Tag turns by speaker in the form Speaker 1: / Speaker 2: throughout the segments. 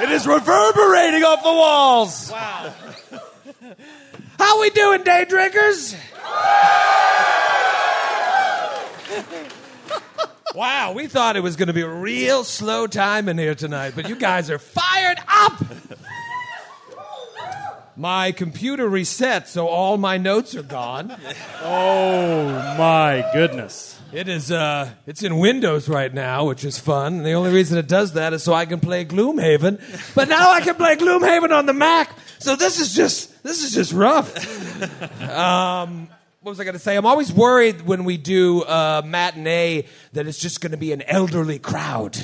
Speaker 1: It is reverberating off the walls. Wow. How we doing, day drinkers? wow, we thought it was going to be a real slow time in here tonight, but you guys are fired up. My computer reset, so all my notes are gone.
Speaker 2: Oh my goodness.
Speaker 1: It is uh it's in Windows right now, which is fun. And the only reason it does that is so I can play Gloomhaven. But now I can play Gloomhaven on the Mac. So this is just this is just rough. Um what was I going to say? I'm always worried when we do uh, matinee that it's just going to be an elderly crowd.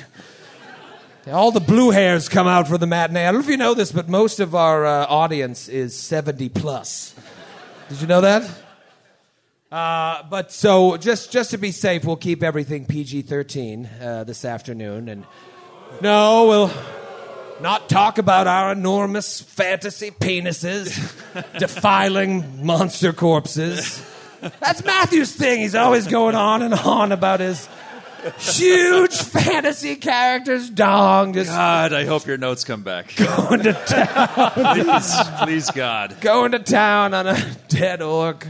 Speaker 1: All the blue hairs come out for the matinee. I don't know if you know this, but most of our uh, audience is 70 plus. Did you know that? Uh, but so just just to be safe, we'll keep everything PG thirteen uh, this afternoon, and no, we'll not talk about our enormous fantasy penises defiling monster corpses. That's Matthew's thing. He's always going on and on about his huge fantasy characters dong just
Speaker 3: God, I hope your notes come back.
Speaker 1: going to town.
Speaker 3: please, please, God.
Speaker 1: going to town on a dead orc.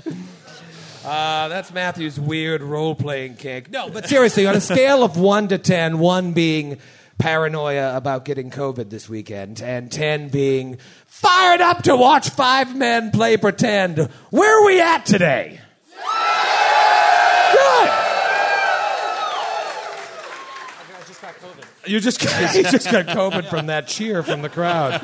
Speaker 1: Uh, that's Matthew's weird role playing kink. No, but seriously, on a scale of 1 to ten, one being paranoia about getting COVID this weekend, and 10 being fired up to watch five men play pretend, where are we at today? Good! You just, you just got COVID from that cheer from the crowd.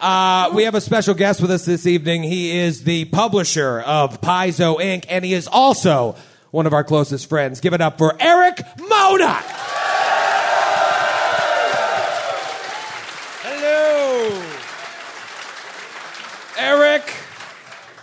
Speaker 1: Uh, we have a special guest with us this evening. He is the publisher of Paizo Inc., and he is also one of our closest friends. Give it up for Eric Moda. Hello. Eric,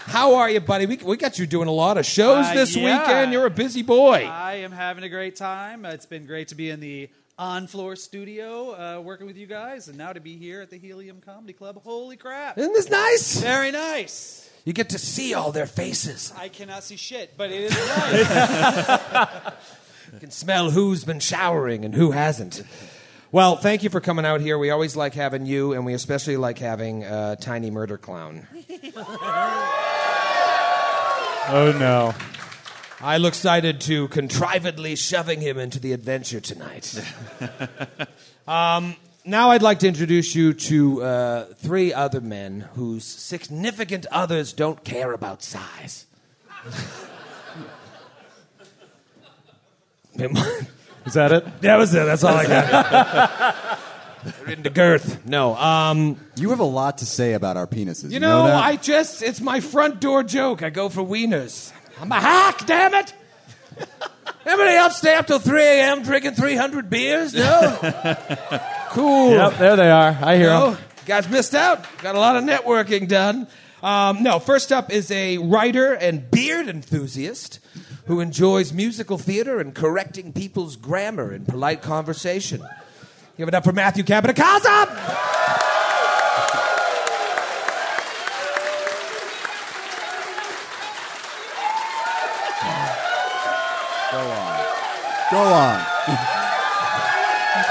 Speaker 1: how are you, buddy? We, we got you doing a lot of shows
Speaker 2: Uh,
Speaker 1: this
Speaker 2: yeah.
Speaker 1: weekend. You're a busy boy.
Speaker 2: I am having a great time. It's been great to be in the on floor studio uh, working with you guys, and now to be here at the Helium Comedy Club. Holy crap!
Speaker 1: Isn't this nice?
Speaker 2: Very nice.
Speaker 1: You get to see all their faces.
Speaker 2: I cannot see shit, but it is nice.
Speaker 1: You can smell who's been showering and who hasn't. Well, thank you for coming out here. We always like having you, and we especially like having uh, Tiny Murder Clown.
Speaker 2: oh no.
Speaker 1: I look excited to contrivedly shoving him into the adventure tonight. um, now I'd like to introduce you to uh, three other men whose significant others don't care about size.
Speaker 2: Is that it?
Speaker 1: That was it. That's all I got. Into girth. No. Um,
Speaker 4: You have a lot to say about our penises.
Speaker 1: you know,
Speaker 4: that?
Speaker 1: I just, it's my front door joke. I go for wieners. I'm a hack, damn it. Everybody else stay up till 3 a.m. drinking 300 beers? No? cool.
Speaker 2: there they are. I hear
Speaker 1: No? Guys missed out. Got a lot of networking done. Um, no, first up is a writer and beard enthusiast who enjoys musical theater and correcting people's grammar in polite conversation. Give it up for Matthew Capitacasa.
Speaker 4: Go on.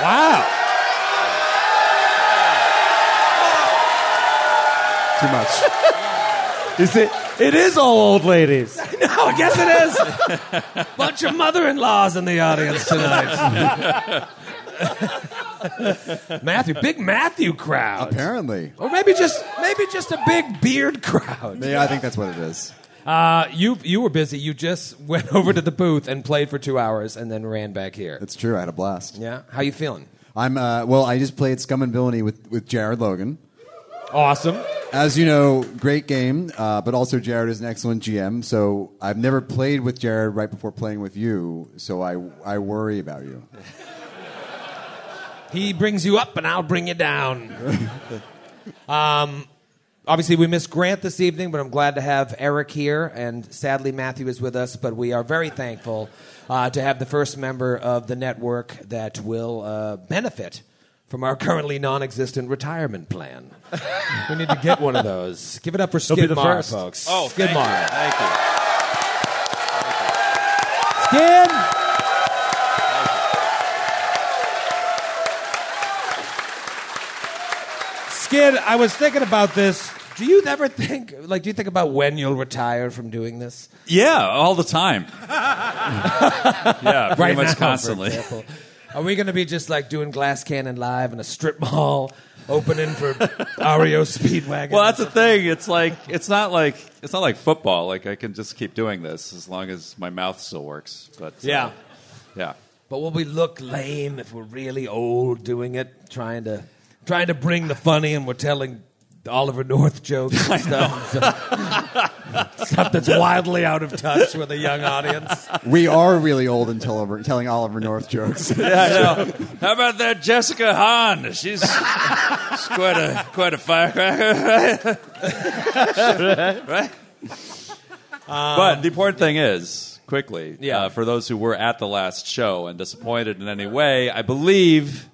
Speaker 1: Wow.
Speaker 4: Too much.
Speaker 2: Is it? It is all old ladies.
Speaker 1: No, I guess it is. Bunch of mother-in-laws in the audience tonight. Matthew, big Matthew crowd.
Speaker 4: Apparently.
Speaker 1: Or maybe just maybe just a big beard crowd.
Speaker 4: Yeah, I think that's what it is.
Speaker 1: Uh, you you were busy. You just went over to the booth and played for two hours, and then ran back here.
Speaker 4: That's true. I had a blast.
Speaker 1: yeah. How you feeling?
Speaker 4: I'm uh, well. I just played Scum and Villainy with with Jared Logan.
Speaker 1: Awesome.
Speaker 4: As you know, great game, uh, but also Jared is an excellent GM. So I've never played with Jared right before playing with you. So I I worry about you.
Speaker 1: He brings you up, and I'll bring you down. um, obviously, we missed Grant this evening, but I'm glad to have Eric here. And sadly, Matthew is with us, but we are very thankful uh, to have the first member of the network that will uh, benefit from our currently non-existent retirement plan. we need to get one of those. Give it up for
Speaker 5: be
Speaker 1: Skid
Speaker 5: the
Speaker 1: Mar,
Speaker 5: first.
Speaker 1: folks.
Speaker 3: Oh,
Speaker 1: Skid
Speaker 3: thank
Speaker 1: Mar.
Speaker 3: You. Thank you.
Speaker 1: Skid. Skid, I was thinking about this. Do you ever think, like, do you think about when you'll retire from doing this?
Speaker 3: Yeah, all the time. yeah, pretty
Speaker 1: Right
Speaker 3: much
Speaker 1: now, for
Speaker 3: constantly.
Speaker 1: example. Are we going to be just like doing Glass Cannon live in a strip mall, opening for Ario Speedwagon?
Speaker 3: Well, that's the thing. It's like it's not like it's not like football. Like I can just keep doing this as long as my mouth still works. But uh,
Speaker 1: Yeah.
Speaker 3: yeah.
Speaker 1: But will we look lame if we're really old doing it, trying to trying to bring the funny and we're telling Oliver North jokes and stuff. So- stuff that's wildly out of touch with a young audience.
Speaker 4: We are really old and tell over, telling Oliver North jokes.
Speaker 3: How about that Jessica Hahn? She's, she's quite a quite a firecracker, right? right? but Uh, the important thing is, quickly,
Speaker 1: Yeah.
Speaker 3: uh, for those who were at the last show and disappointed in any way, I believe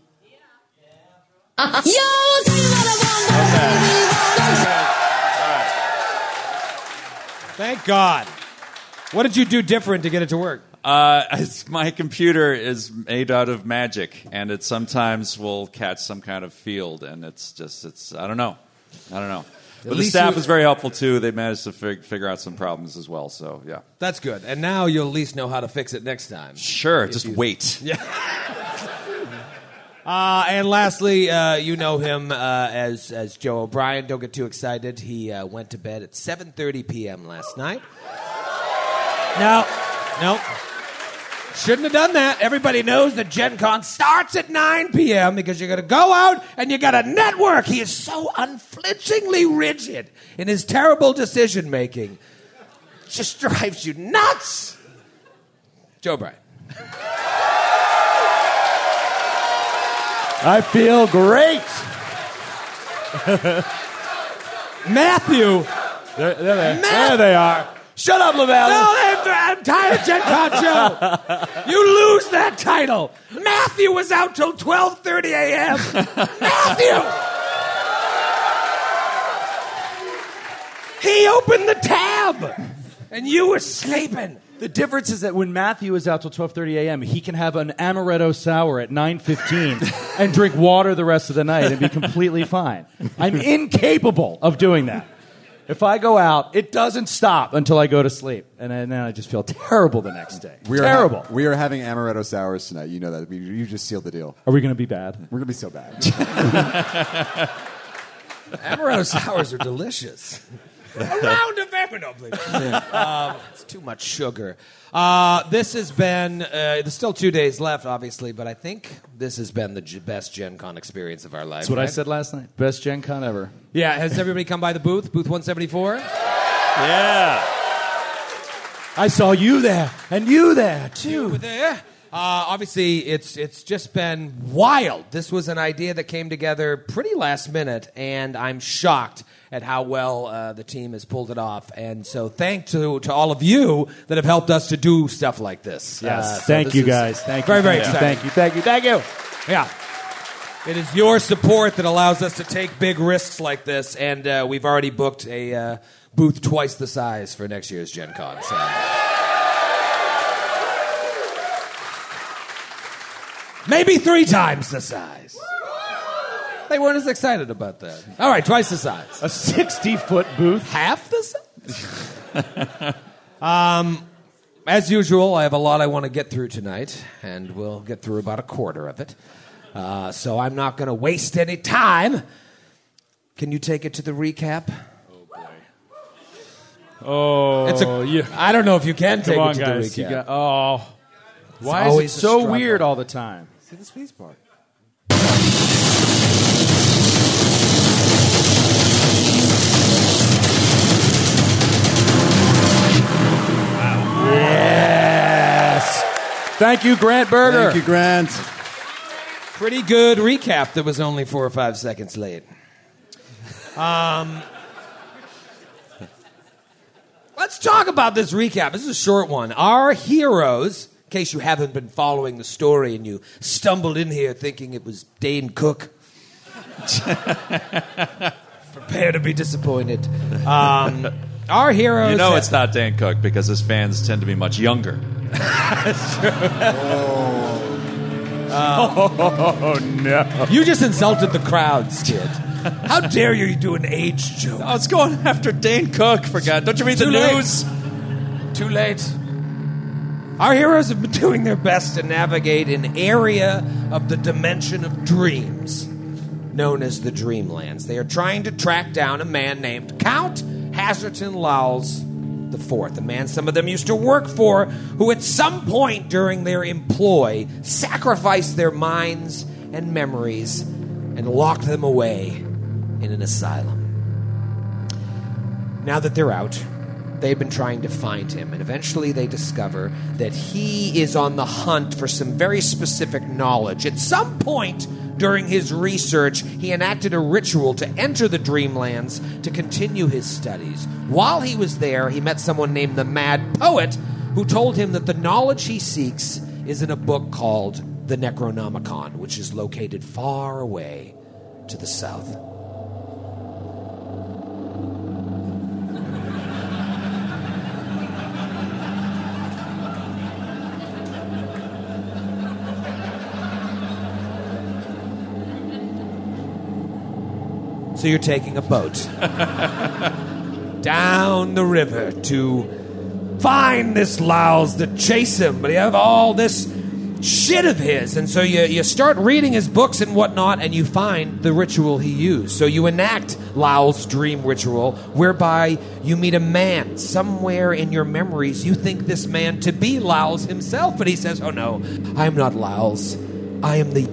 Speaker 6: Yo, what's up,
Speaker 1: Thank God. What did you do different to get it to work?
Speaker 3: uh, it's, my computer is made out of magic, and it sometimes will catch some kind of field, and it's just it's I don't know, I don't know. But the
Speaker 1: least
Speaker 3: staff
Speaker 1: you-
Speaker 3: was very helpful too. They managed to fig- figure out some problems as well. So yeah,
Speaker 1: That's good. And now you'll at least know how to fix it next time.
Speaker 3: sure, just wait.
Speaker 1: Uh, and lastly, uh, you know him uh, as as Joe O'Brien. Don't get too excited. He uh, went to bed at 7:30 p.m. last night. No, no, shouldn't have done that. Everybody knows that Gen Con starts at 9 p.m. because you're going to go out and you're going to network. He is so unflinchingly rigid in his terrible decision making. Just drives you nuts. Joe O'Brien.
Speaker 5: I feel great.
Speaker 1: Matthew.
Speaker 5: There, there, they-
Speaker 1: Matt!
Speaker 5: there they are. Shut up, Lavelle.
Speaker 1: No, I'm, I'm tired of Gen Con show. You lose that title. Matthew was out till 12:30 a.m. Matthew. He opened the tab, and you were sleeping.
Speaker 5: The difference is that when Matthew is out till 12:30 a.m., he can have an amaretto sour at 9:15 and drink water the rest of the night and be completely fine. I'm incapable of doing that. If I go out, it doesn't stop until I go to sleep, and then I just feel terrible the next day.
Speaker 4: We are ha-
Speaker 5: terrible.
Speaker 4: we are having amaretto sours tonight. You know that. We, you just sealed the deal.
Speaker 5: are we going to be bad?
Speaker 4: We're gonna be so bad.
Speaker 1: Amaretto sours are delicious. A round of Amaretto, please. Um, it's too much sugar. Uh, this has been, uh, there's still two days left, obviously, but I think this has been the g- best Gen Con experience of our life.
Speaker 5: That's what I
Speaker 1: right?
Speaker 5: said last night. Best Gen Con ever.
Speaker 1: Yeah, has everybody come by the booth? Booth 174?
Speaker 3: Yeah.
Speaker 5: I saw you there and you there too.
Speaker 1: Over there. Uh, obviously, it's it's just been wild. This was an idea that came together pretty last minute, and I'm shocked at how well uh, the team has pulled it off. And so, thank to to all of you that have helped us to do stuff like this. Uh,
Speaker 5: Yes,
Speaker 1: so
Speaker 5: thank
Speaker 1: this
Speaker 5: you
Speaker 1: is
Speaker 5: guys. Thank
Speaker 1: very
Speaker 5: you.
Speaker 1: very
Speaker 5: Thank you.
Speaker 1: exciting.
Speaker 5: Thank you. Thank you. Thank
Speaker 1: Yeah.
Speaker 5: you.
Speaker 1: It is your support that allows us to take big risks like this, and uh, we've already booked a uh, booth twice the size for next year's Gen Con. So. Maybe three times the size. They weren't as excited about that. All right, twice the size.
Speaker 5: A 60 foot booth.
Speaker 1: Half the size? um, as usual, I have a lot I want to get through tonight, and we'll get through about a quarter of it. Uh, so I'm not going to waste any time. Can you take it to the recap? Oh, boy.
Speaker 5: Oh,
Speaker 1: It's a-
Speaker 5: you,
Speaker 1: I don't know if you can take
Speaker 5: come on,
Speaker 1: it to
Speaker 5: guys.
Speaker 1: the
Speaker 5: You
Speaker 1: recap.
Speaker 5: got, oh, why is it
Speaker 1: always a
Speaker 5: so
Speaker 1: struggle.
Speaker 5: weird all the time?
Speaker 4: See the space bar.
Speaker 5: Yes. Thank you, Grant Berger.
Speaker 4: Thank you, Grant.
Speaker 1: Pretty good recap that was only four or five seconds late. Um,
Speaker 3: Um,
Speaker 1: let's talk about this recap. This is a short one. Our heroes, in case you haven't been following the story and you stumbled in here thinking it was Dane Cook, prepare to be disappointed. Um, our heroes.
Speaker 3: You know
Speaker 1: have-
Speaker 3: it's not Dan Cook because his fans tend to be much younger.
Speaker 1: You just insulted the crowds, kid. How dare you do an age joke?
Speaker 3: Oh, it's going after Dane Cook for God. Don't you read
Speaker 1: Too
Speaker 3: the
Speaker 1: late.
Speaker 3: news?
Speaker 1: Too late. Our heroes have been doing their best to navigate an area of the dimension of dreams known as the Dreamlands. They are trying to track down a man named Count Hazerton Lowles the fourth, a man some of them used to work for, who at some point during their employ sacrificed their minds and memories and locked them away in an asylum. Now that they're out, they've been trying to find him, and eventually they discover that he is on the hunt for some very specific knowledge. At some point during his research, he enacted a ritual to enter the Dreamlands to continue his studies. While he was there, he met someone named the Mad Poet, who told him that the knowledge he seeks is in a book called the Necronomicon, which is located far away to the south. So you're taking a boat down the river to find this louse that chase him, but you have all this shit of his, and so you, you start reading his books and whatnot, and you find the ritual he used. So you enact Lowell's dream ritual, whereby you meet a man somewhere in your memories. You think this man to be Lowell's himself, but he says, "Oh no, I'm not Lowell's. I am the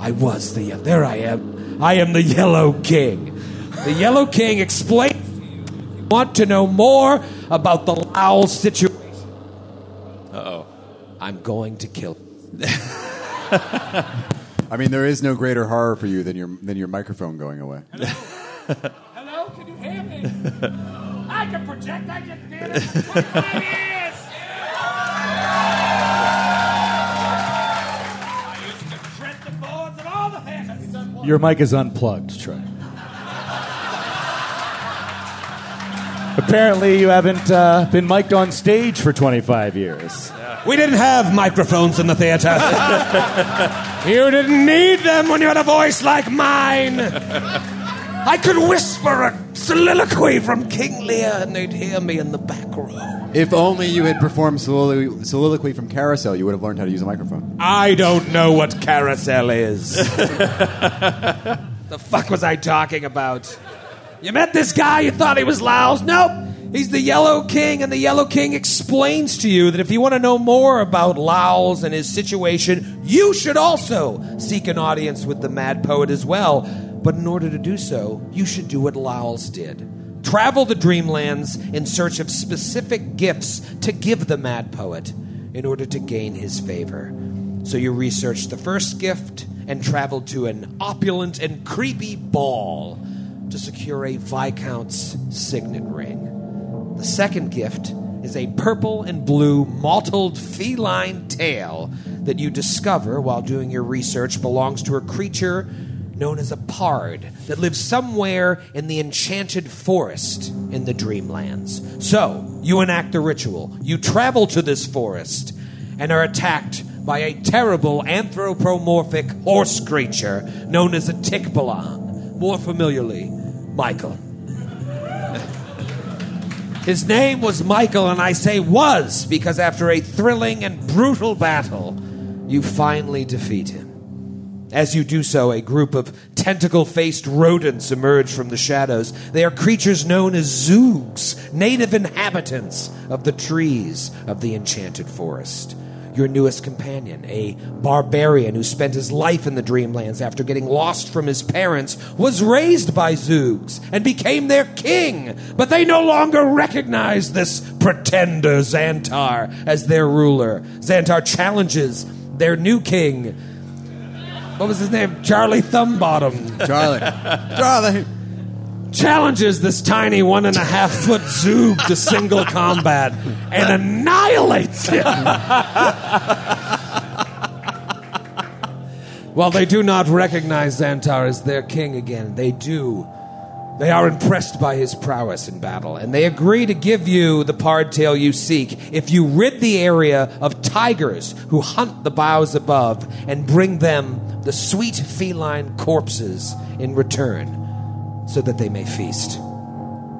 Speaker 1: I was the there I am. I am the Yellow King. The Yellow King explains to you if you want to know more about the Lowell situation. Uh oh. I'm going to kill.
Speaker 4: I mean, there is no greater horror for you than your than your microphone going away.
Speaker 1: Hello, can you hear me? I can project, I can feel it.
Speaker 5: Your mic is unplugged, Troy. Apparently, you haven't uh, been mic'd on stage for 25 years.
Speaker 1: We didn't have microphones in the theater. you didn't need them when you had a voice like mine. I could whisper a soliloquy from King Lear and they'd hear me in the back row.
Speaker 4: If only you had performed solilo- soliloquy from Carousel, you would have learned how to use a microphone.
Speaker 1: I don't know what carousel is. the fuck was I talking about? You met this guy, you thought he was Laos. Nope. He's the Yellow King, and the Yellow King explains to you that if you want to know more about Laos and his situation, you should also seek an audience with the Mad Poet as well. But in order to do so, you should do what Laos did travel the Dreamlands in search of specific gifts to give the Mad Poet in order to gain his favor. So you researched the first gift and traveled to an opulent and creepy ball to secure a Viscount's signet ring. The second gift is a purple and blue mottled feline tail that you discover while doing your research belongs to a creature known as a pard that lives somewhere in the enchanted forest in the dreamlands. So, you enact the ritual. You travel to this forest and are attacked by a terrible anthropomorphic horse creature known as a Tikbalan, more familiarly, Michael. His name was Michael, and I say was because after a thrilling and brutal battle, you finally defeat him. As you do so, a group of tentacle faced rodents emerge from the shadows. They are creatures known as Zoogs, native inhabitants of the trees of the enchanted forest. Your newest companion, a barbarian who spent his life in the Dreamlands after getting lost from his parents, was raised by Zoogs and became their king. But they no longer recognize this pretender Xantar as their ruler. Xantar challenges their new king, what was his name? Charlie Thumbbottom.
Speaker 4: Charlie. Charlie.
Speaker 1: Challenges this tiny one and a half foot Zoog to single combat and annihilates him. While they do not recognize Xantar as their king again, they do. They are impressed by his prowess in battle, and they agree to give you the pardtail you seek if you rid the area of tigers who hunt the boughs above and bring them the sweet feline corpses in return so that they may feast.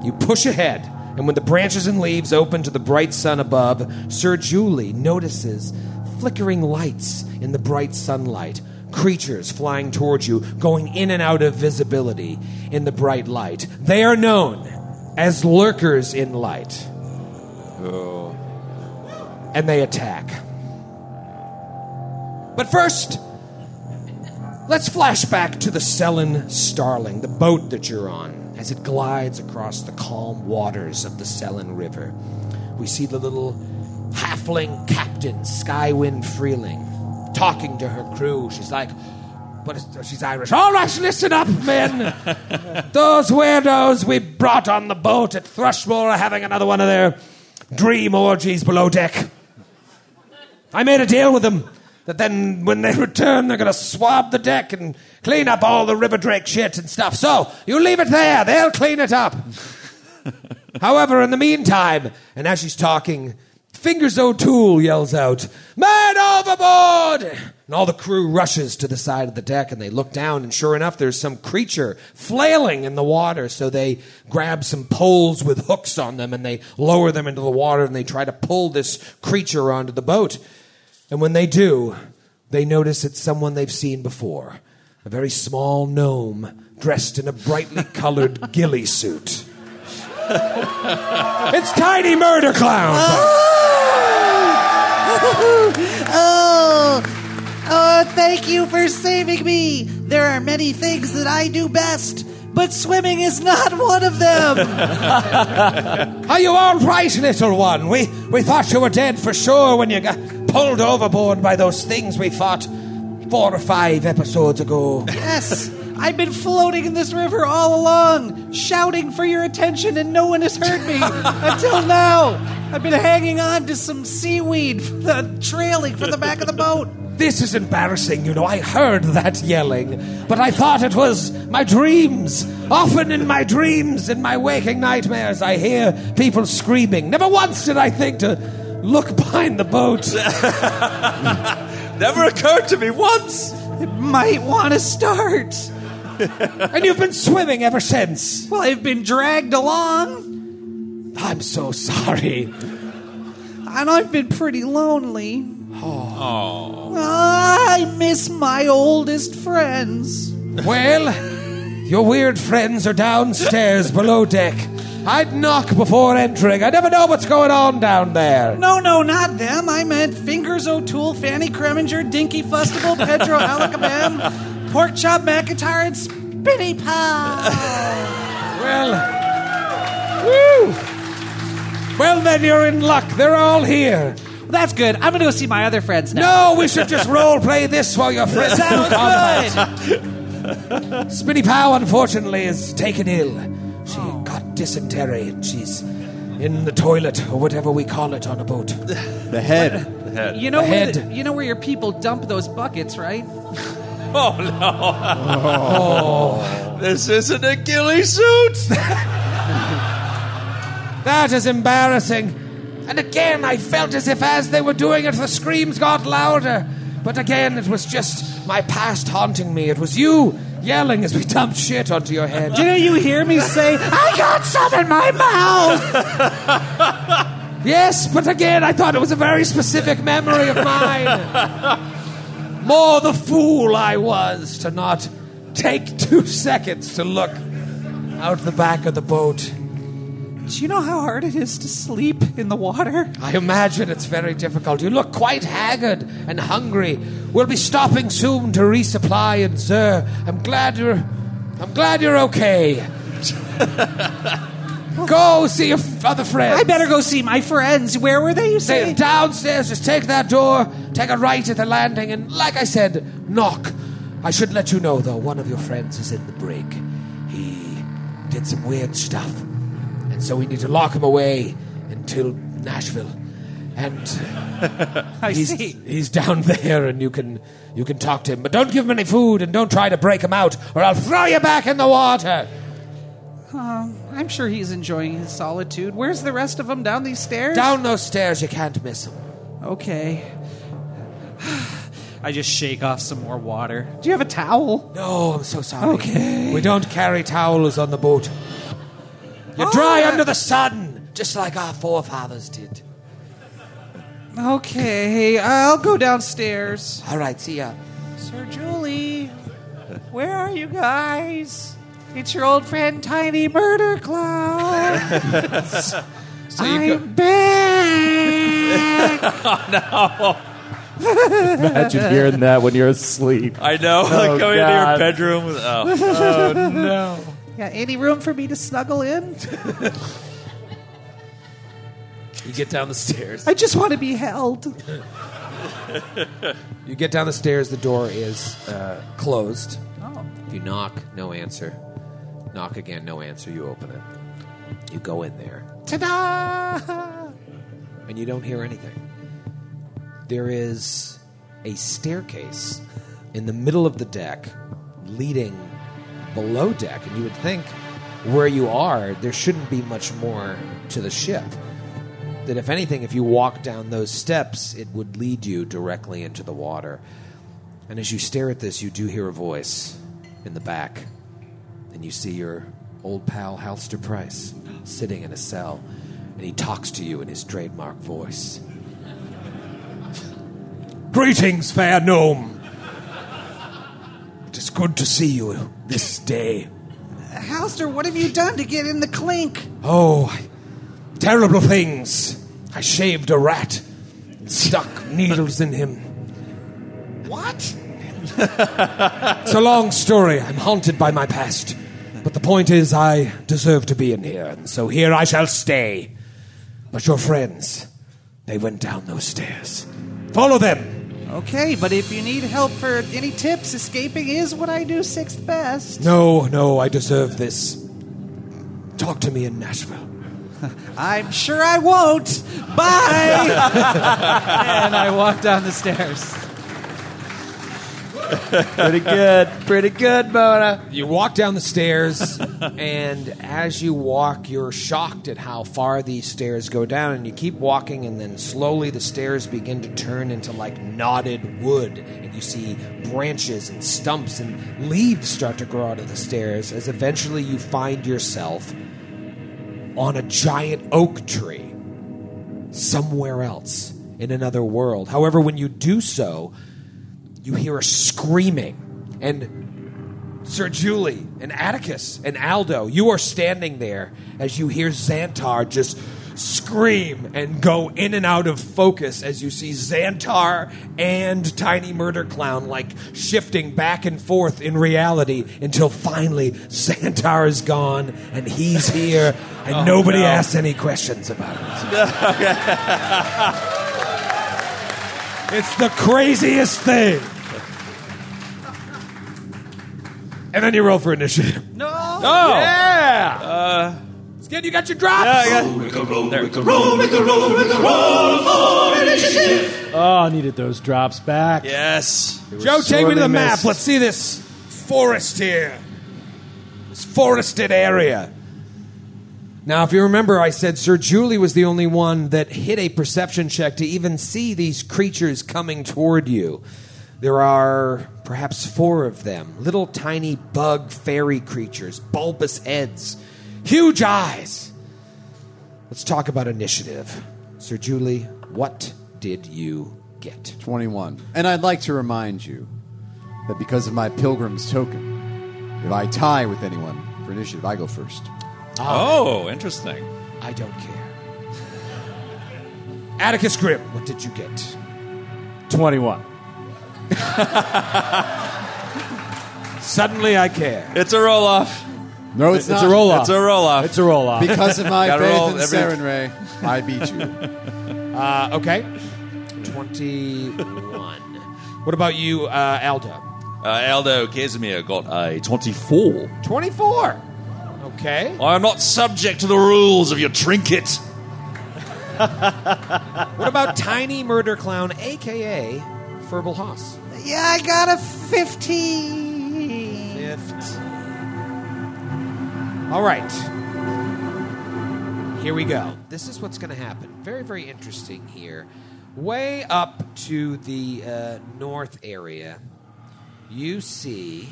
Speaker 1: You push ahead, and when the branches and leaves open to the bright sun above, Sir Julie notices flickering lights in the bright sunlight, creatures flying towards you, going in and out of visibility in the bright light. They are known as lurkers in light. And they attack. But first, Let's flash back to the Selen Starling, the boat that you're on, as it glides across the calm waters of the Selen River. We see the little halfling captain, Skywind Freeling, talking to her crew. She's like, but it's, she's Irish. All right, listen up, men. Those weirdos we brought on the boat at Thrushmore are having another one of their dream orgies below deck. I made a deal with them that then when they return, they're going to swab the deck and clean up all the river drake shit and stuff. So you leave it there, they'll clean it up. However, in the meantime, and as she's talking, Fingers O'Toole yells out, Man overboard! And all the crew rushes to the side of the deck and they look down, and sure enough, there's some creature flailing in the water. So they grab some poles with hooks on them and they lower them into the water and they try to pull this creature onto the boat. And when they do, they notice it's someone they've seen before a very small gnome dressed in a brightly colored ghillie suit. it's Tiny Murder Clown!
Speaker 7: oh, oh, thank you for saving me. There are many things that I do best, but swimming is not one of them.
Speaker 1: Are you all right, little one? We we thought you were dead for sure when you got pulled overboard by those things we fought four or five episodes ago.
Speaker 7: yes, I've been floating in this river all along, shouting for your attention, and no one has heard me until now. I've been hanging on to some seaweed, the trailing from the back of the boat.
Speaker 1: This is embarrassing, you know. I heard that yelling, but I thought it was my dreams. Often in my dreams, in my waking nightmares, I hear people screaming. Never once did I think to look behind the boat.
Speaker 3: Never occurred to me once.
Speaker 7: Might want to start.
Speaker 1: And you've been swimming ever since.
Speaker 7: Well, I've been dragged along.
Speaker 1: I'm so sorry.
Speaker 7: and I've been pretty lonely. Oh. I miss my oldest friends.
Speaker 1: Well, your weird friends are downstairs below deck. I'd knock before entering. I never know what's going on down there.
Speaker 7: No, no, not them. I meant Fingers O'Toole, Fanny Kreminger, Dinky Festival, Pedro Alacabam, Porkchop McIntyre, and Spinny Pie.
Speaker 1: Well, woo. Well, then you're in luck. They're all here.
Speaker 7: That's good. I'm gonna go see my other friends now.
Speaker 1: No, we should just role play this while your friends
Speaker 7: Sounds good.
Speaker 1: Spinny Pow, unfortunately, is taken ill. She got dysentery and she's in the toilet or whatever we call it on a boat.
Speaker 4: The head.
Speaker 7: You know where
Speaker 1: Ahead.
Speaker 7: the, you know where your people dump those buckets, right?
Speaker 3: Oh no! this isn't a ghillie suit.
Speaker 1: That is embarrassing. And again, I felt as if as they were doing it, the screams got louder. But again, it was just my past haunting me. It was you yelling as we dumped shit onto your head.
Speaker 7: Didn't you hear me say I got some in my mouth?
Speaker 1: yes, but again, I thought it was a very specific memory of mine. More the fool I was to not Take two seconds to look out the back of the boat.
Speaker 2: Do you know how hard it is to sleep in the water?
Speaker 1: I imagine it's very difficult. You look quite haggard and hungry. We'll be stopping soon to resupply in Zur. I'm glad you're I'm glad you're okay. Go see your f- other friends.
Speaker 2: I better go see my friends. Where were they? You
Speaker 1: Say
Speaker 2: say?
Speaker 1: downstairs, just take that door, take a right at the landing, and like I said, knock. I should let you know though, one of your friends is in the brig. He did some weird stuff. And so we need to lock him away until Nashville. And
Speaker 2: I
Speaker 1: he's,
Speaker 2: see.
Speaker 1: he's down there and you can you can talk to him. But don't give him any food and don't try to break him out, or I'll throw you back in the water.
Speaker 2: I'm sure he's enjoying his solitude. Where's the rest of them down these stairs?
Speaker 1: Down those stairs you can't miss him.
Speaker 2: Okay. I just shake off some more water. Do you have a towel?
Speaker 1: No, I'm so sorry.
Speaker 2: Okay.
Speaker 1: We don't carry towels on the boat. You
Speaker 2: Oh,
Speaker 1: dry
Speaker 2: yeah.
Speaker 1: under the sun, just like our forefathers did.
Speaker 2: Okay, I'll go downstairs.
Speaker 1: All right, see ya.
Speaker 2: Sir Julie, where are you guys? It's your old friend Tiny Murder Clown.
Speaker 1: So you go-
Speaker 2: I'm back.
Speaker 5: Imagine hearing that when you're asleep.
Speaker 3: I know. like coming into your
Speaker 5: Oh, God.
Speaker 3: bedroom. with- Oh.
Speaker 2: yeah, any room for me to snuggle in?
Speaker 1: you get down the stairs.
Speaker 2: I just want to be held.
Speaker 1: You get down the stairs. The door is uh, closed. If you knock, no answer. Knock again, no answer. You open it. You go in there.
Speaker 2: Ta-da!
Speaker 1: and you don't hear anything. There is a staircase in the middle of the deck leading below deck, and you would think where you are, there shouldn't be much more to the ship. That if anything, if you walk down those steps, it would lead you directly into the water. And as you stare at this, you do hear a voice in the back and you see your old pal Halster Price sitting in a cell, and he talks to you in his trademark voice. Greetings, fair gnome. It is good to see you this day.
Speaker 2: Halster, what have you done to get in the clink?
Speaker 1: Oh, I- terrible things! I shaved a rat and stuck needles in him.
Speaker 2: What?
Speaker 1: It's a long story. I'm haunted by my past. But the point is, I deserve to be in here, and so here I shall stay. But your friends, they went down those stairs. Follow them!
Speaker 2: Okay, but if you need help for any tips, escaping is what I do sixth best.
Speaker 1: No, no, I deserve this. Talk to me in Nashville.
Speaker 2: I'm sure I won't. Bye. and I walk down the stairs.
Speaker 5: Pretty good. Pretty good, Mona.
Speaker 1: You walk down the stairs, and as you walk, you're shocked at how far these stairs go down. And you keep walking, and then slowly the stairs begin to turn into like knotted wood. And you see branches and stumps and leaves start to grow out of the stairs as eventually you find yourself on a giant oak tree somewhere else in another world. However, when you do so, you hear a screaming and Sir Julie and Atticus and Aldo, you are standing there as you hear Xantar just scream and go in and out of focus as you see Xantar and Tiny Murder Clown like shifting back and forth in reality until finally Xantar is gone and he's here and nobody
Speaker 3: no.
Speaker 1: asks any questions about it. it's the craziest thing. And then you roll for initiative.
Speaker 3: Oh.
Speaker 1: Skin, you got your drops.
Speaker 5: Oh, needed those drops back.
Speaker 3: Yes.
Speaker 1: Joe, take me to
Speaker 5: sorely
Speaker 1: the
Speaker 5: missed.
Speaker 1: map. Let's see this forest here. This forested area. Now, if you remember, I said Sir Julie was the only one that hit a perception check to even see these creatures coming toward you. There are perhaps four of them little tiny bug fairy creatures, bulbous heads, huge eyes. Let's talk about initiative. Sir Julie, what did you get?
Speaker 4: 21. And I'd like to remind you that because of my pilgrim's token, If I tie with anyone for initiative, I go first.
Speaker 3: Oh, interesting.
Speaker 1: I don't care. Atticus Grim, what did you get?
Speaker 5: 21.
Speaker 1: Suddenly I care.
Speaker 3: It's a roll off.
Speaker 4: No, it's,
Speaker 5: It's
Speaker 4: not.
Speaker 5: a roll off.
Speaker 3: It's a roll off.
Speaker 5: It's a roll off.
Speaker 4: Because of my
Speaker 3: Gotta roll
Speaker 4: faith in
Speaker 3: every-
Speaker 4: Saren Ray, I beat you.
Speaker 1: Uh, okay. 21. What about you, uh, Aldo?
Speaker 3: uh, Aldo Casimir got a 24.
Speaker 1: 24. Okay.
Speaker 3: I am not subject to the rules of your trinket.
Speaker 1: What about Tiny Murder Clown, a.k.a. Ferbal Haas?
Speaker 7: Yeah, I got a 15.
Speaker 1: All right. Here we go. This is what's going to happen. Very, very interesting here. Way up to the uh, north area, you see,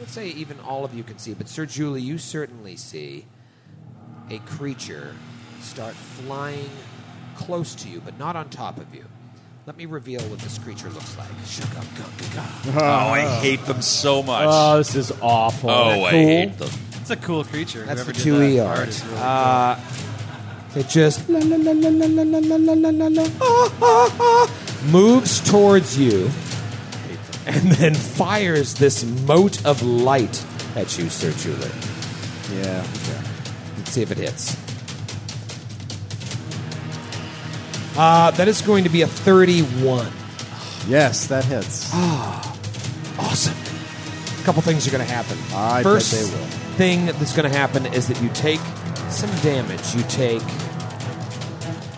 Speaker 1: let's say even all of you can see, but Sir Julie, you certainly see a creature start flying close to you, but not on top of you. Let me reveal what this creature looks like. Shugga-gugga-gah.
Speaker 5: Uh,
Speaker 3: Oh, I hate them so much.
Speaker 5: Oh, this is awful.
Speaker 3: oh, I
Speaker 5: Cool.
Speaker 3: hate them.
Speaker 2: It's a cool creature.
Speaker 1: That's the
Speaker 2: Whoever did
Speaker 1: two
Speaker 2: that
Speaker 1: E
Speaker 2: art
Speaker 1: art.
Speaker 2: is really
Speaker 1: Uh, it just la, la, la, la, la, la, la, la, la, la, la, la, ah, ah, ah, moves towards you, and then fires this mote of light at you, Sir Julie.
Speaker 4: Yeah. okay.
Speaker 1: Let's see if it hits. Uh, that is going to be a thirty-one.
Speaker 4: Yes, that hits.
Speaker 1: awesome. A couple things are going to happen.
Speaker 4: I bet
Speaker 1: First
Speaker 4: they will.
Speaker 1: thing that's going to happen is that you take some damage. You take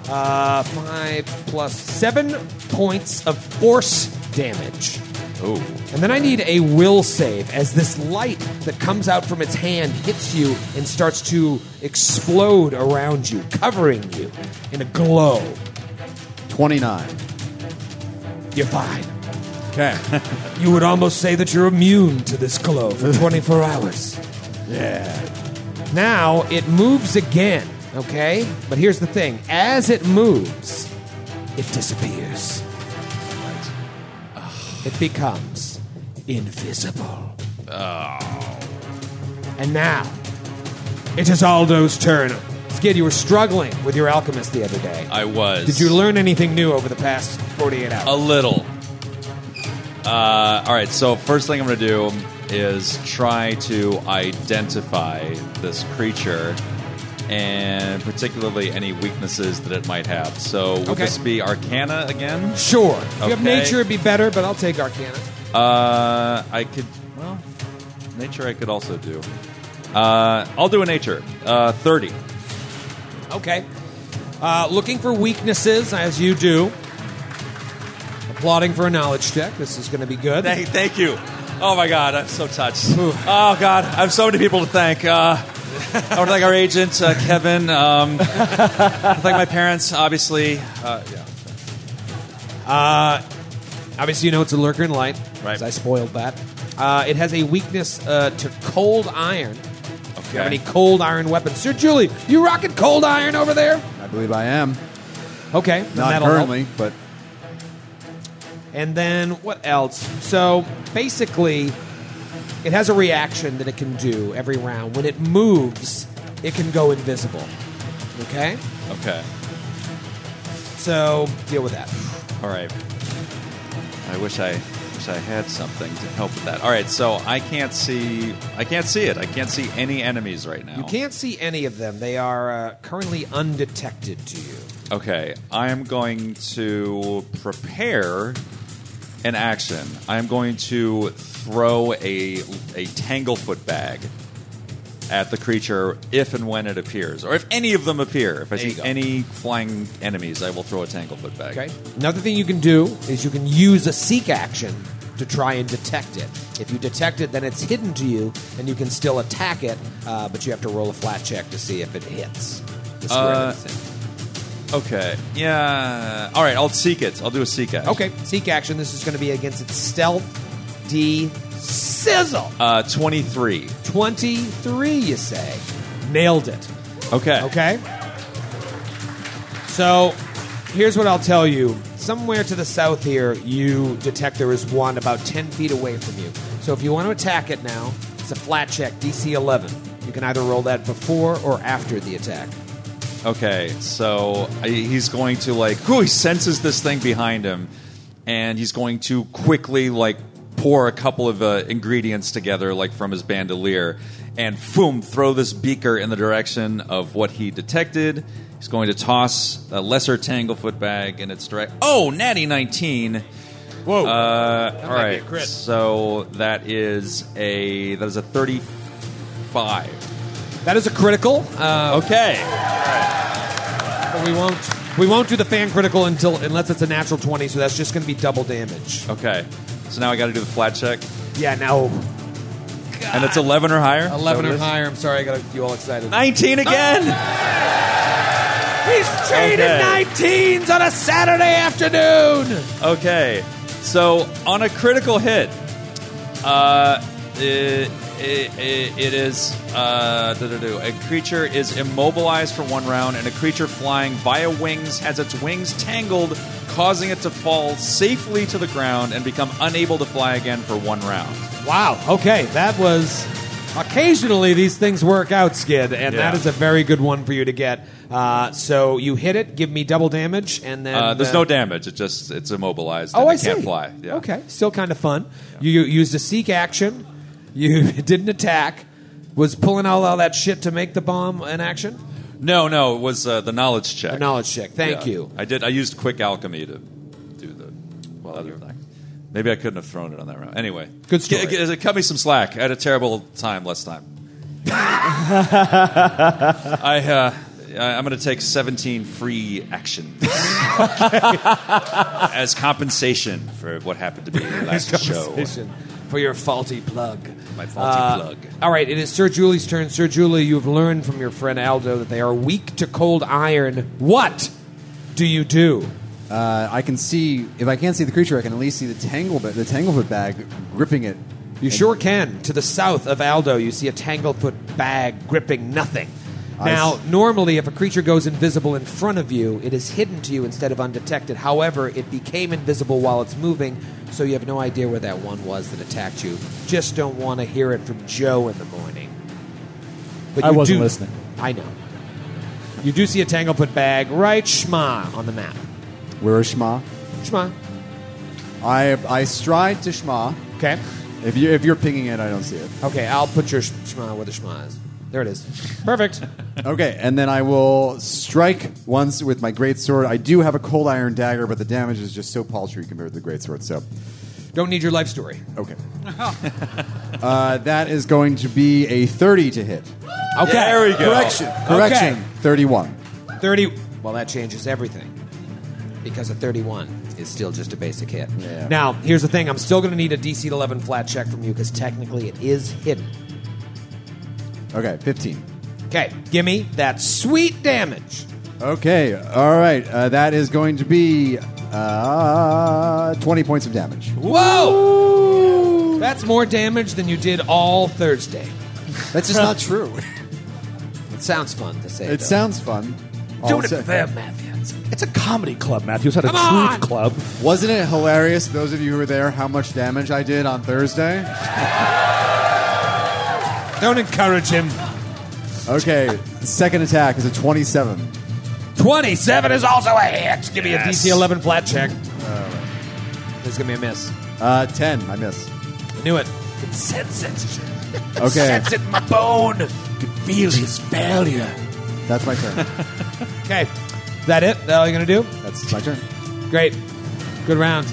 Speaker 1: uh, five plus seven points of force damage. And then I need a will save as this light that comes out from its hand hits you and starts to explode around you, covering you in a glow.
Speaker 4: 29.
Speaker 1: You're fine. you would almost say that you're immune to this glow for 24 hours. Yeah. Now it moves again, okay? But here's the thing as it moves, it disappears. It becomes invisible. And now, it is Aldo's turn. Skid, you were struggling with your alchemist the other day.
Speaker 3: I was.
Speaker 1: Did you learn anything new over the past 48 hours?
Speaker 3: A little. Uh, all right, so first thing I'm going to do is try to identify this creature and particularly any weaknesses that it might have. So would
Speaker 1: Okay.
Speaker 3: this be Arcana again?
Speaker 1: Sure. If you have
Speaker 3: Okay.
Speaker 1: nature, it'd be better, but I'll take Arcana.
Speaker 3: Uh, I could, well, nature I could also do. Uh, I'll do a nature. Uh, 30.
Speaker 1: Okay. Uh, looking for weaknesses, as you do. Applauding for a knowledge check. This is going to be good.
Speaker 3: Thank, thank you. Oh my God, I'm so touched. Oh God, I have so many people to thank. Uh, I want to thank our agent, uh, Kevin. Um, I thank my parents, obviously. Uh, yeah.
Speaker 1: Obviously, you know it's a lurker in light.
Speaker 3: Right.
Speaker 1: 'cause I spoiled that. Uh, it has a weakness uh, to cold iron. If you have
Speaker 3: Okay.
Speaker 1: any cold iron weapons, Sir Julie, you rocking cold iron over there?
Speaker 4: I believe I am.
Speaker 1: Okay. then
Speaker 4: Not
Speaker 1: that'll help.
Speaker 4: currently, but
Speaker 1: And then what else? So basically, it has a reaction that it can do every round. When it moves, it can go invisible. Okay?
Speaker 3: Okay.
Speaker 1: So deal with that.
Speaker 3: All right. I wish I wish I had something to help with that. All right, so I can't see. I can't see it. I can't see any enemies right now.
Speaker 1: You can't see any of them. They are uh, currently undetected to you.
Speaker 3: Okay, I am going to prepare an action. I am going to throw a a tanglefoot bag at the creature if and when it appears, or if any of them appear. If I
Speaker 1: There you
Speaker 3: see
Speaker 1: go.
Speaker 3: any flying enemies, I will throw a tanglefoot bag.
Speaker 1: Okay. Another thing you can do is you can use a seek action to try and detect it. If you detect it, then it's hidden to you, and you can still attack it, uh, but you have to roll a flat check to see if it hits. the square
Speaker 3: Uh,
Speaker 1: that it's in.
Speaker 3: Okay. Yeah. All right. I'll seek it. I'll do a seek action.
Speaker 1: okay. Seek action. This is going to be against its stealth D sizzle.
Speaker 3: Uh, Twenty three.
Speaker 1: 23, you say. Nailed it.
Speaker 3: Okay.
Speaker 1: Okay. So, here's what I'll tell you. Somewhere to the south here, you detect there is one about 10 feet away from you. So, if you want to attack it now, it's a flat check, DC 11. You can either roll that before or after the attack.
Speaker 3: Okay, so I- he's going to like, who he senses this thing behind him, and he's going to quickly like pour a couple of uh, ingredients together, like from his bandolier, and boom, throw this beaker in the direction of what he detected. He's going to toss a lesser tanglefoot bag in its direct. Oh, natty nineteen.
Speaker 8: Whoa.
Speaker 3: Uh, all
Speaker 8: might be a
Speaker 3: right,
Speaker 8: crit.
Speaker 3: so that is a that is a thirty-five.
Speaker 1: That is a critical. Uh,
Speaker 3: Okay,
Speaker 1: but we won't we won't do the fan critical until unless it's a natural 20, so that's just going to be double damage.
Speaker 3: okay. So now I got to do the flat check.
Speaker 1: Yeah, now
Speaker 3: And it's 11 or higher?
Speaker 1: 11
Speaker 3: So it
Speaker 1: or
Speaker 3: is?
Speaker 1: higher. I'm sorry, I got you all excited.
Speaker 3: 19 again?
Speaker 1: Ah! He's trading
Speaker 3: Okay.
Speaker 1: 19s on a Saturday afternoon.
Speaker 3: Okay. So, on a critical hit, uh, it, it, it- it is. Uh, do-do-do. a creature is immobilized for one round, and a creature flying via wings has its wings tangled, causing it to fall safely to the ground and become unable to fly again for one round.
Speaker 1: Wow. Okay, that was. Occasionally, these things work out, Skid, and
Speaker 3: Yeah.
Speaker 1: that is a very good one for you to get. Uh, so you hit it, give me double damage, and then
Speaker 3: Uh, there's
Speaker 1: no
Speaker 3: no damage. It just it's immobilized.
Speaker 1: Oh,
Speaker 3: and
Speaker 1: I
Speaker 3: it can't
Speaker 1: see.
Speaker 3: fly. Yeah.
Speaker 1: Okay, still kind of fun. You, you used a seek action. You didn't attack. Was pulling all, all that shit to make the bomb an action?
Speaker 3: No, no. It was uh, the knowledge check.
Speaker 1: A knowledge check. Thank
Speaker 3: Yeah.
Speaker 1: you.
Speaker 3: I did. I used quick alchemy to do the other thing. Maybe I couldn't have thrown it on that round. Anyway,
Speaker 1: Good story.
Speaker 3: G- g- g- cut me some slack. I had a terrible time last time. I, uh, I- I'm going to take 17 free actions as compensation for what happened to me last show.
Speaker 1: For your faulty plug.
Speaker 3: My faulty
Speaker 1: Uh,
Speaker 3: plug.
Speaker 1: All right, it is Sir Julie's turn. Sir Julie, you've learned from your friend Aldo that they are weak to cold iron. What do you do?
Speaker 4: Uh, I can see if I can't see the creature, I can at least see the tangle ba- the tanglefoot bag gripping it.
Speaker 1: You sure can. To the south of Aldo, you see a tanglefoot bag gripping nothing.
Speaker 4: I
Speaker 1: Now,
Speaker 4: s-
Speaker 1: normally, if a creature goes invisible in front of you, it is hidden to you instead of undetected. However, it became invisible while it's moving, so you have no idea where that one was that attacked you. Just don't want to hear it from Joe in the morning. But
Speaker 5: I wasn't listening.
Speaker 1: I know. You do see a tanglefoot bag right schma on the map.
Speaker 4: Where is Shma?
Speaker 1: Schma.
Speaker 4: I I stride to Shma.
Speaker 1: Okay.
Speaker 4: If you if you're pinging it, I don't see it.
Speaker 1: Okay, I'll put your sh- schma where the schma is. There it is. Perfect.
Speaker 4: Okay, and then I will strike once with my great sword. I do have a cold iron dagger, but the damage is just so paltry compared to the great sword. So,
Speaker 1: Don't need your life story.
Speaker 4: okay. uh, that is going to be a thirty to hit.
Speaker 1: Okay.
Speaker 3: There we go.
Speaker 4: Correction. Correction.
Speaker 1: Okay.
Speaker 4: Thirty-one.
Speaker 1: 30. Well, that changes everything. Because a 31 is still just a basic hit.
Speaker 4: Yeah.
Speaker 1: Now, here's the thing I'm still going to need a DC 11 flat check from you because technically it is hidden.
Speaker 4: Okay, fifteen.
Speaker 1: Okay, give me that sweet damage.
Speaker 4: Okay, all right. Uh, that is going to be uh, twenty points of damage.
Speaker 1: Whoa! That's more damage than you did all Thursday.
Speaker 4: That's just not true.
Speaker 1: It sounds fun to say.
Speaker 4: It
Speaker 1: though.
Speaker 4: sounds fun.
Speaker 1: Don't
Speaker 4: Also-
Speaker 1: it there, Matthews.
Speaker 5: It's a comedy club, Matthews. Had a
Speaker 1: Come on!
Speaker 5: truth club.
Speaker 4: Wasn't it hilarious, those of you who were there, how much damage I did on Thursday?
Speaker 1: Don't encourage him.
Speaker 4: Okay, second attack is a 27.
Speaker 1: 27 is also a hit. Oh. Give me a
Speaker 3: Yes.
Speaker 1: DC 11 flat check. There's going to be a miss.
Speaker 4: Uh, 10, I miss.
Speaker 1: I knew it. Could sense it. Could
Speaker 4: Okay.
Speaker 1: Sense it in my bone. Could feel his failure.
Speaker 4: That's my turn.
Speaker 1: Okay. Is that it? That all you're gonna do?
Speaker 4: That's my turn.
Speaker 1: Great. Good round.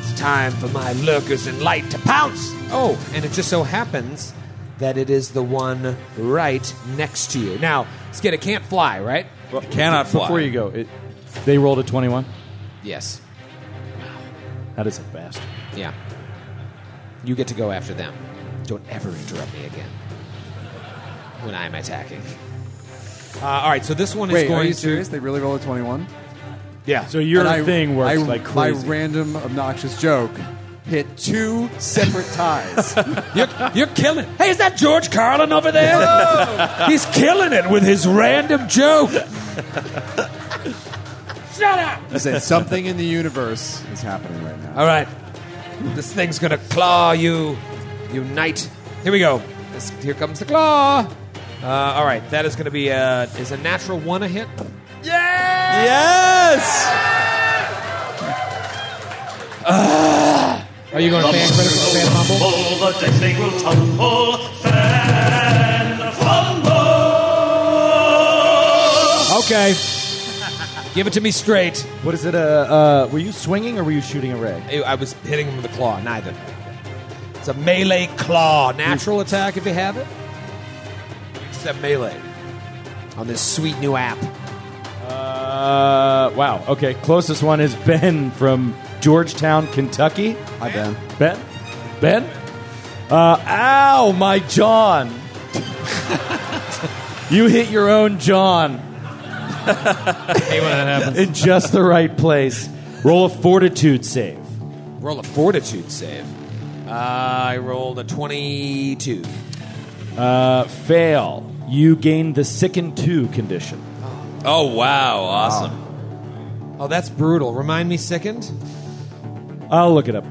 Speaker 1: It's time for my lurkers in light to pounce. Oh, and it just so happens that it is the one right next to you. Now, Skid, it can't fly, right?
Speaker 3: It cannot fly.
Speaker 5: Before you go, it, they rolled a 21.
Speaker 1: Yes.
Speaker 5: That is a bastard.
Speaker 1: Yeah. You get to go after them. Don't ever interrupt me again when I'm attacking. Uh, all right, so this one
Speaker 4: Wait,
Speaker 1: is going
Speaker 4: are you
Speaker 1: to.
Speaker 4: serious? They really roll a 21?
Speaker 1: Yeah.
Speaker 5: So your
Speaker 4: And I-
Speaker 5: thing works
Speaker 4: I-
Speaker 5: like crazy.
Speaker 4: My random obnoxious joke hit two separate ties.
Speaker 1: You're, you're killing. Hey, is that George Carlin over there? He's killing it with his random joke. Shut up!
Speaker 4: Listen, something in the universe is happening right now.
Speaker 1: All right, this thing's gonna claw you, unite,
Speaker 9: Here we go.
Speaker 1: This, here comes the claw. Uh, all right, that is going to be a, is a natural one a hit.
Speaker 3: Yes!
Speaker 1: Are you going fan critical fan humble?
Speaker 10: All the dice they will tumble, fan fumble.
Speaker 1: Okay. Give it to me straight.
Speaker 5: What is it? Uh, uh, were you swinging or were you shooting a ray?
Speaker 1: I I was hitting him with a claw. Neither. It's a melee claw. Natural attack if you have it. You just have melee on this sweet new app.
Speaker 5: Uh, wow. Okay. Closest one is Ben from Georgetown, Kentucky.
Speaker 4: Hi, Ben.
Speaker 5: Ben? Ben? Uh, ow, my John. you hit your own John. In just the right place. Roll a fortitude save.
Speaker 1: Roll a fortitude save. Uh, I rolled a 22.
Speaker 5: Uh, fail. You gain the sickened two condition.
Speaker 3: Oh, wow. Awesome.
Speaker 1: Oh, that's brutal. Remind me second?
Speaker 5: I'll look it up.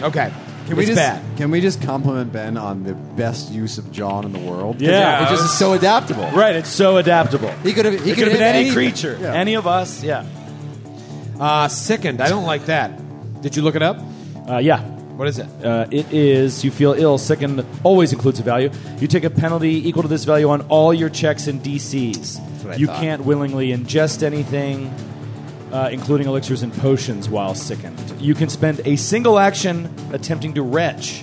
Speaker 1: Okay.
Speaker 4: Can we
Speaker 1: It's
Speaker 4: just
Speaker 1: bad.
Speaker 4: can we just compliment Ben on the best use of John in the world?
Speaker 5: Yeah.
Speaker 4: which is so adaptable.
Speaker 5: Right, it's so adaptable.
Speaker 4: He could have he
Speaker 5: It
Speaker 4: could have
Speaker 5: been any creature, any of us. Yeah.
Speaker 1: Uh, sickened. I don't like that. Did you look it up?
Speaker 5: Uh, yeah.
Speaker 1: What is it?
Speaker 5: Uh, it is you feel ill, sick, and always includes a value. You take a penalty equal to this value on all your checks and
Speaker 1: what I
Speaker 5: DCs. You
Speaker 1: thought.
Speaker 5: can't willingly ingest anything, uh, including elixirs and potions, while sickened. You can spend a single action attempting to retch,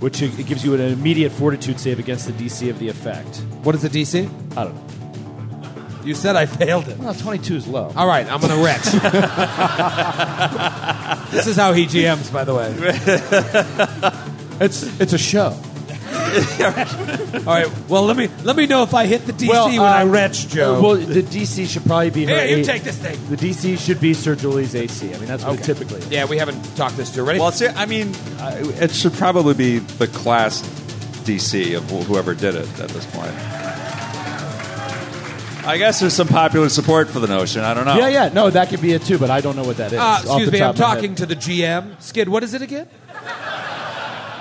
Speaker 5: which it it gives you an immediate fortitude save against the DC of the effect.
Speaker 1: What is the DC?
Speaker 5: I don't know.
Speaker 1: You said I failed it.
Speaker 5: Well, twenty-two is low.
Speaker 1: All right, I'm going to retch. this is how he GMs, by the way.
Speaker 5: It's it's a show.
Speaker 1: All right, well, let me let me know if I hit the DC when I
Speaker 5: uh,
Speaker 1: retch, Joe.
Speaker 5: Well, the DC should probably be her
Speaker 1: Here, you
Speaker 5: A-
Speaker 1: take this thing.
Speaker 5: The DC should be Sir Julie's AC. I mean, that's what it
Speaker 1: Okay.
Speaker 5: typically. Is.
Speaker 1: Yeah, we haven't talked this through. Ready?
Speaker 3: Well, see, I mean, I- it should probably be the class DC of wh- whoever did it at this point. I guess there's some popular support for the notion. I don't know.
Speaker 5: Yeah, yeah. No, that could be it too, but I don't know what that is.
Speaker 1: uh,
Speaker 5: off
Speaker 1: Oh. excuse
Speaker 5: the
Speaker 1: me,
Speaker 5: top
Speaker 1: I'm
Speaker 5: of my head.
Speaker 1: talking to the GM. Skid, what is it again?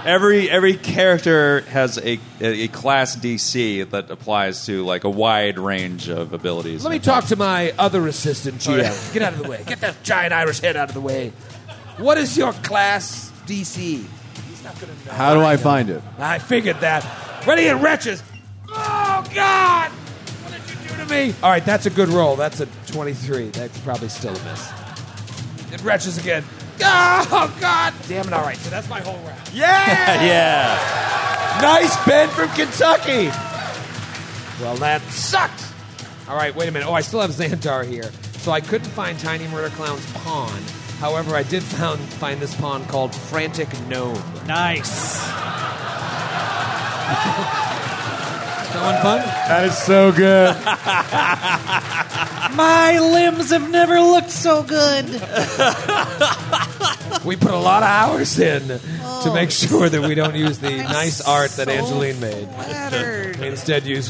Speaker 3: Every every character has a, a a class DC that applies to like a wide range of abilities.
Speaker 1: Let me talk to my other assistant GM. Get out of the way. Get that giant Irish head out of the way. What is your class DC? He's not going to know.
Speaker 4: How do I find it?
Speaker 1: I figured that. Ready and wretches. Oh God! What did you do to me? All right, that's a good roll. That's a 23. That's probably still a miss. And wretches again. Oh God! Damn it! All right, so that's my whole round.
Speaker 3: Yeah, yeah.
Speaker 5: Nice Ben from Kentucky.
Speaker 1: Well, that sucked. All right, wait a minute. Oh, I still have Xantar here. So I couldn't find Tiny Murder Clown's pawn. However, I did found, find this pawn called Frantic Gnome.
Speaker 11: Nice.
Speaker 1: Is that one fun?
Speaker 5: That is so good.
Speaker 12: My limbs have never looked so good.
Speaker 1: We put a lot of hours in to make sure that we don't use the nice art that
Speaker 12: Oh. so
Speaker 1: Angeline made.
Speaker 12: flattered.
Speaker 1: We instead use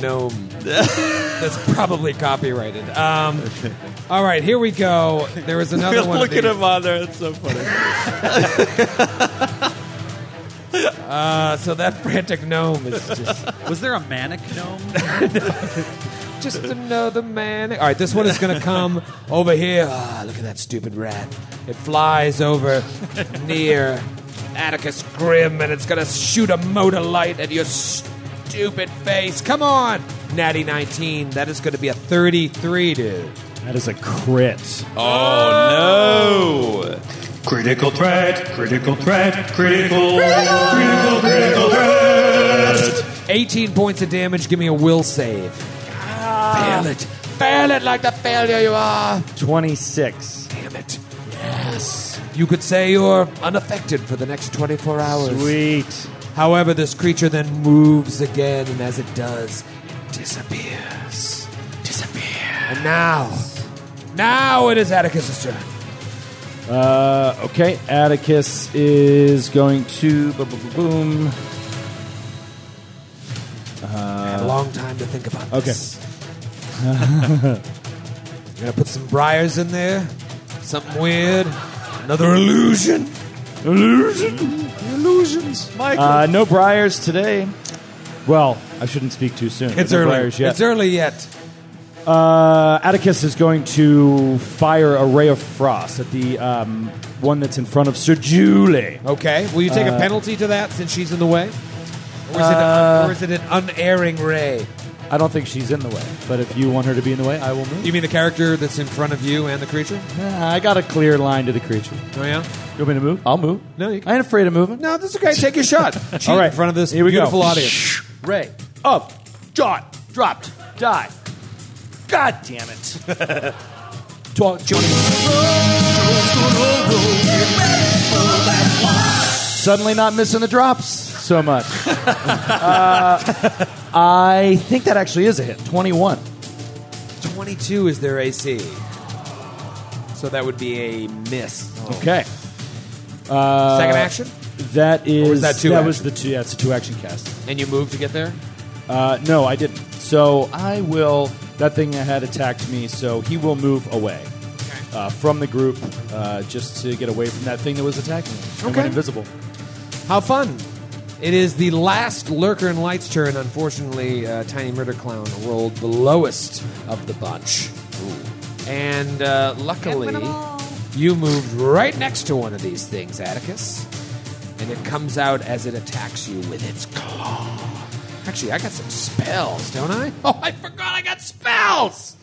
Speaker 1: Gnome. That's probably copyrighted. Um, all right, here we go. There is another one. of
Speaker 3: Look at
Speaker 1: these.
Speaker 3: him on there. It's so funny.
Speaker 1: Uh, so that Frantic Gnome is just.
Speaker 11: Was there a manic gnome?
Speaker 1: Just another man. All right, this one is going to come over here. Ah, look at that stupid rat. It flies over near Atticus Grim and it's going to shoot a motor light at your stupid face. Come on, Natty 19. That is going to be a 33, dude.
Speaker 5: that is a crit.
Speaker 3: Oh no.
Speaker 10: Critical threat, critical threat, critical, critical, critical threat.
Speaker 1: 18 points of damage. Give me a will save. Fail it. Fail it like the failure you are.
Speaker 5: Twenty-six.
Speaker 1: Damn it. Yes. You could say you're unaffected for the next 24 hours.
Speaker 5: Sweet.
Speaker 1: However, this creature then moves again, and as it does, it disappears. Disappears. And now, now it is Atticus's turn.
Speaker 5: Uh, okay, Atticus is going to bu- bu- bu- boom.
Speaker 1: I had a long time to think about
Speaker 5: okay.
Speaker 1: this. You're gonna put some briars in there, something weird, another illusion.
Speaker 5: Illusion.
Speaker 2: Illusions. Michael.
Speaker 5: Uh, no briars today. Well, I shouldn't speak too soon.
Speaker 1: It's
Speaker 5: No
Speaker 1: early.
Speaker 5: briars yet.
Speaker 1: It's early yet.
Speaker 5: Uh, Atticus is going to fire a ray of frost at the um, one that's in front of Sir Julie. Oh,
Speaker 1: Okay. Will you take a
Speaker 5: Uh,
Speaker 1: penalty to that since she's in the way? Or is, it,
Speaker 5: Uh,
Speaker 1: or is it an unerring ray?
Speaker 5: I don't think she's in the way, but if you want her to be in the way, I will move.
Speaker 1: You mean the character that's in front of you and the creature?
Speaker 5: Yeah, I got a clear line to the creature.
Speaker 1: Oh, yeah?
Speaker 5: You want me to move? I'll move.
Speaker 1: No, you
Speaker 5: I ain't afraid of moving.
Speaker 1: No, that's okay. Take your shot. Shoot
Speaker 5: All right,
Speaker 1: In front of this
Speaker 5: Here we
Speaker 1: beautiful
Speaker 5: go.
Speaker 1: audience.
Speaker 5: Ray up, shot, dropped, die. God damn it! Talk, Suddenly, not missing the drops so much. Uh, I think that actually is a hit. Twenty-one.
Speaker 1: 22 is their AC. So that would be a miss.
Speaker 5: Okay. Uh,
Speaker 1: Second action?
Speaker 5: That is.
Speaker 1: Or was that two
Speaker 5: was the two. Yeah, it's a two-action cast.
Speaker 1: And you move to get there?
Speaker 5: Uh, no, I didn't. So I will. That thing had attacked me, so he will move away uh, from the group uh, just to get away from that thing that was attacking me. and went
Speaker 1: Okay.
Speaker 5: invisible.
Speaker 1: How fun! It is the last Lurker and Lights turn. Unfortunately, uh, Tiny Murder Clown rolled the lowest of the bunch. And uh, luckily, you moved right next to one of these things, Atticus. And it comes out as it attacks you with its claw. Actually, I got some spells, don't I? Oh, I forgot I got spells!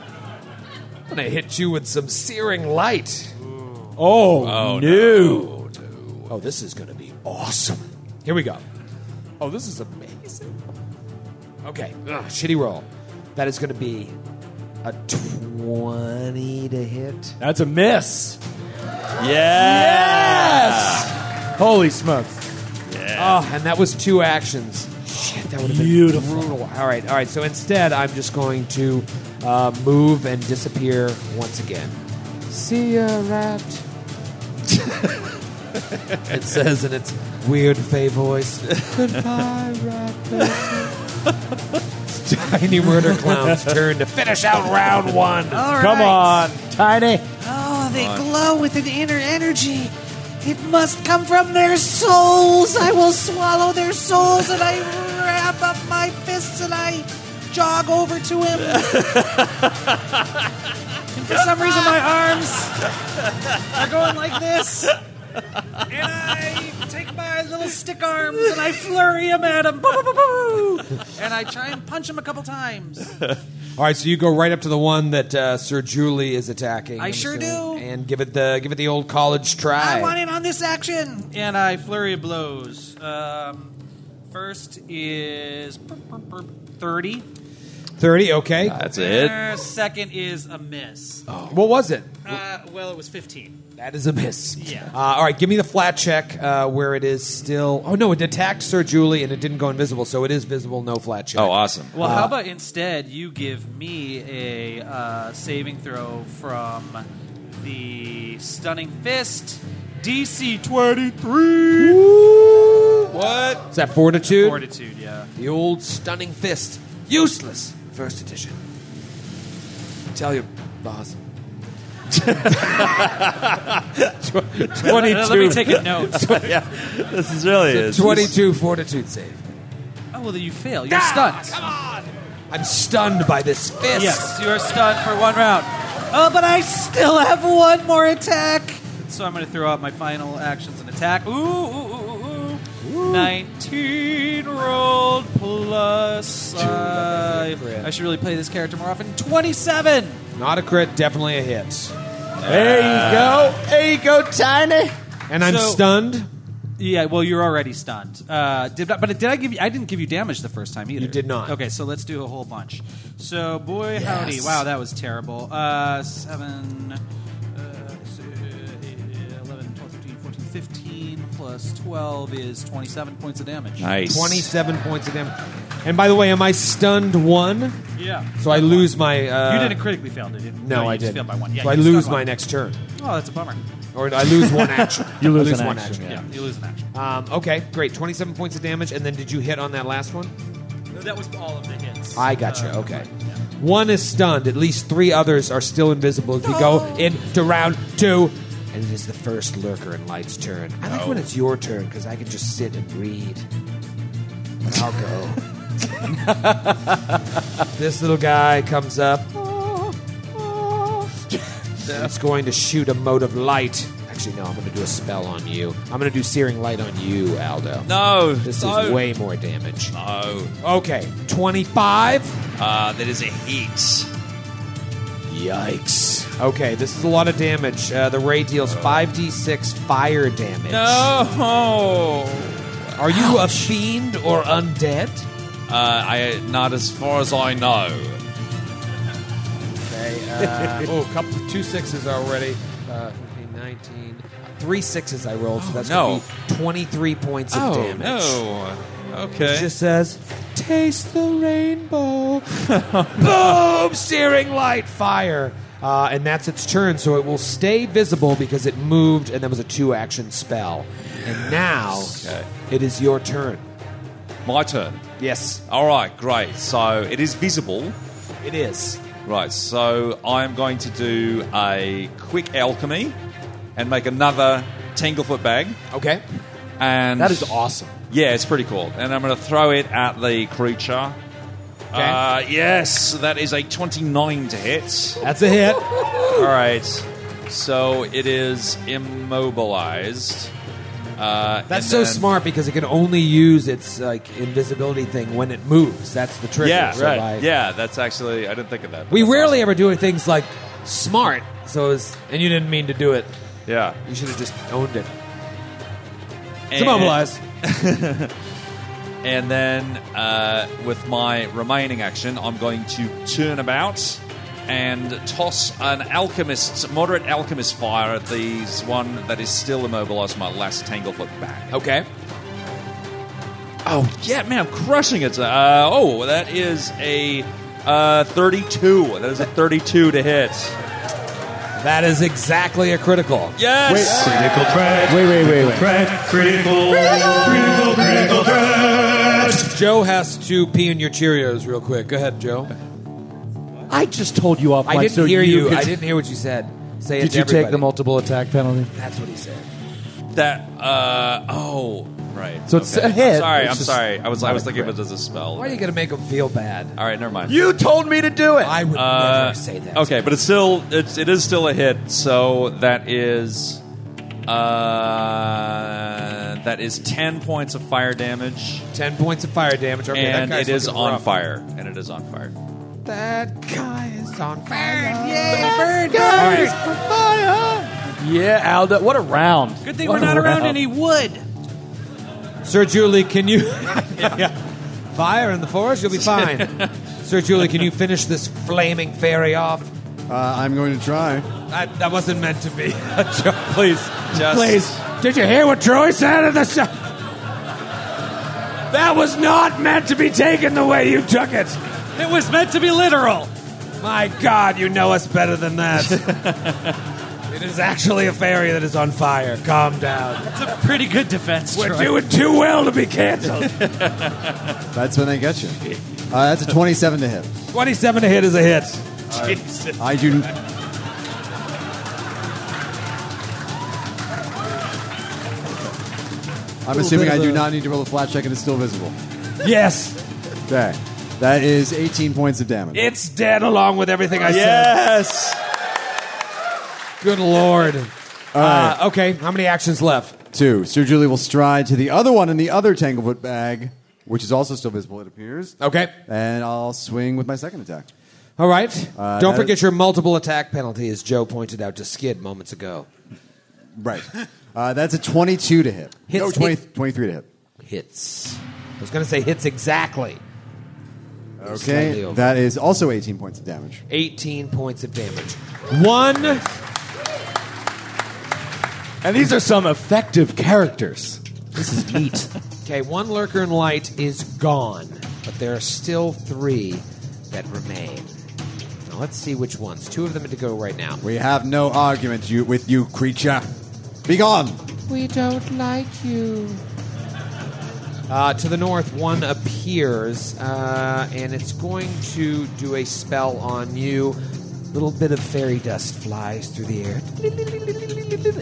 Speaker 1: I'm gonna hit you with some searing light.
Speaker 5: Oh, no.
Speaker 1: Oh, this is going to be awesome. Here we go. Oh, this is amazing. Okay, Ugh, shitty roll. That is going to be a 20 to hit.
Speaker 5: That's a miss.
Speaker 3: Yeah.
Speaker 5: Holy smokes.
Speaker 1: Oh, and that was two actions. Shit, that would have been
Speaker 5: Beautiful.
Speaker 1: brutal. All right, all right. So instead, I'm just going to uh, move and disappear once again. See ya, rat. it says in its weird fey voice. Goodbye, rat. person." It's Tiny murder clown's turn to finish out round one.
Speaker 7: All
Speaker 5: Come
Speaker 7: right.
Speaker 5: on, Tiny.
Speaker 7: Oh, they glow with an inner energy. It must come from their souls. I will swallow their souls, and I wrap up my fists and I jog over to him. and for some reason, my arms are going like this. And I take my little stick arms and I flurry him at him. Boo, boo, boo, boo. And I try and punch him a couple times.
Speaker 1: All right, so you go right up to the one that uh, Sir Julie is attacking.
Speaker 7: I sure do.
Speaker 1: And give it the give it the old college try.
Speaker 7: I want in on this action.
Speaker 2: and I flurry of blows. Um, first is burp, burp, burp, 30.
Speaker 1: 30, okay.
Speaker 3: That's a hit.
Speaker 2: Uh, Second is a miss.
Speaker 1: What was it?
Speaker 2: Uh, well, it was 15.
Speaker 1: That is a miss.
Speaker 2: Yeah.
Speaker 1: Uh, all right, give me the flat check uh, where it is still. Oh, no, it attacked Sir Julie and it didn't go invisible, so it is visible, no flat check.
Speaker 3: Oh, awesome.
Speaker 2: Well,
Speaker 1: Uh,
Speaker 2: how about instead you give me a uh, saving throw from the Stunning Fist DC 23
Speaker 1: What? Is that fortitude?
Speaker 2: Fortitude, yeah.
Speaker 1: The old stunning fist. Useless. First edition. Tell your boss.
Speaker 3: 22.
Speaker 2: Let me take a note.
Speaker 3: yeah. This is really is.
Speaker 1: 22 fortitude save.
Speaker 2: Oh, well, you fail. You're
Speaker 1: Ah!
Speaker 2: stunned.
Speaker 1: I'm stunned by this fist.
Speaker 2: Yes, you are stunned for one round.
Speaker 7: Oh, but I still have one more attack.
Speaker 2: So I'm going to throw out my final actions and attack. Ooh, ooh, ooh, ooh, ooh. 19 rolled plus. Uh, I should really play this character more often. 27!
Speaker 1: Not a crit, definitely a hit.
Speaker 5: There you go. There you go, Tiny.
Speaker 1: And I'm
Speaker 2: Uh, So-
Speaker 1: stunned.
Speaker 2: Yeah, well, you're already stunned. Uh, did I, but did I give you? I didn't give you damage the first time either.
Speaker 1: You did not.
Speaker 2: Okay, so let's do a whole bunch. So, boy, howdy! Wow, that was terrible. Uh, seven, uh, s- uh, 11, 12, 13, 14, 15 plus twelve is twenty-seven points of damage.
Speaker 3: Nice.
Speaker 1: 27 points of damage. And by the way, am I stunned one?
Speaker 2: Yeah.
Speaker 1: So I lose my. Uh,
Speaker 2: you didn't critically fail, did you?
Speaker 1: No,
Speaker 2: you
Speaker 1: I
Speaker 2: just
Speaker 1: didn't.
Speaker 2: failed by one. Yeah,
Speaker 1: so
Speaker 2: you
Speaker 1: I
Speaker 2: just
Speaker 1: lose
Speaker 2: got one.
Speaker 1: my next turn,
Speaker 2: Oh, that's a bummer.
Speaker 1: or I lose one action.
Speaker 5: You lose
Speaker 1: I
Speaker 5: an
Speaker 1: one
Speaker 5: action,
Speaker 1: action.
Speaker 2: Yeah, you lose an action.
Speaker 1: Um, okay, great. Twenty-seven points of damage, and then did you hit on that last one? Uh,
Speaker 2: That was all of the hits.
Speaker 1: I got you. Okay. One is stunned. At least three others are still invisible. If you go into round two, and it is the first lurker in Light's turn. I like when it's your turn because I can just sit and read. And I'll go. this little guy comes up. And It's going to shoot a mode of light. Actually, no, I'm going to do a spell on you. I'm going to do Searing Light on you, Aldo.
Speaker 3: No,
Speaker 1: This
Speaker 3: no.
Speaker 1: is way more damage.
Speaker 3: No.
Speaker 1: Okay, 25.
Speaker 3: Uh, that is a heat.
Speaker 1: Yikes. Okay, this is a lot of damage. Uh, the ray deals
Speaker 3: Oh.
Speaker 1: 5d6 fire damage.
Speaker 3: No.
Speaker 1: Are you a fiend or undead?
Speaker 3: Uh, I not as far as I know.
Speaker 1: Okay. Uh, oh, couple, two sixes already. Uh, 15, 19. Three sixes I rolled, so that's
Speaker 3: Oh, no. Oh,
Speaker 1: going to be 23 points of damage.
Speaker 3: no.
Speaker 1: Oh, It
Speaker 3: Okay.
Speaker 1: just says, Taste the rainbow. Boom! Steering light fire. Uh, and that's its turn, so it will stay visible because it moved and that was a two action spell. And now
Speaker 3: Okay.
Speaker 1: it is your turn.
Speaker 3: My turn.
Speaker 1: Yes,
Speaker 3: All right. Great. So it is visible.
Speaker 1: it is.
Speaker 3: Right, so I'm going to do a quick alchemy and make another Tanglefoot bag.
Speaker 1: Okay. Oh.
Speaker 3: And
Speaker 1: That is awesome.
Speaker 3: Yeah, it's pretty cool. And I'm going to throw it at the creature. Uh, yes, that is a 29 to hit.
Speaker 1: That's a hit.
Speaker 3: All right, so it is immobilized. Uh,
Speaker 1: That's
Speaker 3: and
Speaker 1: so
Speaker 3: then-
Speaker 1: smart because it can only use its like invisibility thing when it moves. That's the trick.
Speaker 3: Yeah,
Speaker 1: So, like,
Speaker 3: yeah. That's actually I didn't think of that.
Speaker 1: We
Speaker 3: That's
Speaker 1: rarely ever do things like smart. So, it's, and you didn't mean to do it.
Speaker 3: awesome. yeah.
Speaker 1: You should have just owned it.
Speaker 3: And- And then uh, with my remaining action, I'm going to turn about and toss an alchemist, moderate alchemist fire at these one that is still immobilized. My last tanglefoot back.
Speaker 1: Okay.
Speaker 3: Oh yeah, man, I'm crushing it. Uh, oh, that is a uh, 32. That is a 32 to hit.
Speaker 1: That is exactly a critical.
Speaker 3: Yes.
Speaker 13: Critical threat.
Speaker 5: Wait, wait, wait, wait.
Speaker 13: Threat. Critical. Critical. Critical threat.
Speaker 1: Joe has to pee in your Cheerios real quick. Go ahead, Joe.
Speaker 5: I just told you off.
Speaker 1: I
Speaker 5: mic
Speaker 1: didn't
Speaker 5: so
Speaker 1: hear you.
Speaker 5: could-
Speaker 1: I didn't hear what you said. Say it
Speaker 5: Did
Speaker 1: to
Speaker 5: you
Speaker 1: everybody.
Speaker 5: take the multiple attack penalty?
Speaker 1: That's what he said.
Speaker 3: That. Uh, oh, right.
Speaker 5: So it's
Speaker 3: Okay.
Speaker 5: a
Speaker 3: I'm
Speaker 5: hit.
Speaker 3: sorry.
Speaker 5: It's
Speaker 3: I'm
Speaker 5: just
Speaker 3: sorry. I was I
Speaker 5: not
Speaker 3: was
Speaker 5: a
Speaker 3: thinking of
Speaker 5: crit.
Speaker 3: it as a spell.
Speaker 1: Why are you going to make him feel bad?
Speaker 3: All right, never mind.
Speaker 5: You told me to do it.
Speaker 1: I would
Speaker 3: Uh,
Speaker 1: never say that.
Speaker 3: Okay, but it's still it's, it is still a hit. So that is uh, that is ten points of fire damage,
Speaker 1: Ten points of fire damage. Okay, that
Speaker 3: and
Speaker 1: guy's
Speaker 3: it is
Speaker 1: looking
Speaker 3: on
Speaker 1: rough.
Speaker 3: fire, and it is on fire.
Speaker 1: That guy is on fire.
Speaker 5: Yeah, Aldo. What a round.
Speaker 14: Good thing
Speaker 5: What
Speaker 14: we're
Speaker 5: a
Speaker 14: not around
Speaker 5: round.
Speaker 14: any wood.
Speaker 1: Sir Julie, can you? Yeah. Fire in the forest, you'll be fine. Sir Julie, can you finish this flaming fairy off?
Speaker 4: Uh, I'm going to try.
Speaker 1: That, that wasn't meant to be. Joe, please,
Speaker 3: Just-
Speaker 1: please. Did you hear what Troy said in the show? That was not meant to be taken the way you took it.
Speaker 14: It was meant to be literal.
Speaker 1: My God, you know us better than that. it is actually a fairy that is on fire. Calm down.
Speaker 14: It's a pretty good defense.
Speaker 1: We're
Speaker 14: Troy.
Speaker 1: doing too well to be canceled.
Speaker 4: That's when they get you. Uh, that's a 27 to hit.
Speaker 1: Twenty-seven to hit is a hit.
Speaker 4: I do. I'm assuming I do not need to roll a flat check and it's still visible.
Speaker 1: Yes,
Speaker 4: Okay. That is 18 points of damage.
Speaker 1: it's dead along with everything I said.
Speaker 3: Yes.
Speaker 1: Good lord. Uh, okay, how many actions left?
Speaker 4: Two. Sir Julie will stride to the other one in the other Tanglefoot bag, which is also still visible, it appears.
Speaker 1: Okay.
Speaker 4: And I'll swing with my second attack.
Speaker 1: All right.
Speaker 4: Uh,
Speaker 1: Don't
Speaker 4: that
Speaker 1: forget
Speaker 4: is-
Speaker 1: your multiple attack penalty, as Joe pointed out to Skid moments ago.
Speaker 4: Right. Uh, that's a 22 to hit.
Speaker 1: Hits-
Speaker 4: no, 20,
Speaker 1: hit-
Speaker 4: 23 to hit.
Speaker 1: Hits. I was going to say hits exactly. Slightly
Speaker 4: Okay.
Speaker 1: over.
Speaker 4: That is also 18 points of damage.
Speaker 1: 18 points of damage. One.
Speaker 5: And these are some effective characters.
Speaker 1: This is neat. okay, one lurker in light is gone, but there are still three that remain. Now let's see which ones. Two of them to go right now.
Speaker 4: We have no argument you, with you, creature. Be gone.
Speaker 1: We don't like you. Uh, to the north, one appears, uh, and it's going to do a spell on you.
Speaker 15: little bit of fairy dust flies through the air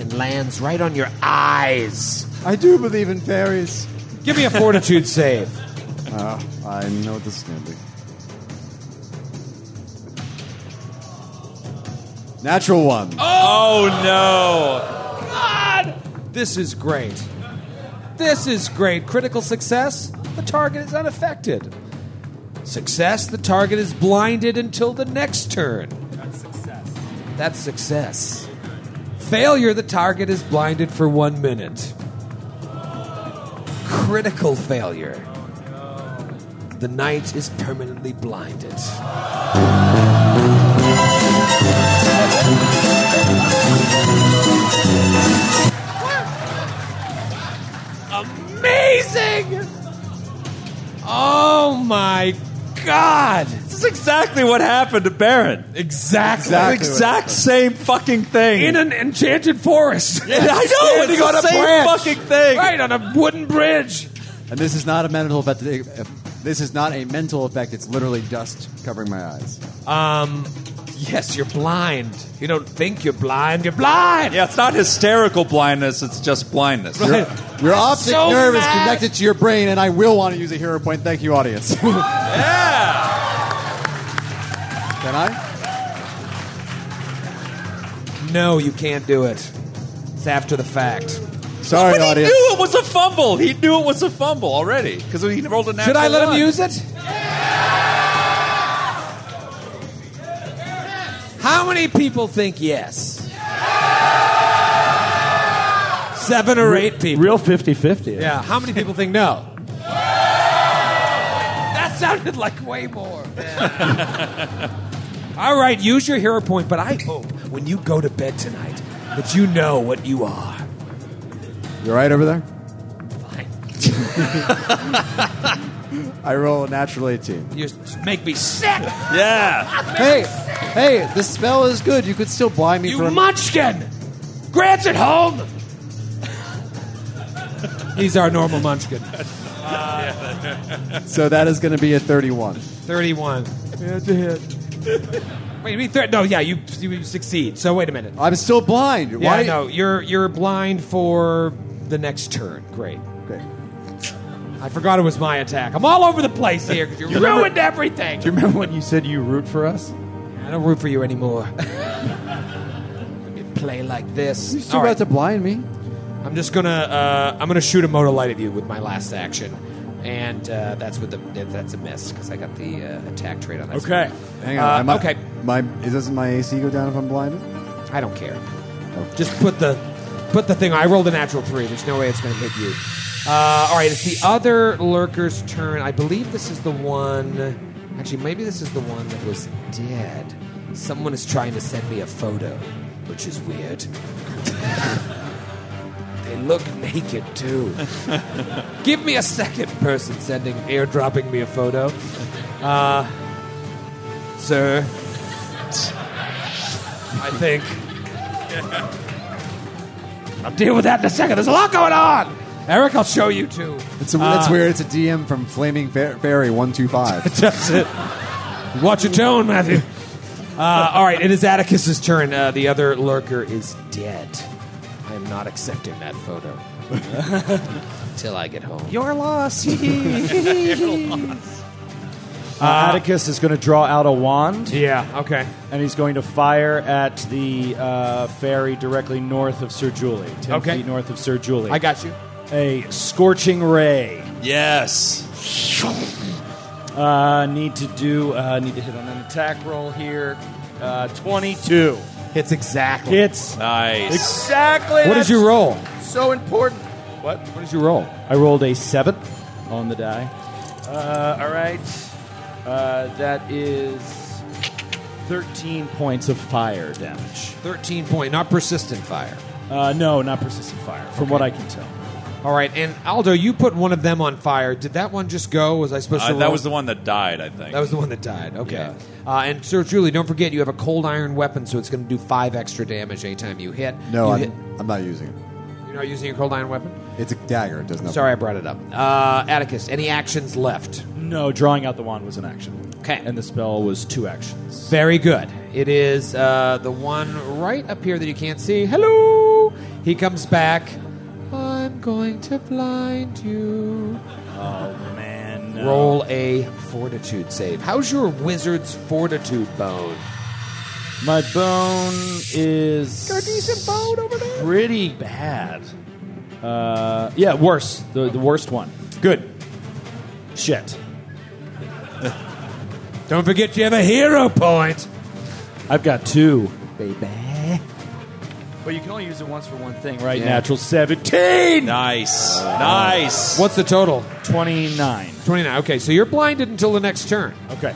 Speaker 15: and lands right on your eyes.
Speaker 4: I do believe in fairies.
Speaker 15: Give me a fortitude save.
Speaker 4: Uh, I know what this is going to be. Natural one.
Speaker 3: Oh, no.
Speaker 15: This is great. This is great. Critical success, the target is unaffected. Success, the target is blinded until the next turn. That's success. Failure, the target is blinded for one minute. Critical failure. The knight is permanently blinded. Amazing! Oh my god!
Speaker 3: This is exactly what happened to Baron.
Speaker 15: Exactly.
Speaker 3: The exact same fucking thing.
Speaker 1: In an enchanted forest.
Speaker 3: I know,
Speaker 1: Standing
Speaker 3: it's
Speaker 1: on
Speaker 3: the
Speaker 1: a
Speaker 3: same
Speaker 1: branch.
Speaker 3: fucking thing.
Speaker 1: Right, on a wooden bridge.
Speaker 4: And this is not a mental effect. uh, This is not a mental effect. It's literally dust covering my eyes.
Speaker 1: Um,
Speaker 15: Yes, you're blind. You don't think you're blind, you're blind!
Speaker 3: Yeah, it's not hysterical blindness, it's just blindness.
Speaker 4: Your, your optic
Speaker 1: so
Speaker 4: nerve is
Speaker 1: mad.
Speaker 4: connected to your brain, and I will want to use a hero point. Thank you, audience. Can
Speaker 3: Yeah.
Speaker 4: I?
Speaker 15: No, you can't do it. It's after the fact.
Speaker 4: Sorry,
Speaker 3: But he
Speaker 4: audience.
Speaker 3: knew it was a fumble. He knew it was a fumble already because he rolled a natural
Speaker 15: Should I let
Speaker 3: one.
Speaker 15: him use it? How many people think yes? Seven or eight people.
Speaker 5: Real 50 50.
Speaker 15: Yeah. How many people think no? That sounded like way more. All right, use your hero point, but I hope when you go to bed tonight that you know what you are.
Speaker 4: You're right over there.
Speaker 15: Fine.
Speaker 4: I roll a natural 18.
Speaker 15: You make me sick.
Speaker 3: Yeah.
Speaker 4: Hey, hey, the spell is good. You could still blind me
Speaker 1: you
Speaker 4: for a
Speaker 1: munchkin! Grant's at home!
Speaker 15: He's our normal munchkin.
Speaker 4: So that is going to be a 31.
Speaker 15: 31.
Speaker 4: It's a hit.
Speaker 15: Wait, you mean thir- no, yeah, you, you succeed. So wait a minute.
Speaker 4: I'm still blind.
Speaker 15: Yeah,
Speaker 4: Why?
Speaker 15: no, you're you're blind for the next turn. Great.
Speaker 4: Okay.
Speaker 15: I forgot it was my attack. I'm all over the place here because you ruined everything.
Speaker 5: Do you remember when you said you root for us?
Speaker 15: I don't root for you anymore. You Play like this.
Speaker 4: You're still
Speaker 15: All
Speaker 4: about
Speaker 15: right,
Speaker 4: to blind me.
Speaker 15: I'm just gonna uh, I'm gonna shoot a motor light at you with my last action, and uh, that's with the that's a miss because I got the uh, attack trait on that.
Speaker 3: Okay.
Speaker 4: Hang on.
Speaker 15: Uh,
Speaker 4: I might-
Speaker 15: okay.
Speaker 4: My doesn't my AC go down if I'm blinded?
Speaker 15: I don't care. Just put the put the thing. I rolled a natural three. There's no way it's going to hit you. Uh, all right, it's the other lurker's turn. I believe this is the one. Actually, maybe this is the one that was dead. Someone is trying to send me a photo, which is weird. they look naked too. Give me a second person sending airdropping me a photo, uh, sir. I think. I'll deal with that in a second. There's a lot going on. Eric, I'll show you too.
Speaker 4: It's a, that's
Speaker 5: Uh,
Speaker 4: weird. It's a DM from Flaming Fa- Fairy 125.
Speaker 15: That's it. Watch your tone, Matthew. Uh, all right, it is Atticus's turn. Uh, the other lurker is dead. I am not accepting that photo until I get home.
Speaker 7: Your loss. Your
Speaker 5: Uh, Atticus is going to draw out a wand
Speaker 15: Yeah. Okay.
Speaker 5: and he's going to fire at the uh, ferry directly north of Sir Julie. 10
Speaker 15: Okay.
Speaker 5: feet north of Sir Julie.
Speaker 15: I got you.
Speaker 5: a scorching ray.
Speaker 3: Yes.
Speaker 5: Uh, need to do. Uh, need to hit on an attack roll here. Uh, Twenty-two
Speaker 15: Hits exactly.
Speaker 5: hits
Speaker 3: Nice.
Speaker 5: exactly.
Speaker 15: What did you roll?
Speaker 5: roll? So important. What?
Speaker 15: What did you roll?
Speaker 5: I rolled a seven on the die. Uh, all right. Uh, that is thirteen points of fire damage.
Speaker 15: Thirteen point, not persistent fire.
Speaker 5: Uh, no, not persistent fire, from what I can tell.
Speaker 15: All right, and Aldo, you put one of them on fire. Did that one just go? Was I supposed to?
Speaker 3: Uh, that
Speaker 15: roll?
Speaker 3: was the one that died, I think.
Speaker 15: That was the one that died. Okay.
Speaker 3: Yeah.
Speaker 15: Uh, and Sir Julie, don't forget you have a cold iron weapon, so it's going to do five extra damage anytime you hit.
Speaker 4: No,
Speaker 15: you
Speaker 4: I'm,
Speaker 15: hit,
Speaker 4: I'm not using it.
Speaker 15: you're not using your cold iron weapon.
Speaker 4: It's a dagger. It does nothing.
Speaker 15: Sorry, I brought it up. Uh, Atticus, any actions left?
Speaker 5: No, drawing out the wand was an action.
Speaker 15: Okay.
Speaker 5: And the spell was two actions.
Speaker 15: Very good. It is uh, the one right up here that you can't see. Hello! He comes back. I'm going to blind you.
Speaker 5: Man. uh,
Speaker 15: Roll a fortitude save. How's your wizard's fortitude bone?
Speaker 5: My bone is.
Speaker 15: Got a decent bone over there?
Speaker 5: Pretty bad. Uh, yeah, worse. The, the worst one. Good. Shit.
Speaker 1: Don't forget you have a hero point.
Speaker 5: I've got two.
Speaker 15: Baby.
Speaker 5: But you can only use it once for one thing, right?
Speaker 15: Yeah.
Speaker 5: Natural 17!
Speaker 3: Nice. nice.
Speaker 15: What's the total?
Speaker 5: 29.
Speaker 15: 29. Okay, so you're blinded until the next turn.
Speaker 5: Okay.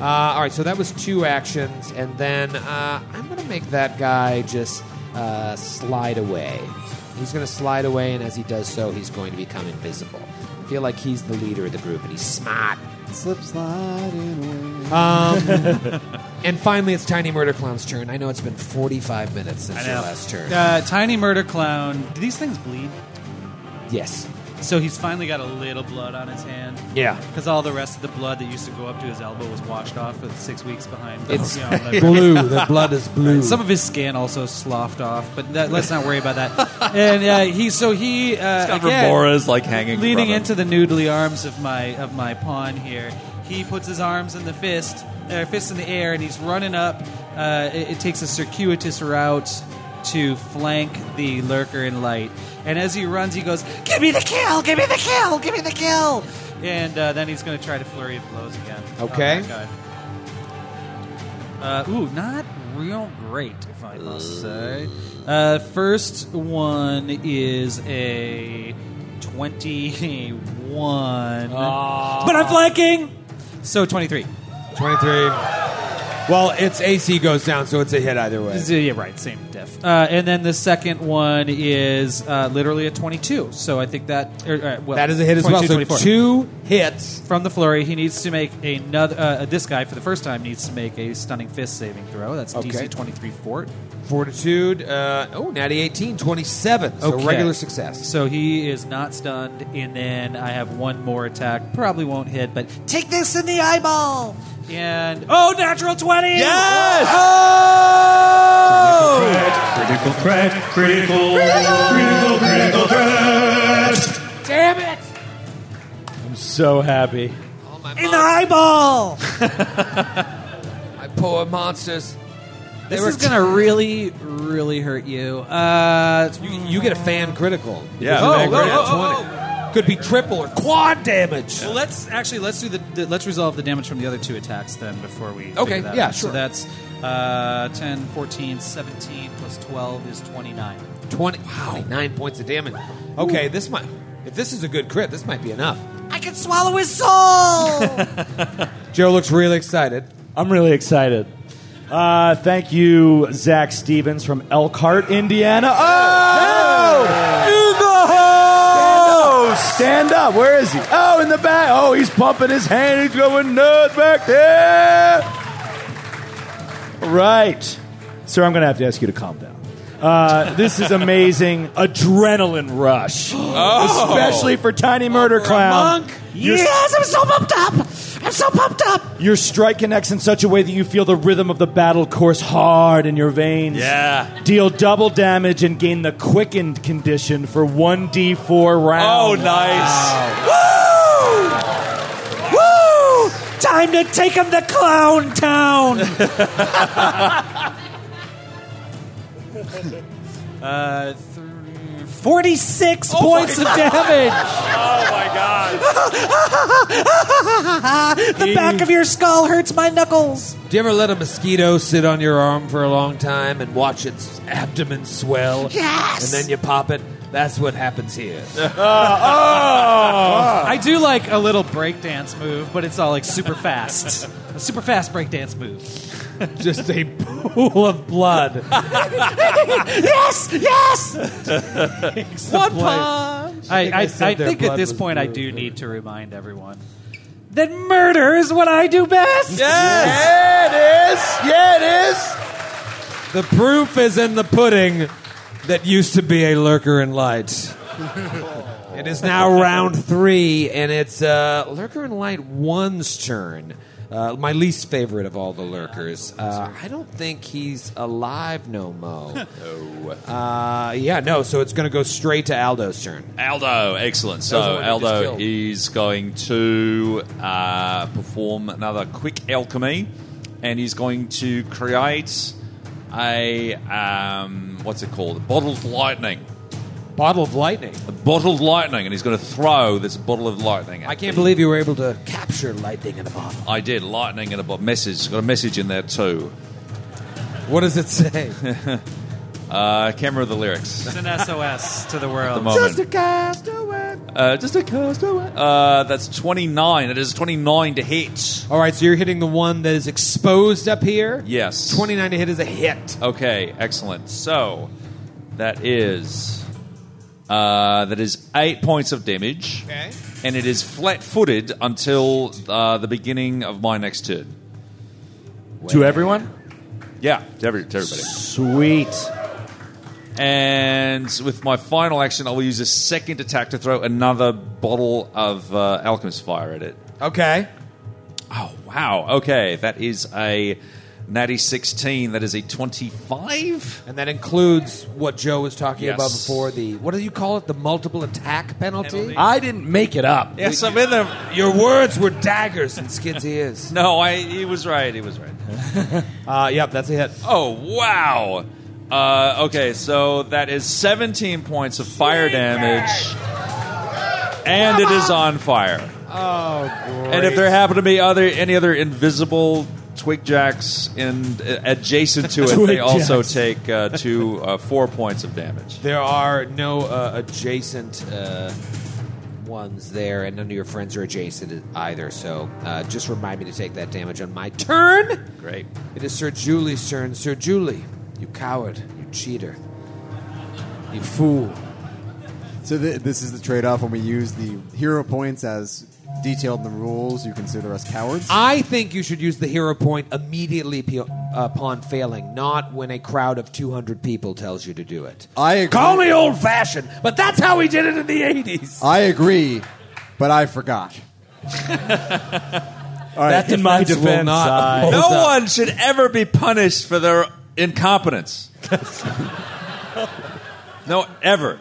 Speaker 15: Uh, all right, so that was two actions, and then uh, I'm going to make that guy just uh, slide away. He's going to slide away, and as he does so, he's going to become invisible. I feel like he's the leader of the group, and he's smart.
Speaker 4: Slip sliding away.
Speaker 15: Um, And finally, it's Tiny Murder Clown's turn. I know it's been 45 minutes since your last turn.
Speaker 2: Uh, tiny murder clown. Do these things bleed?
Speaker 15: yes.
Speaker 2: So he's finally got a little blood on his hand.
Speaker 15: Yeah.
Speaker 2: Because all the rest of the blood that used to go up to his elbow was washed off with six weeks behind. the-
Speaker 15: It's-
Speaker 2: you know, the-
Speaker 1: Blue. The blood is blue.
Speaker 2: Some of his skin also sloughed off, but that, let's not worry about that. And uh, he, so he, uh,
Speaker 3: Got
Speaker 2: again,
Speaker 3: Remora's like hanging.
Speaker 2: leaning
Speaker 3: from him.
Speaker 2: into the noodly arms of my of my pawn here. He puts his arms in the fist, uh, fists in the air, and he's running up. Uh, it, it takes a circuitous route to flank the lurker in light. And as he runs, he goes, "Give me the kill! Give me the kill! Give me the kill!" And uh, then he's going to try to flurry of blows again. on
Speaker 15: Okay.
Speaker 2: that guy. Uh, ooh, not real great, if I must say. Uh, first one is a 21. But I'm flanking! So 23.
Speaker 1: 23. Well, its AC goes down, so it's a hit either way.
Speaker 2: Z- Yeah, right, same diff. Uh, and then the second one is uh, literally a 22. So I think that. er, er, well,
Speaker 1: That is a hit as well.
Speaker 2: 22,
Speaker 1: So
Speaker 2: 24.
Speaker 1: two hits.
Speaker 2: From the flurry, he needs to make another. Uh, this guy, for the first time, needs to make a stunning fist saving throw. That's
Speaker 15: Okay.
Speaker 2: DC 23 fort.
Speaker 15: Fortitude. Uh, oh, natty 18, 27. So
Speaker 2: Okay.
Speaker 15: regular success.
Speaker 2: So he is not stunned, and then I have one more attack. Probably won't hit, but take this in the eyeball. And oh, natural twenty!
Speaker 3: Yes!
Speaker 16: Critical threat, critical, critical, critical threat.
Speaker 15: Damn it!
Speaker 5: I'm so happy.
Speaker 15: All my
Speaker 2: in the eyeball.
Speaker 15: my poor monsters.
Speaker 2: This is gonna really, really hurt you. Uh,
Speaker 15: You, you get a fan critical.
Speaker 3: Yeah.
Speaker 15: Oh,
Speaker 3: Fan
Speaker 15: oh,
Speaker 3: critical.
Speaker 15: oh, oh, oh. Could be triple or quad damage.
Speaker 2: well, let's actually let's do the, the let's resolve the damage from the other two attacks then before we. figure
Speaker 15: Okay,
Speaker 2: that
Speaker 15: yeah,
Speaker 2: out.
Speaker 15: sure.
Speaker 2: So that's uh, 10, 14, 17 plus twelve is twenty nine.
Speaker 15: 20, 29 points of damage. Okay, this might. If this is a good crit, this might be enough.
Speaker 7: I can swallow his soul.
Speaker 15: Joe looks really excited.
Speaker 5: I'm really excited. Uh, thank you, Zach Stevens from Elkhart, Indiana. Oh! In the house! Stand up. Where is he? Oh, in the back. Oh, he's pumping his hand. He's going nuts back there. Right. Sir, I'm going to have to ask you to calm down. Uh, this is amazing adrenaline rush, especially for Tiny Murder Clown.
Speaker 7: yes, I'm so pumped up. I'm so pumped up.
Speaker 5: Your strike connects in such a way that you feel the rhythm of the battle course hard in your veins.
Speaker 3: Yeah.
Speaker 5: Deal double damage and gain the quickened condition for 1d4
Speaker 3: Oh,
Speaker 5: rounds.
Speaker 3: nice.
Speaker 7: Woo! Time to take him to Clown Town.
Speaker 2: Uh, three,
Speaker 7: 46
Speaker 2: Oh
Speaker 7: points of damage.
Speaker 3: Oh my god.
Speaker 7: The back of your skull hurts my knuckles.
Speaker 1: Do you ever let a mosquito sit on your arm for a long time and watch its abdomen swell?
Speaker 7: Yes.
Speaker 1: And then you pop it? That's what happens here.
Speaker 2: I do like a little breakdance move, but it's all like super fast. a super fast breakdance move.
Speaker 1: Just a pool of blood.
Speaker 7: yes, yes.
Speaker 2: One punch! I, I, I
Speaker 1: said their
Speaker 2: think at
Speaker 1: blood
Speaker 2: this
Speaker 1: was
Speaker 2: point I do need to remind everyone that murder is what I do best!
Speaker 1: Yes! Yeah, it is! Yeah, it is! The proof is in the pudding that used to be a lurker in light.
Speaker 15: It is now round three, and it's uh, Lurker and Light One's turn. Uh, my least favorite of all the lurkers. Uh, I don't think he's alive no mo. Uh, yeah, no. So it's going to go straight to Aldo's turn.
Speaker 3: Aldo, excellent. So,
Speaker 15: That was the one we just
Speaker 3: Aldo
Speaker 15: killed.
Speaker 3: is going to uh, perform another quick alchemy, and he's going to create a um, what's it called? Bottled lightning.
Speaker 15: Bottle of lightning.
Speaker 3: A bottled lightning, and he's going to throw this bottle of lightning. At
Speaker 15: I can't
Speaker 3: the-
Speaker 15: believe you were able to capture lightning in a bottle.
Speaker 3: I did lightning in a bottle. Message got a message in there too.
Speaker 15: What does it say?
Speaker 3: Uh, camera of the lyrics.
Speaker 2: It's an SOS to the world.
Speaker 3: the moment. Just a
Speaker 15: castaway.
Speaker 3: Uh, just a castaway. Uh, that's twenty nine. It is twenty nine to hit.
Speaker 15: All right, so you're hitting the one that is exposed up here.
Speaker 3: Yes.
Speaker 15: 29 to hit is a hit.
Speaker 3: Okay, excellent. So that is uh, that is eight points of damage.
Speaker 15: Okay.
Speaker 3: And it is flat-footed until uh, the beginning of my next turn.
Speaker 5: To everyone?
Speaker 3: Yeah, to, every, to everybody.
Speaker 5: Sweet.
Speaker 3: And with my final action, I will use a second attack to throw another bottle of uh, Alchemist Fire at it.
Speaker 15: Okay.
Speaker 3: Oh, wow. Okay, that is a natty 16. That is a 25.
Speaker 15: And that includes what Joe was talking
Speaker 3: Yes.
Speaker 15: about before the what do you call it? The multiple attack penalty?
Speaker 5: I didn't make it up.
Speaker 3: Yes, I'm in them.
Speaker 15: Your words were daggers in Skid's ears.
Speaker 3: No, I, he was right. He was right.
Speaker 15: Uh, yep, that's a hit.
Speaker 3: Oh, wow. Uh, okay, so that is 17 points of fire damage. And it is on fire. Oh, great. And if there happen to be other any other invisible twig jacks in, uh, adjacent to it, they
Speaker 5: Twig
Speaker 3: also
Speaker 5: jacks.
Speaker 3: take uh, two, uh, four points of damage.
Speaker 15: There are no uh, adjacent uh, ones there, and none of your friends are adjacent either. So uh, just remind me to take that damage on my turn.
Speaker 3: Great.
Speaker 15: It is Sir Julie's turn. Sir Julie, you coward, you cheater, you fool.
Speaker 4: So th- this is the trade-off when we use the hero points as detailed in the rules. You consider us cowards.
Speaker 15: I think you should use the hero point immediately pe- upon failing, not when a crowd of 200 people tells you to do it.
Speaker 4: I agree.
Speaker 15: Call me old fashioned, but that's how we did it in the 80s.
Speaker 4: I agree, but I forgot. All right.
Speaker 5: In my defense, I-
Speaker 15: hold
Speaker 3: No
Speaker 15: up.
Speaker 3: one should ever be punished for their incompetence. no, ever.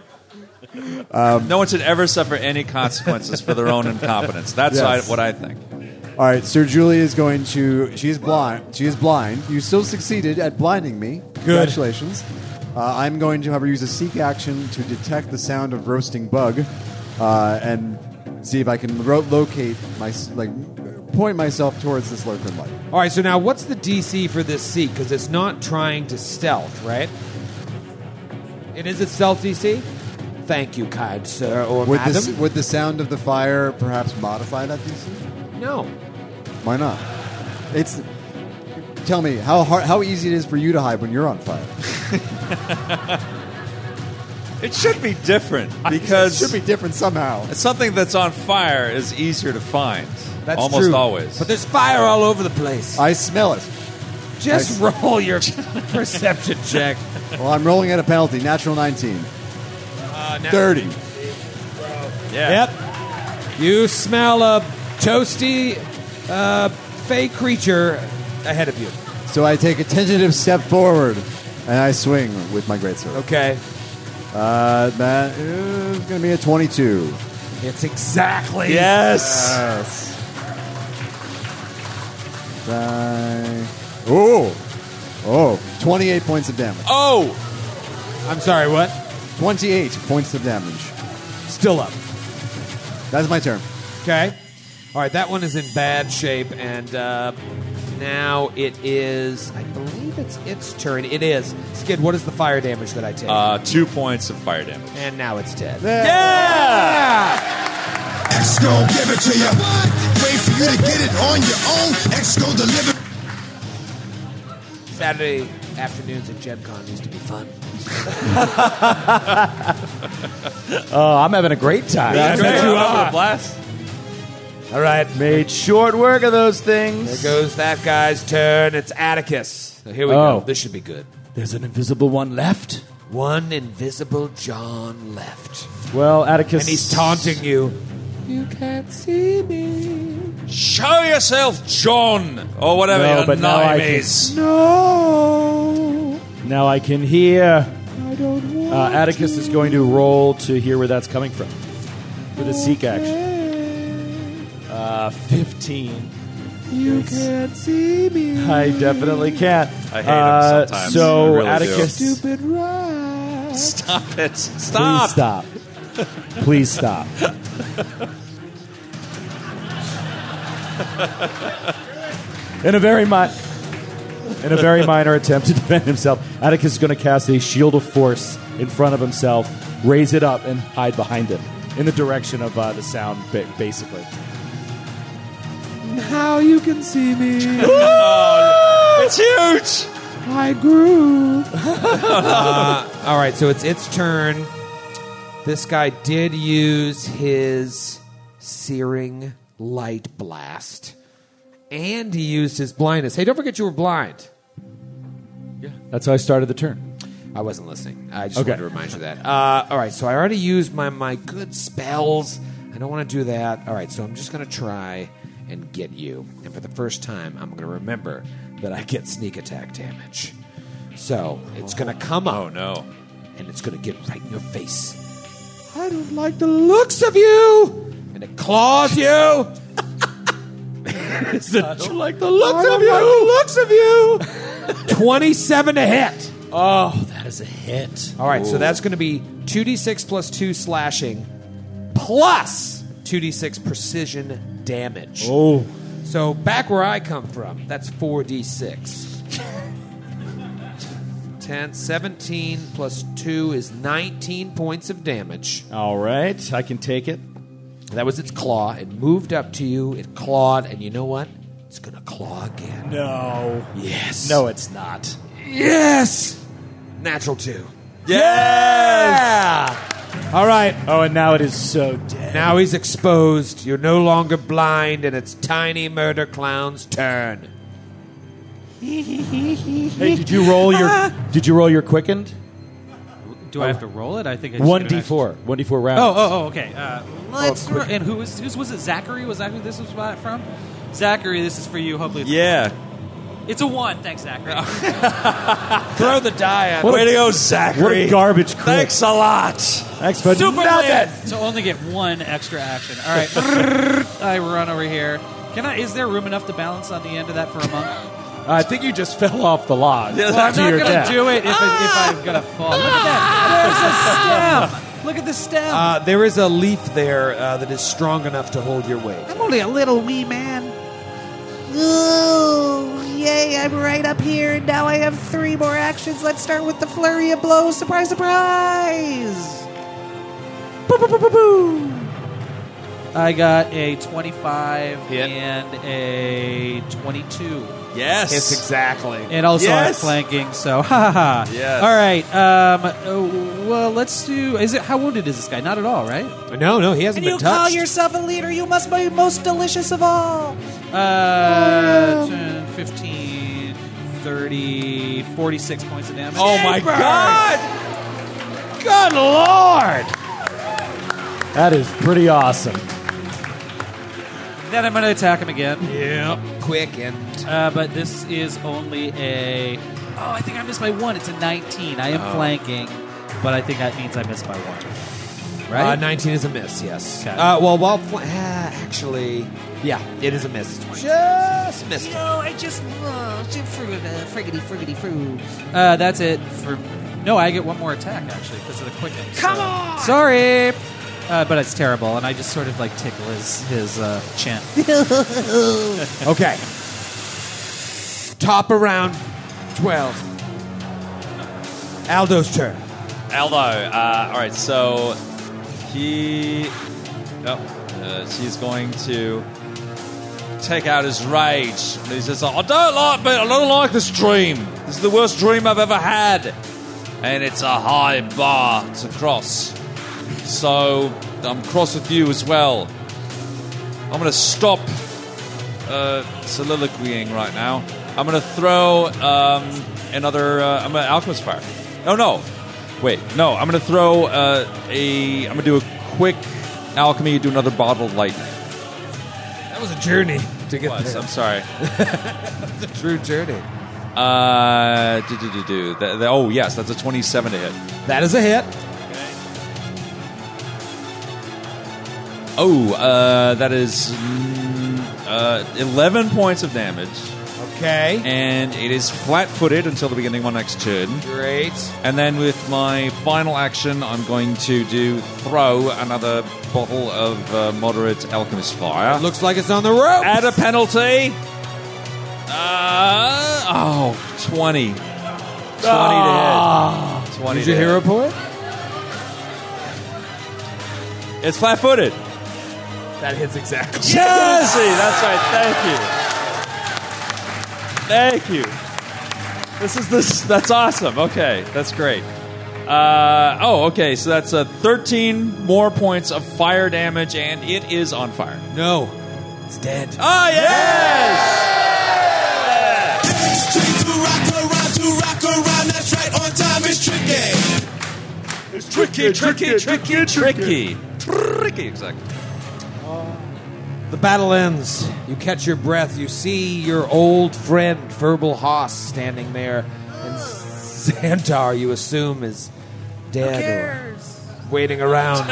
Speaker 3: no one should ever suffer any consequences for their own incompetence. That's
Speaker 4: Yes.
Speaker 3: I- what I think.
Speaker 4: All right, Sir Julie is going to. She is blind. She is blind. You still succeeded at blinding me. Congratulations. Uh, I'm going to, however, use a seek action to detect the sound of roasting bug, uh, and see if I can ro- locate my like point myself towards this lurker light.
Speaker 15: All right, so now what's the DC for this seat? Because it's not trying to stealth, right? It is a stealth DC? Thank you, kind sir or
Speaker 4: Would
Speaker 15: madam.
Speaker 4: this would the sound of the fire perhaps modify that DC?
Speaker 15: no.
Speaker 4: Why not? It's. Tell me how hard, how easy it is for you to hide when you're on fire.
Speaker 3: It should be different because
Speaker 4: it should be different somehow.
Speaker 3: something that's on fire is easier to find.
Speaker 15: That's
Speaker 3: almost
Speaker 15: true.
Speaker 3: always.
Speaker 15: But there's fire all over the place.
Speaker 4: I smell it.
Speaker 15: Just roll your perception check.
Speaker 4: Well, I'm rolling at a penalty. Natural 19.
Speaker 15: Uh, now-
Speaker 4: 30.
Speaker 3: yeah.
Speaker 15: Yep. You smell a toasty, uh, fey creature ahead of you.
Speaker 4: So I take a tentative step forward and I swing with my greatsword.
Speaker 15: Okay.
Speaker 4: Uh, that is going to be a 22.
Speaker 15: It's exactly.
Speaker 3: Yes.
Speaker 4: Die. Oh. Oh. 28 points of damage.
Speaker 3: oh,
Speaker 15: I'm sorry, what?
Speaker 4: 28 points of damage.
Speaker 15: Still up.
Speaker 4: That's my turn.
Speaker 15: Okay. All right, that one is in bad shape, and uh, now it is. I believe it's its turn. It is. Skid, what is the fire damage that I take?
Speaker 3: uh, two points of fire damage.
Speaker 15: and now it's dead.
Speaker 17: Exco give it to you. Wait for you to get it on your own. Exco deliver.
Speaker 15: Saturday afternoons at Gen Con used to be fun.
Speaker 5: Oh, I'm having a great time.
Speaker 3: uh,
Speaker 15: All right,
Speaker 5: Made short work of those things.
Speaker 15: there goes that guy's turn. It's Atticus. So here we
Speaker 5: Oh.
Speaker 15: go. This should be good.
Speaker 5: There's an invisible one left. One invisible John left.
Speaker 4: Well, Atticus.
Speaker 5: And he's taunting you.
Speaker 18: You can't see me.
Speaker 3: Show yourself, John, or whatever
Speaker 4: No,
Speaker 3: your
Speaker 4: but now I
Speaker 3: name
Speaker 4: can-
Speaker 3: is.
Speaker 18: No.
Speaker 4: Now I can hear.
Speaker 18: I don't want
Speaker 4: Uh, Atticus is going to roll to hear where that's coming from with a seek action. Uh, 15.
Speaker 18: You can't see me.
Speaker 4: I definitely can't.
Speaker 3: I hate him
Speaker 4: uh,
Speaker 3: sometimes.
Speaker 4: So,
Speaker 3: I really do.
Speaker 4: Atticus.
Speaker 18: Stupid rat.
Speaker 3: Stop it! Stop!
Speaker 4: Please stop. Please stop. in a very mi- in a very minor attempt to defend himself, Atticus is going to cast a shield of force in front of himself, raise it up, and hide behind him in the direction of uh, the sound, ba- basically.
Speaker 18: How you can see me.
Speaker 3: It's huge.
Speaker 18: I grew.
Speaker 5: Uh, All right, so it's its turn. This guy did use his searing light blast, and he used his blindness. Hey, don't forget you were blind.
Speaker 4: That's how I started the turn.
Speaker 5: I wasn't listening. I just
Speaker 4: Okay.
Speaker 5: wanted to remind you of that. Uh, all right, so I already used my my good spells. I don't want to do that. All right, so I'm just going to try and get you. And for the first time, I'm going to remember that I get sneak attack damage. So it's going to come up.
Speaker 3: Oh no!
Speaker 5: and it's gonna get right in your face. I don't like the looks of you, and it claws you. it's the, I don't like the looks of you. looks of you. Twenty-seven to hit.
Speaker 4: Oh, that is a hit.
Speaker 5: All right, so that's gonna be two d six plus two slashing, plus two d six precision damage.
Speaker 4: Oh,
Speaker 5: So back where I come from, that's 4d6. 10, 17 plus 2 is 19 points of damage.
Speaker 4: all right. I can take it.
Speaker 5: That was its claw. It moved up to you, it clawed, and you know what? It's going to claw again.
Speaker 4: No.
Speaker 5: Yes.
Speaker 4: No, it's not.
Speaker 5: Yes! Natural 2.
Speaker 4: Yes!
Speaker 5: All right.
Speaker 4: Oh, and now it is so dead.
Speaker 5: Now he's exposed. You're no longer blind, and it's Tiny Murder Clown's turn.
Speaker 4: Hey, did you roll your? Did you roll your quickened?
Speaker 2: Do I have
Speaker 4: Oh.
Speaker 2: to roll it? I think I just
Speaker 4: One
Speaker 2: get an
Speaker 4: d four. One d four round.
Speaker 2: Oh, oh, oh, okay. Uh, let's. ro- and who was who's, was it? Zachary? Was that who this was about- from? Zachary, this is for you. Hopefully, it's-
Speaker 3: Yeah,
Speaker 2: it's a one. Thanks, Zachary.
Speaker 5: Throw the die at
Speaker 3: way to go, Zachary!
Speaker 4: What a garbage crit.
Speaker 3: Thanks a lot.
Speaker 4: Thanks for
Speaker 2: Super
Speaker 4: nothing.
Speaker 2: glad to only get one extra action. All right, I run over here. Can I? Is there room enough to balance on the end of that for a monk?
Speaker 4: I think you just fell off the log.
Speaker 3: Yeah,
Speaker 2: Well, I'm
Speaker 3: To
Speaker 2: not
Speaker 4: your
Speaker 2: gonna
Speaker 4: death.
Speaker 2: do it if, I, if I'm gonna fall. Look at that! There's a stem. Look at the stem.
Speaker 5: Uh, there is a leaf there uh, that is strong enough to hold your weight.
Speaker 19: I'm only a little wee man. Ooh, yay, I'm right up here, and now I have three more actions. Let's start with the flurry of blows. Surprise, surprise! Boo, boo, boo, boo, boo.
Speaker 2: I got a 25
Speaker 3: Hit.
Speaker 2: and a 22.
Speaker 3: Yes.
Speaker 5: It's exactly.
Speaker 2: And also
Speaker 3: Yes.
Speaker 2: I'm flanking, so ha ha ha.
Speaker 3: Yes.
Speaker 2: All right. Um, uh, well, let's do. Is it how wounded is this guy? Not at all, right?
Speaker 5: No, no, he
Speaker 19: And
Speaker 5: hasn't been
Speaker 19: you
Speaker 5: touched.
Speaker 19: call yourself a leader, you must be most delicious of all.
Speaker 2: Uh, 10, 15, 30, 46 points of damage.
Speaker 3: Oh my God!
Speaker 5: Good lord!
Speaker 4: That is pretty awesome.
Speaker 2: Then I'm going to attack him again.
Speaker 5: Yep. Quick and
Speaker 2: Uh, but this is only a. Oh, I think I missed by one. It's a 19. I am flanking, but I think that means I missed by one.
Speaker 5: uh,
Speaker 2: Right?
Speaker 5: nineteen is a miss. Yes.
Speaker 2: Okay.
Speaker 5: Uh, well, while fl- ah, actually, yeah, it is a miss. Just missed. it.
Speaker 19: No, I just. Oh, shit, fru- uh, friggity, friggity, froo.
Speaker 2: Uh, that's it for. No, I get one more attack actually because of the quick. Come on! Sorry, uh, but it's terrible, and I just sort of like tickle his his uh, chin.
Speaker 5: Okay. Top around twelve. Aldo's turn.
Speaker 3: Aldo. Uh, all right, so he. Oh, uh, she's going to take out his rage. And he says, "I don't like, but I don't like this dream. This is the worst dream I've ever had, and it's a high bar to cross. So I'm cross with you as well. I'm going to stop uh, soliloquying right now. I'm going to throw um, another. Uh, I'm going to alchemist fire. No, no, Wait, no, I'm gonna throw uh, a. I'm gonna do a quick alchemy. Do another bottle of lightning.
Speaker 15: That was a journey to get
Speaker 3: Plus,
Speaker 15: there.
Speaker 3: I'm sorry.
Speaker 15: the true journey.
Speaker 3: Uh, do, do, do, do. That- that- oh yes, that's a 27 to hit.
Speaker 15: That is a hit.
Speaker 3: Oh, uh, that is mm, uh, 11 points of damage,
Speaker 15: Okay.
Speaker 3: and it is flat-footed until the beginning of my next turn.
Speaker 15: Great.
Speaker 3: And then with my final action, I'm going to do throw another bottle of uh, moderate alchemist fire.
Speaker 15: Looks like it's on the rope.
Speaker 3: Add a penalty. Uh, oh, 20. 20 to hit. 20
Speaker 15: Use
Speaker 3: to
Speaker 15: your
Speaker 3: hit.
Speaker 15: hero point.
Speaker 3: It's flat footed.
Speaker 15: That hits exactly.
Speaker 3: Jesse! That's right. Thank you. Thank you. This is this. That's awesome. Okay. That's great. Uh, oh, okay. So that's uh, 13 more points of fire damage, and it is on fire.
Speaker 15: No, it's dead.
Speaker 3: Oh, yes!
Speaker 17: Trick to rock around, to rock around, that's right on time is tricky.
Speaker 3: It's tricky, tricky, tricky, tricky. Tricky, exactly.
Speaker 15: The battle ends. You catch your breath. You see your old friend, Verbal Haas, standing there. And Xantar, you assume, is dead or waiting around.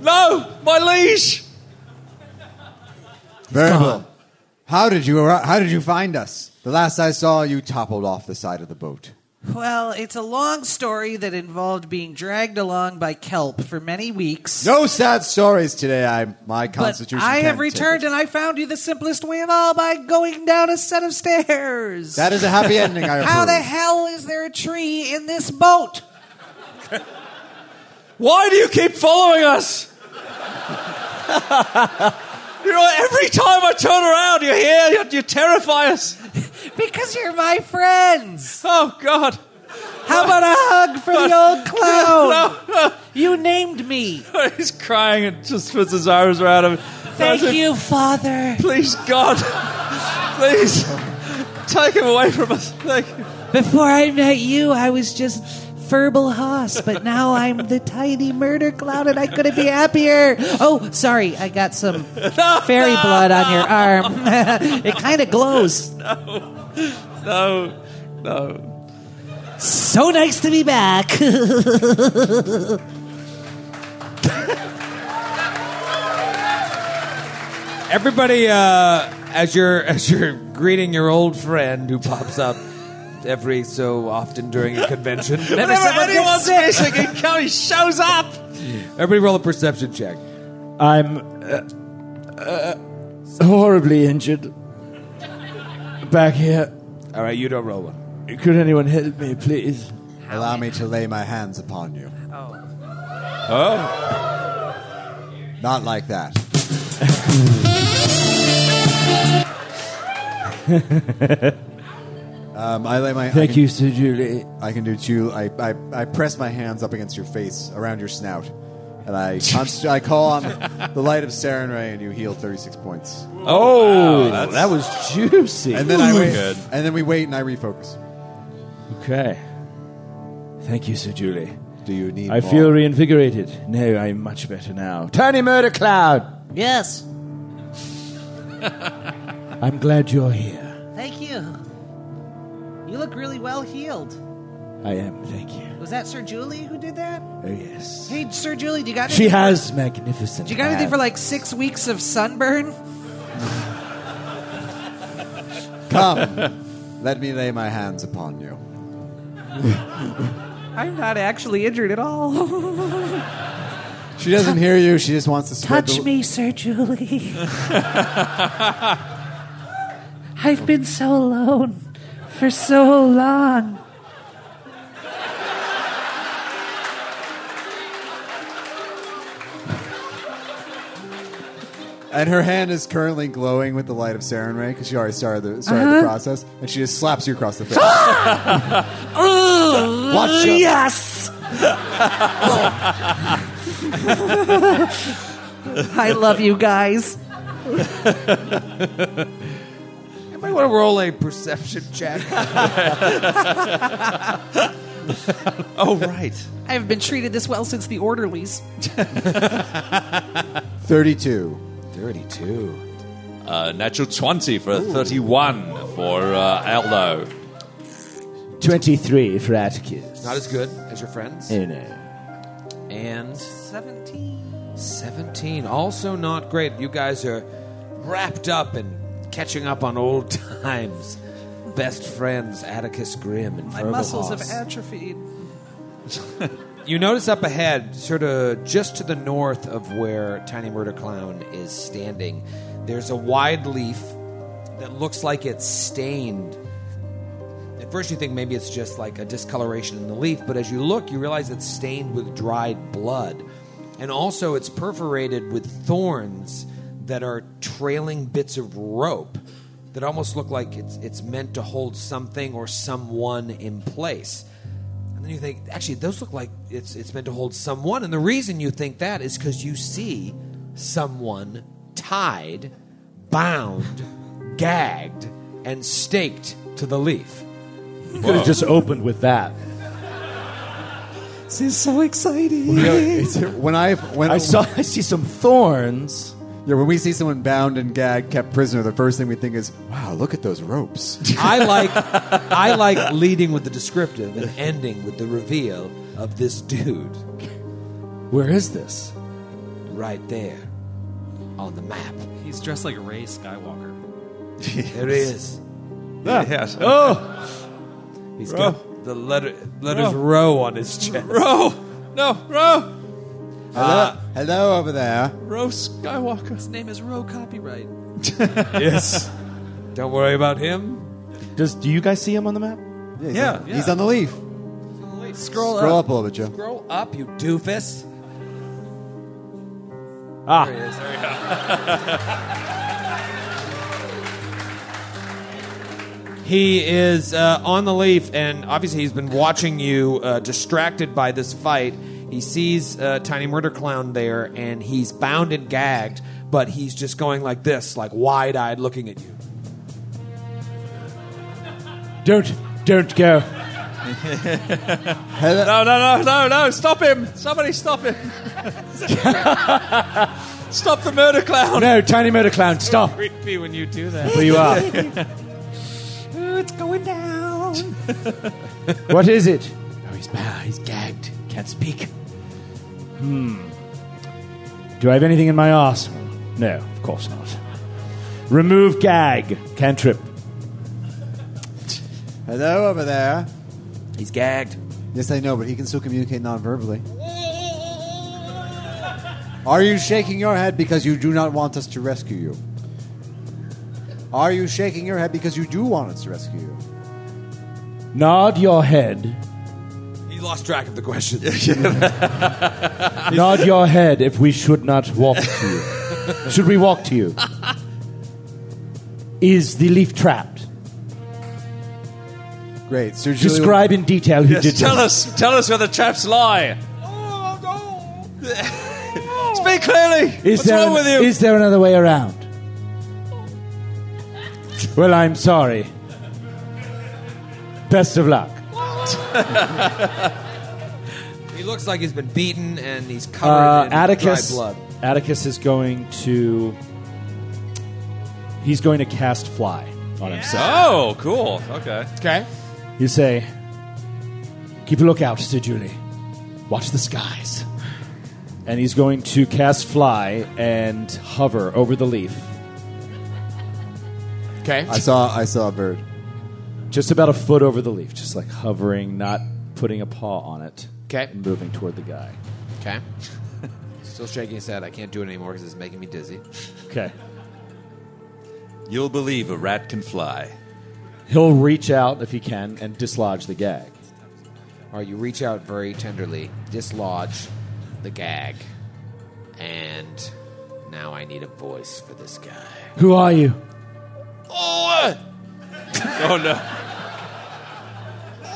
Speaker 3: No! My liege!
Speaker 4: Variable. How did you arri- how did you find us? The last I saw, you toppled off the side of the boat.
Speaker 2: Well, it's a long story that involved being dragged along by kelp for many weeks.
Speaker 4: No sad stories today. I my
Speaker 2: But
Speaker 4: constitution.
Speaker 2: I
Speaker 4: can't
Speaker 2: have
Speaker 4: take
Speaker 2: returned
Speaker 4: it.
Speaker 2: and I found you the simplest way of all by going down a set of stairs.
Speaker 4: That is a happy ending. I approve.
Speaker 2: How the hell is there a tree in this boat?
Speaker 3: Why do you keep following us? you know, every time I turn around, you're here, you, you terrify us.
Speaker 2: Because you're my friends.
Speaker 3: Oh, God.
Speaker 2: How about a hug for the old clown?
Speaker 3: No,
Speaker 2: You named me.
Speaker 3: no. He's crying and just puts his arms around him.
Speaker 2: Thank
Speaker 3: I said,
Speaker 2: you, Father.
Speaker 3: Please, God. Please. Take him away from us. Thank you.
Speaker 2: Before I met you, I was just verbal hoss, but now I'm the tiny murder clown, and I couldn't be happier. Oh, sorry, I got some fairy blood on your arm. it kind of glows.
Speaker 3: No, no.
Speaker 2: So nice to be back.
Speaker 15: Everybody, uh, as you're as you're greeting your old friend who pops up every so often during a convention,
Speaker 2: Whenever someone gets
Speaker 3: anyone's
Speaker 2: sick.
Speaker 3: missing, he comes- he shows up.
Speaker 15: everybody roll a perception check.
Speaker 5: I'm uh, uh, horribly injured. Back here.
Speaker 15: All right, you don't roll one.
Speaker 5: Could anyone help me, please?
Speaker 4: Allow me to lay my hands upon you.
Speaker 3: Oh.
Speaker 4: Oh. Not like that. um, I lay my. I
Speaker 5: Thank
Speaker 4: can,
Speaker 5: you, Sir Julie.
Speaker 4: I can do two. I, I, I press my hands up against your face, around your snout, and I const- I call on the light of Sarenrae, and you heal thirty six points.
Speaker 3: Oh, that was
Speaker 5: Juicy.
Speaker 4: And then I wait.
Speaker 3: Good.
Speaker 4: And then we wait, and I refocus.
Speaker 5: Okay. Thank you, Sir Julie.
Speaker 4: Do you need?
Speaker 5: I
Speaker 4: more?
Speaker 5: feel reinvigorated. No, I'm much better now. Tiny Murder Cloud!
Speaker 2: yes,
Speaker 5: I'm glad you're here.
Speaker 2: thank you. You look really well healed.
Speaker 5: I am, thank you.
Speaker 2: Was that Sir Julie who did that?
Speaker 5: Oh, yes.
Speaker 2: Hey, Sir Julie, do you got
Speaker 5: She
Speaker 2: anything?
Speaker 5: has magnificent.
Speaker 2: Do you got anything for
Speaker 5: hands.
Speaker 2: like six weeks of sunburn?
Speaker 4: Come, let me lay my hands upon you.
Speaker 2: I'm not actually injured at all.
Speaker 4: She doesn't hear you. She just wants to spread
Speaker 2: Touch
Speaker 4: the-
Speaker 2: me, Sir Julie. I've been so alone for so long.
Speaker 4: And her hand is currently glowing with the light of Sarenrae because she already started, the, started
Speaker 2: Uh-huh.
Speaker 4: the process, and she just slaps you across the face. Watch out.
Speaker 2: yes! I love you guys.
Speaker 15: Everybody want to roll a perception check.
Speaker 3: oh, right.
Speaker 20: I have been treated this well since the orderlies.
Speaker 2: 32.
Speaker 5: 32.
Speaker 3: Uh, natural 20 for 31 for uh, Aldo.
Speaker 4: 23 for Atticus.
Speaker 5: Not as good as your friends.
Speaker 4: Oh, no.
Speaker 5: And 17. 17. Also not great. You guys are wrapped up in catching up on old times. Best friends, Atticus Grimm and
Speaker 20: My muscles have
Speaker 5: Froebelhaus.
Speaker 20: atrophied.
Speaker 5: You notice up ahead, sort of just to the north of where Tiny Murder Clown is standing, there's a wide leaf that looks like it's stained. At first, you think maybe it's just like a discoloration in the leaf, but as you look, you realize it's stained with dried blood. And also, it's perforated with thorns that are trailing bits of rope that almost look like it's, it's meant to hold something or someone in place. And then you think, actually, those look like it's it's meant to hold someone. And the reason you think that is because you see someone tied, bound, gagged, and staked to the leaf.
Speaker 4: You could have just opened with that.
Speaker 21: This is so exciting.
Speaker 2: Yeah, it's- when I when
Speaker 4: I saw. I see some thorns.
Speaker 2: yeah, when we see someone bound and gagged, kept prisoner, the first thing we think is, "Wow, look at those ropes."
Speaker 5: I like I like leading with the descriptive and ending with the reveal of this dude
Speaker 4: Where is this?
Speaker 5: right there on the map.
Speaker 22: He's dressed like Ray Skywalker.
Speaker 5: There he is.
Speaker 3: Yes.
Speaker 4: Oh,
Speaker 5: He's got the letter letters row on his chest.
Speaker 3: Bro! No, bro!
Speaker 2: hello, hello over there.
Speaker 3: Bro Skywalker.
Speaker 20: His name is Roe Copyright.
Speaker 5: Yes. Don't worry about him.
Speaker 4: does do you guys see him on the map?
Speaker 2: Yeah, he's,
Speaker 3: Yeah, uh,
Speaker 2: on, he's on the leaf.
Speaker 5: Scroll
Speaker 2: Scroll up a little bit, Joe.
Speaker 5: Scroll up, you doofus.
Speaker 4: Ah,
Speaker 5: He is uh, on the leaf, and obviously he's been watching you, uh, distracted by this fight. He sees uh, Tiny Murder Clown there, and he's bound and gagged, but he's just going like this, like wide eyed, looking at you.
Speaker 4: don't don't go.
Speaker 3: No, no, no, no, no. Stop him. Somebody stop him. stop the murder clown.
Speaker 4: No, tiny motor clown, stop
Speaker 5: Creepy when you do that.
Speaker 4: where you are.
Speaker 21: Ooh, it's going down.
Speaker 4: What is it? Oh, he's bound. He's gagged. Can't speak. Hmm. Do I have anything in my arse? No, of course not. Remove gag. Cantrip.
Speaker 2: Hello over there.
Speaker 5: He's gagged.
Speaker 2: Yes, I know, but he can still communicate non-verbally. Are you shaking your head because you do not want us to rescue you? Are you shaking your head because you do want us to rescue you?
Speaker 4: Nod your head.
Speaker 5: He lost track of the question.
Speaker 4: Nod your head if we should not walk to you. Should we walk to you? Is the leaf trapped?
Speaker 2: Great, Sir Julian.
Speaker 4: Describe in detail who did
Speaker 3: Yes, tell
Speaker 4: this.
Speaker 3: us. Tell us where the traps lie. Speak clearly.
Speaker 4: Is
Speaker 3: What's
Speaker 4: there
Speaker 3: wrong
Speaker 4: an-
Speaker 3: with you?
Speaker 4: Is there another way around? Well, I'm sorry. Best of luck.
Speaker 5: He looks like he's been beaten, and he's covered
Speaker 4: Uh,
Speaker 5: in
Speaker 4: Atticus.
Speaker 5: dry blood.
Speaker 4: Atticus is going to. He's going to cast fly on himself.
Speaker 3: Oh, cool. Okay.
Speaker 5: Okay.
Speaker 4: You say, "Keep a lookout, Sir Julie. Watch the skies." And he's going to cast fly and hover over the leaf, Uh,
Speaker 5: Okay.
Speaker 2: I saw. I saw a bird.
Speaker 4: just about a foot over the leaf, just like hovering, not putting a paw on it.
Speaker 5: 'Kay.
Speaker 4: and moving toward the guy.
Speaker 5: Okay. Still shaking his head. I can't do it anymore because it's making me dizzy.
Speaker 4: Okay.
Speaker 3: You'll believe a rat can fly.
Speaker 4: He'll reach out if he can and dislodge the gag.
Speaker 5: All right, you reach out very tenderly, dislodge the gag, and now I need a voice for this guy.
Speaker 4: Who are you?
Speaker 3: Oh, oh no.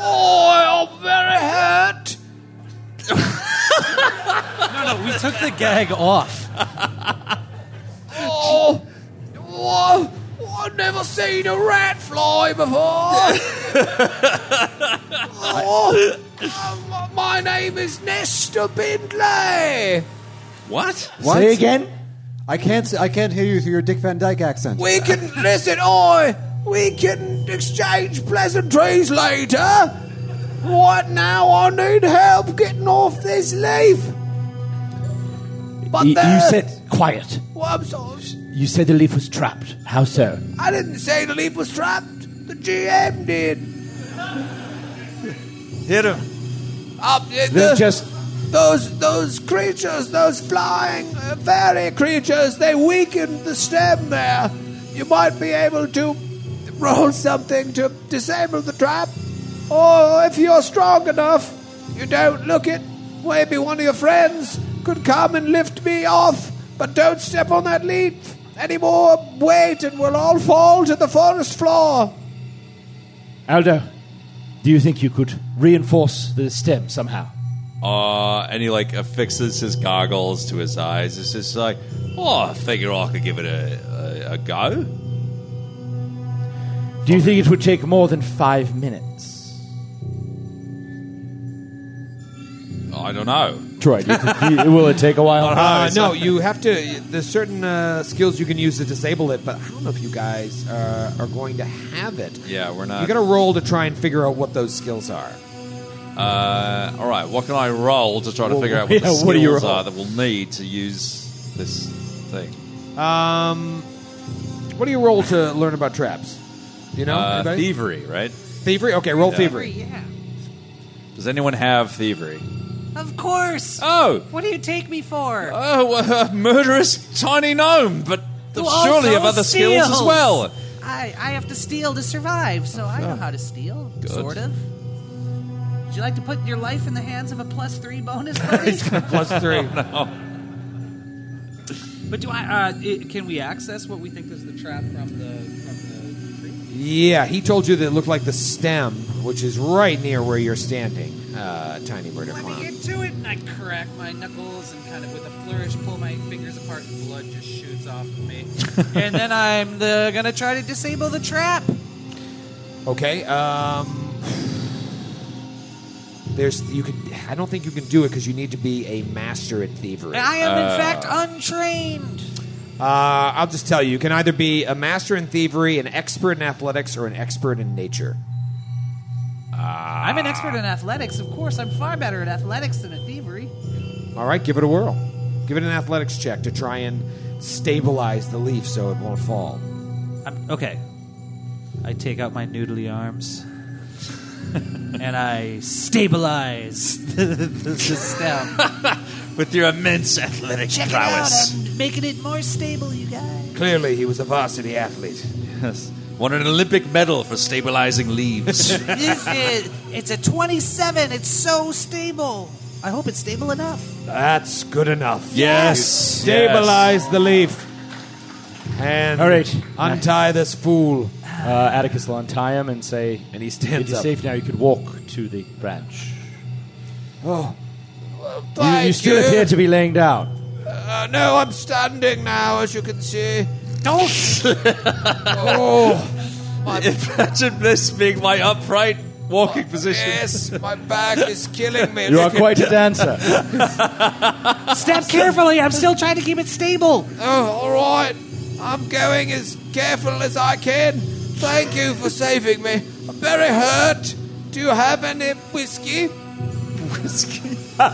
Speaker 5: Oh, I'm very hurt.
Speaker 22: No, no, we took the gag off.
Speaker 5: Oh, whoa, I've never seen a rat fly before. oh,
Speaker 15: Uh, my name is Nestor Bindley.
Speaker 3: What?
Speaker 4: What? I can't. s- I can't hear you through your Dick Van Dyke accent.
Speaker 15: We can listen. I. We can exchange pleasantries later. Right now, I need help getting off this leaf. But
Speaker 5: you,
Speaker 15: there-
Speaker 5: you said quiet.
Speaker 15: Well, I'm sorry.
Speaker 5: You said the leaf was trapped. How so?
Speaker 15: I didn't say the leaf was trapped. The GM did.
Speaker 3: Hit him.
Speaker 15: Up, uh,
Speaker 5: They're
Speaker 15: the-
Speaker 5: just-
Speaker 15: those those creatures, those flying uh, fairy creatures. They weakened the stem there. You might be able to roll something to disable the trap, or if you're strong enough, you don't look it. Maybe one of your friends could come and lift me off, but don't step on that leaf anymore. Wait, and we'll all fall to the forest floor.
Speaker 5: Aldo, do you think you could reinforce the stem somehow?
Speaker 3: Uh, and he like affixes his goggles to his eyes. It's just like, oh, I figure I could give it a, a, a go.
Speaker 5: Do you think it would take more than five minutes?
Speaker 3: I don't know.
Speaker 5: Troy, do you think- do you- will it take a while?
Speaker 15: Uh, no, you have to. There's certain uh, skills you can use to disable it, but I don't know if you guys uh, are going to have it.
Speaker 3: Yeah, we're not.
Speaker 15: You're gonna roll to try and figure out what those skills are.
Speaker 3: Uh, all right, what can I roll to try to
Speaker 5: Well,
Speaker 3: figure out what
Speaker 5: yeah,
Speaker 3: the skills
Speaker 5: what do you roll?
Speaker 3: are that we'll need to use this thing?
Speaker 15: Um, what do you roll to learn about traps? Do You know,
Speaker 3: Uh,
Speaker 15: anybody?
Speaker 3: thievery, right?
Speaker 15: Thievery? Okay, roll
Speaker 3: Yeah.
Speaker 15: thievery.
Speaker 2: Yeah.
Speaker 3: Does anyone have thievery?
Speaker 2: Of course.
Speaker 3: Oh,
Speaker 2: What do you take me for?
Speaker 3: oh, a murderous tiny gnome, but
Speaker 2: Who
Speaker 3: surely
Speaker 2: also
Speaker 3: have other skills as
Speaker 2: steals.
Speaker 3: well.
Speaker 2: I, I have to steal to survive, so I know how to steal.
Speaker 3: Good.
Speaker 2: Sort of. Would you like to put your life in the hands of a plus three bonus, buddy?
Speaker 15: Plus three.
Speaker 1: But do I? Uh, i can we access what we think is the trap from the from the tree?
Speaker 15: Yeah, he told you that it looked like the stem, which is right near where you're standing, uh, tiny murder
Speaker 2: Let
Speaker 15: clown.
Speaker 2: me get to it. And I crack my knuckles and kind of with a flourish pull my fingers apart and blood just shoots off of me. and then I'm the, gonna try to disable the trap.
Speaker 15: Okay. Um, there's you can. I don't think you can do it because you need to be a master at thievery.
Speaker 2: I am in fact untrained.
Speaker 15: Uh, I'll just tell you, you can either be a master in thievery, an expert in athletics, or an expert in nature.
Speaker 2: I'm an expert in athletics, of course. I'm far better at athletics than at thievery.
Speaker 15: All right, give it a whirl. Give it an athletics check to try and stabilize the leaf so it won't fall.
Speaker 1: I'm, okay. I take out my noodly arms and I stabilize the, the, the stem.
Speaker 3: With your immense athletic
Speaker 2: Check
Speaker 3: prowess.
Speaker 2: it out. I'm making it more stable, you guys.
Speaker 15: Clearly, he was a varsity athlete.
Speaker 3: Yes. Won an Olympic medal for stabilizing leaves.
Speaker 2: This is it's a 27. It's so stable. I hope it's stable enough.
Speaker 15: That's good enough.
Speaker 3: Yes.
Speaker 15: Stabilize the leaf. And
Speaker 5: All right.
Speaker 15: untie this fool.
Speaker 5: Uh, Atticus will untie him and say,
Speaker 15: And he
Speaker 5: "It
Speaker 15: stands
Speaker 5: is
Speaker 15: up.
Speaker 5: safe now. You could walk to the branch." You,
Speaker 15: Thank
Speaker 5: you still appear to be laying down.
Speaker 15: Uh, no, I'm standing now, as you can see.
Speaker 3: Imagine this being my upright walking position.
Speaker 15: Yes, my back is killing me.
Speaker 5: You are quite a dancer.
Speaker 2: Step carefully. I'm still trying to keep it stable.
Speaker 15: Oh, all right. I'm going as careful as I can. Thank you for saving me. I'm very hurt. Do you have any whiskey?
Speaker 3: I've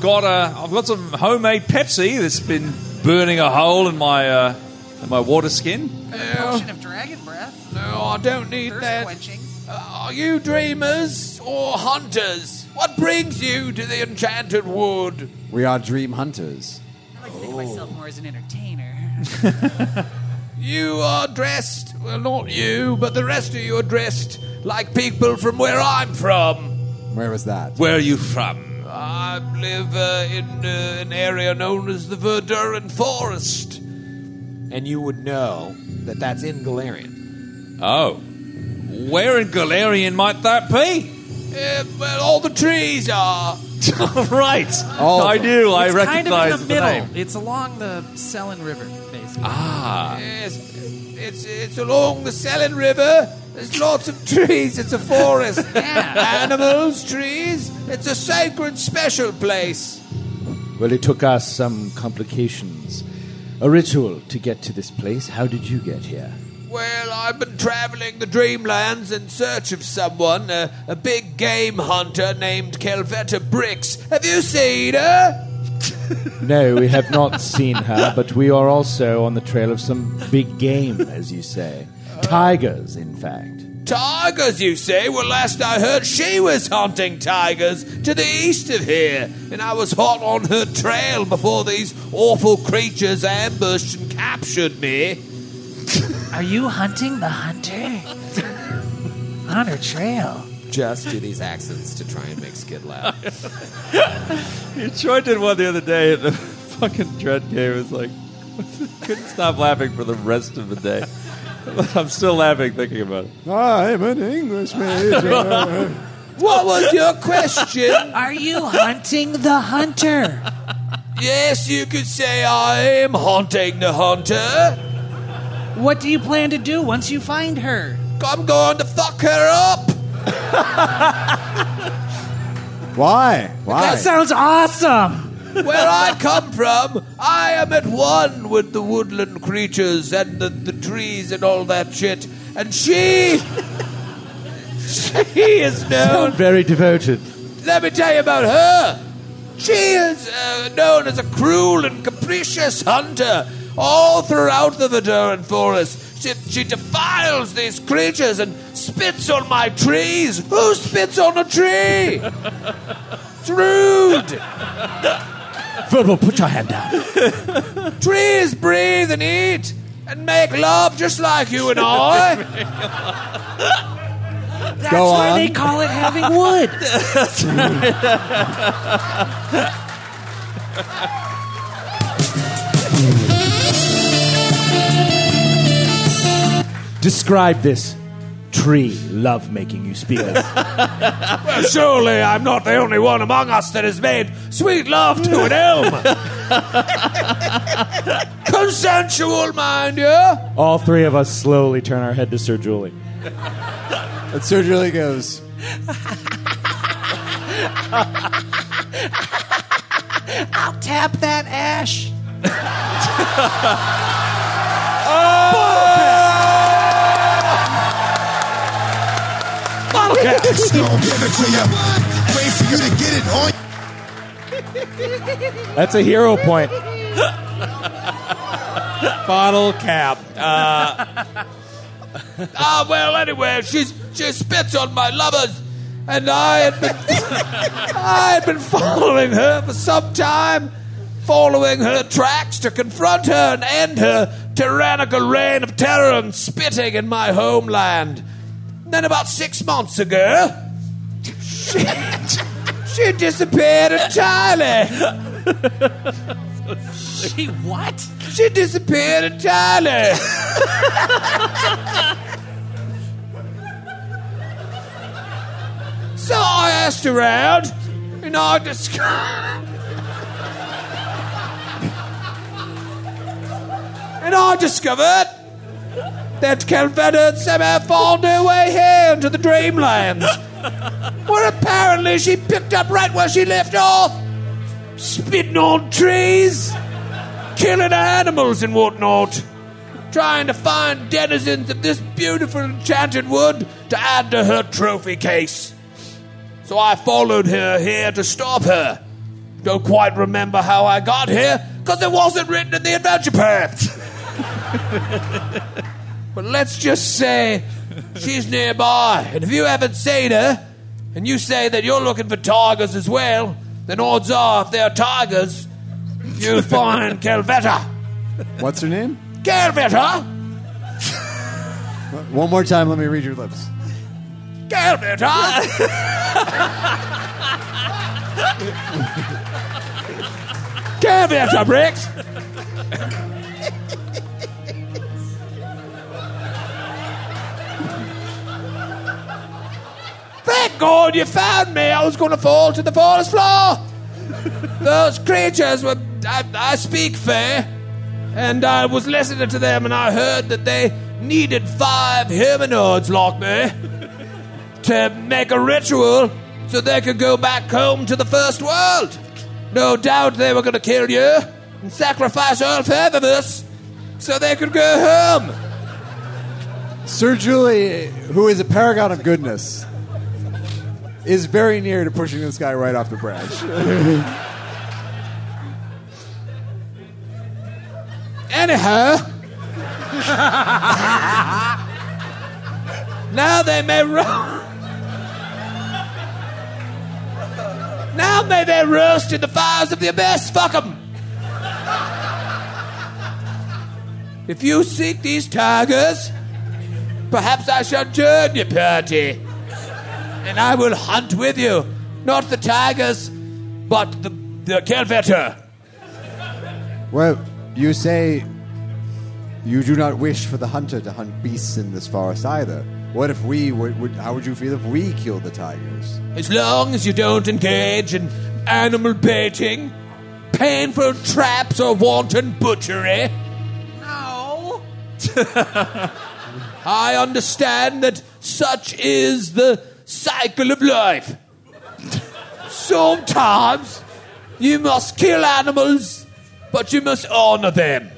Speaker 3: got uh, I've got some homemade Pepsi that's been burning a hole in my uh, in my water skin.
Speaker 2: Potion of dragon breath.
Speaker 15: No, I don't need
Speaker 2: Thirst
Speaker 15: that.
Speaker 2: quenching.
Speaker 15: Uh, are you dreamers or hunters? What brings you to the enchanted wood?
Speaker 4: We are dream hunters.
Speaker 2: I like to think of myself more as an entertainer.
Speaker 15: You are dressed, well, not you, but the rest of you are dressed like people from where I'm from.
Speaker 4: Where was that?
Speaker 3: Where are you from?
Speaker 15: I live uh, in uh, an area known as the Verduran Forest. And you would know that that's in Galarian.
Speaker 3: Oh, where in Galarian might that be?
Speaker 15: Uh, well, all the trees are.
Speaker 3: right,
Speaker 4: Oh.
Speaker 3: I do. I
Speaker 2: It's kind
Speaker 3: recognize
Speaker 2: of in the, middle.
Speaker 3: name.
Speaker 2: It's along the Selin River, basically.
Speaker 3: Ah,
Speaker 15: Yes, it's, it's along the Selin River,
Speaker 5: There's lots of trees. It's a forest.
Speaker 23: Yeah.
Speaker 5: Animals, trees. It's a sacred, special place.
Speaker 4: Well, it took us some complications. A ritual to get to this place. How did you get here?
Speaker 5: Well, I've been traveling the dreamlands in search of someone, a, a big game hunter named Calvetta Bricks. Have you seen her?
Speaker 4: No, we have not seen her, but we are also on the trail of some big game, as you say.
Speaker 5: Uh,
Speaker 4: Tigers, in fact.
Speaker 5: Tigers, you say? Well, last I heard, she was hunting tigers to the east of here, and I was hot on her trail before these awful creatures ambushed and captured me.
Speaker 3: Are you hunting the hunter? On her trail.
Speaker 5: Just do these accents to try and make Skid laugh.
Speaker 1: Troy did one the other day at the fucking dread game. It was like, couldn't stop laughing for the rest of the day. I'm still laughing thinking about it.
Speaker 2: I'm an English major.
Speaker 5: what was your question?
Speaker 3: Are you hunting the hunter?
Speaker 5: yes, you could say I am haunting the hunter.
Speaker 3: What do you plan to do once you find her?
Speaker 5: I'm going to fuck her up.
Speaker 2: Why? Why?
Speaker 3: That sounds awesome.
Speaker 5: Where I come from, I am at one with the woodland creatures and the, the trees and all that shit. And she. she is known.
Speaker 4: Very devoted.
Speaker 5: Let me tell you about her. She is uh, known as a cruel and capricious hunter all throughout the Verduran forest. She, she defiles these creatures and spits on my trees. Who spits on a tree? it's rude.
Speaker 4: Verbal, put your hand down.
Speaker 5: Trees breathe and eat and make love just like you and I.
Speaker 3: That's
Speaker 2: Go
Speaker 3: why
Speaker 2: on.
Speaker 3: they call it having wood.
Speaker 4: Describe this tree love making you speak of.
Speaker 5: Well, surely I'm not the only one among us that has made sweet love to an elm. Consensual, mind you.
Speaker 4: All three of us slowly turn our head to Sir Julie.
Speaker 2: And Sir Julie goes,
Speaker 3: I'll tap that ash.
Speaker 17: Just don't give it to you. Wait for you to get it on.
Speaker 4: That's a hero point.
Speaker 24: Bottle cap.
Speaker 5: Ah, well, anyway, she's, she spits on my lovers. And I had been, I had been following her for some time, following her tracks to confront her and end her tyrannical reign of terror and spitting in my homeland. Then, about six months ago, she, she disappeared entirely.
Speaker 23: She what?
Speaker 5: She disappeared entirely. so I asked around, and I discovered. and I discovered that Calvetta somehow found her way here into the dreamlands, where apparently she picked up right where she left off, spitting on trees killing animals and whatnot, trying to find denizens of this beautiful enchanted wood to add to her trophy case. So I followed her here to stop her. Don't quite remember how I got here, because it wasn't written in the adventure path. but let's just say she's nearby, and if you haven't seen her, and you say that you're looking for tigers as well, then odds are if they're tigers, you find Calvetta.
Speaker 2: What's her name?
Speaker 5: Calvetta?
Speaker 2: One more time, let me read your lips.
Speaker 5: Calvetta? Calvetta, Bricks! Thank God you found me! I was going to fall to the forest floor! Those creatures were. I, I speak fair. and I was listening to them, and I heard that they needed five humanoids like me to make a ritual so they could go back home to the first world. No doubt they were going to kill you and sacrifice all five of us so they could go home.
Speaker 2: Sir Julie, who is a paragon of goodness, is very near to pushing this guy right off the branch.
Speaker 5: Anyhow, now they may roast. Now may they roast in the fires of the abyss. Fuck 'em. If you seek these tigers, perhaps I shall join your party, and I will hunt with you, not the tigers, but the the Kelvetter.
Speaker 2: well, Uh, you say you do not wish for the hunter to hunt beasts in this forest either. What if we would? would how would you feel if we killed the tigers?
Speaker 5: As long as you don't engage in animal baiting, painful traps, or wanton butchery.
Speaker 25: No.
Speaker 5: I understand that such is the cycle of life. Sometimes you must kill animals, but you must honor them.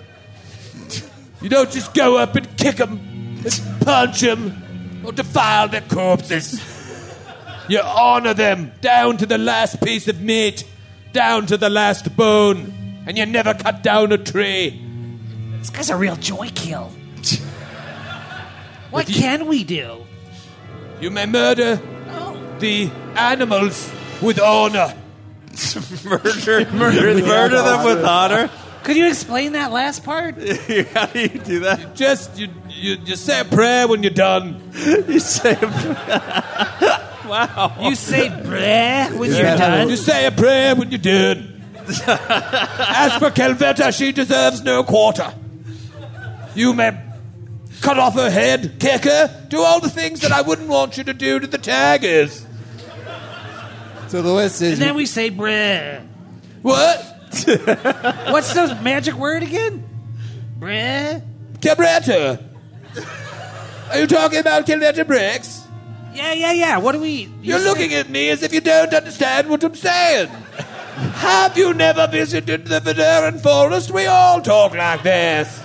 Speaker 5: You don't just go up and kick them, and punch them, or defile their corpses. You honor them down to the last piece of meat, down to the last bone, and you never cut down a tree.
Speaker 7: This guy's a real joy kill. What can we do? Oh.
Speaker 5: You may murder the animals with honor.
Speaker 3: murder, murder, murder them with honor.
Speaker 7: Could you explain that last part?
Speaker 3: How do you do that?
Speaker 5: Just you, you, you say a prayer when you're done.
Speaker 3: you say. wow.
Speaker 7: You say bleh when
Speaker 5: Yeah.
Speaker 7: you're done.
Speaker 5: You say a prayer when you're done. As for Calvetta, she deserves no quarter. You may cut off her head, kick her, do all the things that I wouldn't want you to do to the tigers.
Speaker 2: So the list
Speaker 7: And
Speaker 2: is
Speaker 7: then we say bleh.
Speaker 5: What?
Speaker 7: What's the magic word again? Bleh.
Speaker 5: Calvetta? Are you talking about Calvetta Bricks?
Speaker 7: Yeah, yeah, yeah. What do we?
Speaker 5: You're looking at me as if you don't understand what I'm saying. Have you never visited the Veneran forest? We all talk like this.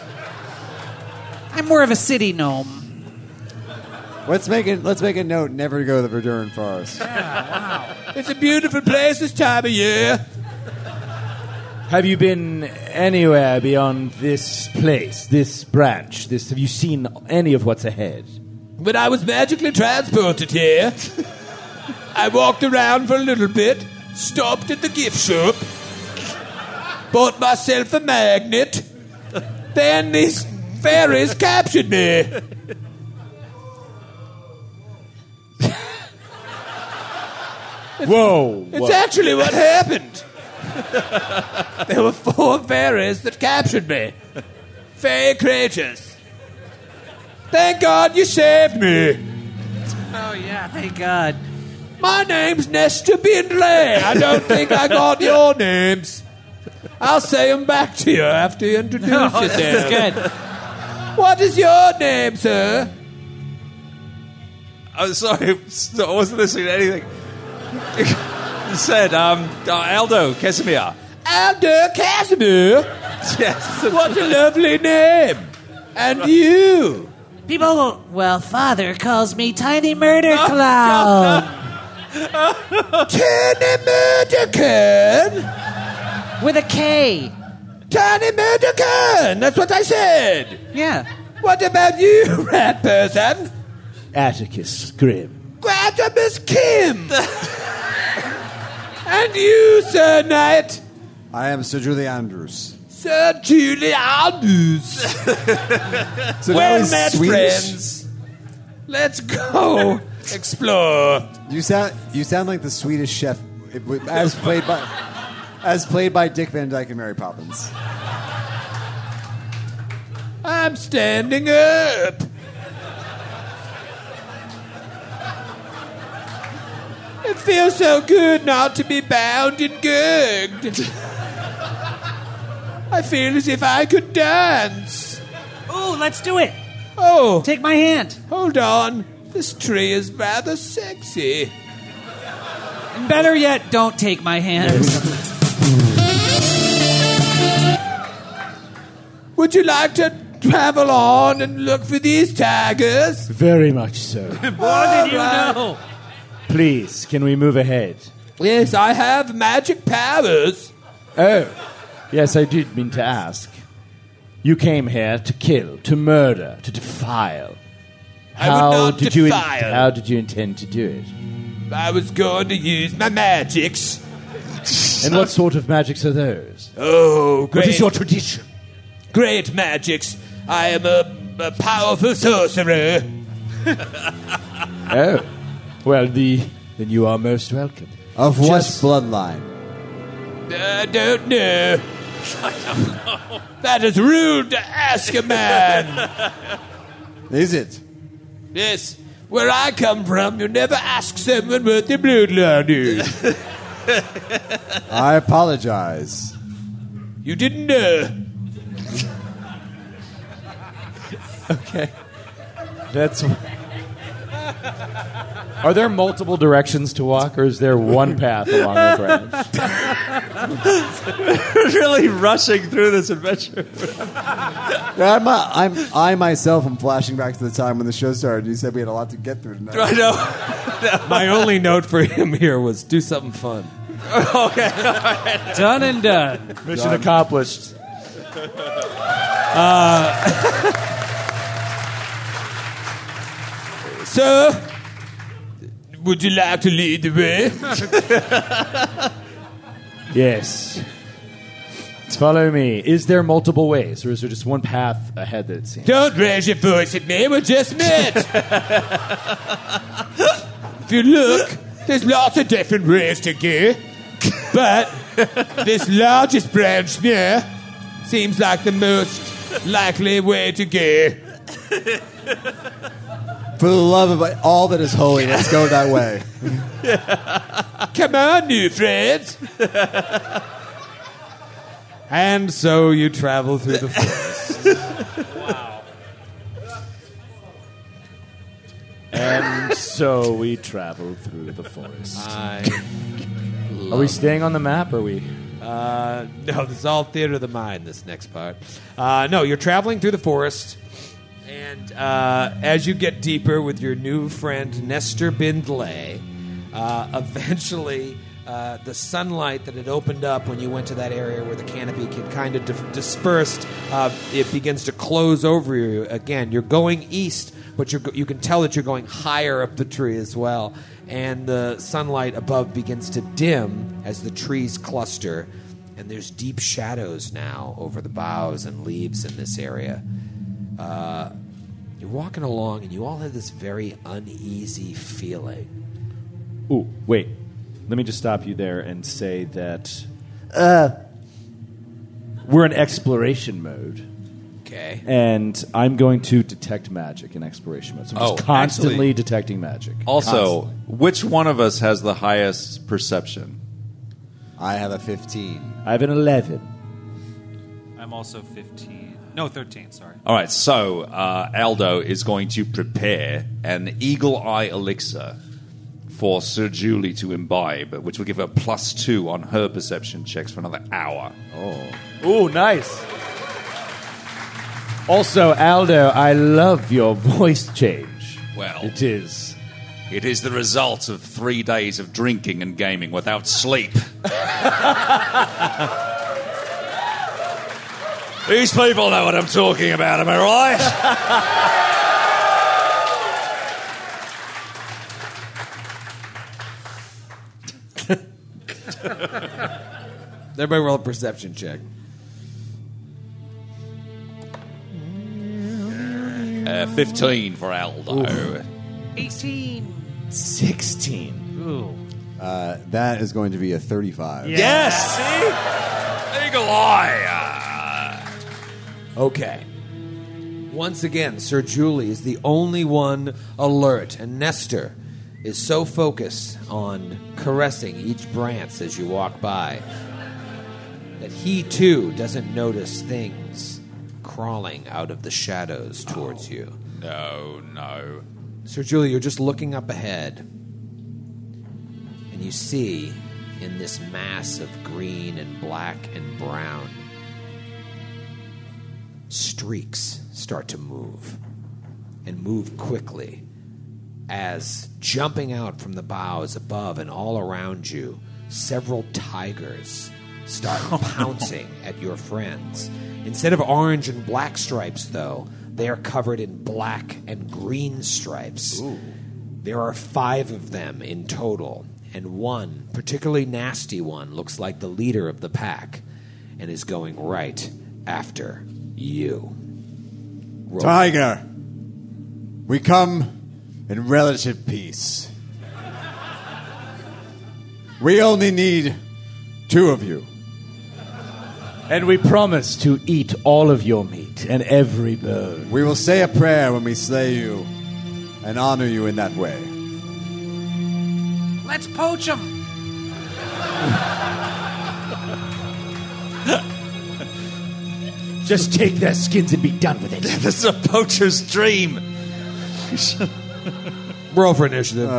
Speaker 7: I'm more of a city gnome.
Speaker 2: let's make it. Let's make a note. Never to go to the Verdurin forest.
Speaker 5: It's a beautiful place this time of year.
Speaker 4: Have you been anywhere beyond this place, this branch? This have you seen any of what's ahead?
Speaker 5: When I was magically transported here, I walked around for a little bit, stopped at the gift shop, bought myself a magnet, then these fairies captured me.
Speaker 4: Whoa!
Speaker 5: It's actually what happened. there were four fairies that captured me. Fair creatures. Thank God you saved me.
Speaker 7: Oh yeah, thank God.
Speaker 5: My name's Nestor Bindley. I don't think I got your names. I'll say 'em back to you after you introduce
Speaker 7: Oh, this is
Speaker 5: yourself.
Speaker 7: good.
Speaker 5: What is your name, sir?
Speaker 3: I'm sorry, I wasn't listening to anything. you said, um, uh, Aldo Casimir.
Speaker 5: Aldo Casimir.
Speaker 3: Yes.
Speaker 5: What a lovely name. And you?
Speaker 7: People, will- well, father calls me Tiny Murder Clown
Speaker 5: Tiny Murderkin.
Speaker 7: with a K.
Speaker 5: Tiny Murderkin. That's what I said.
Speaker 7: Yeah.
Speaker 5: What about you, rat person?
Speaker 4: Atticus Grim.
Speaker 5: Miss Kim. and you, Sir Knight.
Speaker 2: I am Sir Julie Andrews.
Speaker 5: Sir Julianus.
Speaker 2: So now
Speaker 5: well
Speaker 2: he's
Speaker 5: met,
Speaker 2: Swedish?
Speaker 5: friends. Let's go explore.
Speaker 2: You sound you sound like the Swedish chef as played by as played by Dick Van Dyke and Mary Poppins.
Speaker 5: I'm standing up. It feels so good not to be bound and gagged. I feel as if I could dance.
Speaker 7: Ooh, let's do it.
Speaker 5: Oh.
Speaker 15: Take my hand.
Speaker 5: Hold on. This tree is rather sexy.
Speaker 15: And better yet, don't take my hand.
Speaker 5: Would you like to travel on and look for these tigers?
Speaker 4: Very much so.
Speaker 5: More than you know.
Speaker 4: Please, can we move ahead?
Speaker 5: Yes, I have magic powers.
Speaker 4: Oh, yes, I did mean to ask. You came here to kill, to murder, to defile.
Speaker 5: I would not
Speaker 4: did you in-
Speaker 5: defile.
Speaker 4: how did you intend to do it?
Speaker 5: I was going to use my magics.
Speaker 4: And what sort of magics are those?
Speaker 5: Oh, great.
Speaker 4: What is your tradition?
Speaker 5: Great magics. I am a, a powerful sorcerer.
Speaker 4: Oh, well, the then you are most welcome.
Speaker 2: Of what bloodline?
Speaker 5: I Uh, don't know. That is rude to ask a man.
Speaker 2: Is it?
Speaker 5: Yes, where I come from, you never ask someone what their bloodline is.
Speaker 2: I apologize.
Speaker 5: You didn't know.
Speaker 4: Okay, that's. Are there multiple directions to walk, or is there one path along the branch?
Speaker 3: really rushing through this adventure.
Speaker 2: Yeah, I'm, uh, I'm, I myself am flashing back to the time when the show started. You said we had a lot to get through tonight.
Speaker 3: I know.
Speaker 5: My only note for him here was do something fun.
Speaker 3: okay. all right.
Speaker 15: done and done.
Speaker 4: Mission accomplished.
Speaker 5: Sir, would you like to lead the way?
Speaker 4: Yes. Follow me. Is there multiple ways, or is there just one path ahead that it seems?
Speaker 5: Don't raise your voice at me, we just met. if you look, there's lots of different ways to go. But this largest branch here seems like the most likely way to go.
Speaker 2: For the love of uh, all that is holy, let's go that way.
Speaker 5: Come on, new friends. and so you travel through the forest.
Speaker 4: And so we travel through the forest.
Speaker 5: I,
Speaker 4: Are we staying on the map? Or are we?
Speaker 5: uh, no, this is all theater of the mind, this next part. Uh, no, you're traveling through the forest. And uh, as you get deeper with your new friend Nestor Bindley, uh, eventually uh, the sunlight that had opened up when you went to that area where the canopy had kind of di- dispersed, uh, it begins to close over you again. You're going east, but you're, go- you can tell that you're going higher up the tree as well. And the sunlight above begins to dim as the trees cluster, and there's deep shadows now over the boughs and leaves in this area. Uh, you're walking along, and you all have this very uneasy feeling.
Speaker 4: Ooh, wait. Let me just stop you there and say that uh, we're in exploration mode,
Speaker 5: Okay.
Speaker 4: and I'm going to detect magic in exploration mode. So I'm just
Speaker 3: Oh,
Speaker 4: constantly
Speaker 3: actually-
Speaker 4: detecting magic.
Speaker 3: Also,
Speaker 4: Constantly.
Speaker 3: which one of us has the highest perception?
Speaker 2: I have a 15.
Speaker 4: I have an eleven.
Speaker 26: I'm also 15. No, 13. Sorry.
Speaker 3: All right, so uh, Aldo is going to prepare an eagle eye elixir for Sir Julie to imbibe, which will give her plus two on her perception checks for another hour.
Speaker 4: Ooh, nice. Also, Aldo, I love your voice change.
Speaker 3: Well.
Speaker 4: it is.
Speaker 3: It is the result of three days of drinking and gaming without sleep. These people know what I'm talking about, am I right?
Speaker 5: Everybody roll a perception check.
Speaker 3: Uh, 15 for Aldo.
Speaker 27: 18.
Speaker 4: 16.
Speaker 26: Ooh.
Speaker 2: Uh, that is going to be a 35.
Speaker 3: Yes! See? Eagle eye!
Speaker 5: Okay. Once again, Sir Julie is the only one alert, and Nestor is so focused on caressing each branch as you walk by that he too doesn't notice things crawling out of the shadows towards you.
Speaker 3: No, no.
Speaker 15: Sir Julia, you're just looking up ahead, and you see in this mass of green and black and brown, streaks start to move and move quickly as jumping out from the bows above and all around you, several tigers start pouncing at your friends. Instead of orange and black stripes, though, they are covered in black and green stripes. There are five of them in total, and one, particularly nasty one, looks like the leader of the pack and is going right after you. Roll.
Speaker 4: Tiger, we come in relative peace. We only need two of you.
Speaker 5: And we promise to eat all of your meat and every bone.
Speaker 4: We will say a prayer when we slay you and honor you in that way.
Speaker 28: Let's poach him.
Speaker 5: Just take their skins and be done with it.
Speaker 3: this is a poacher's dream.
Speaker 15: Roll for initiative.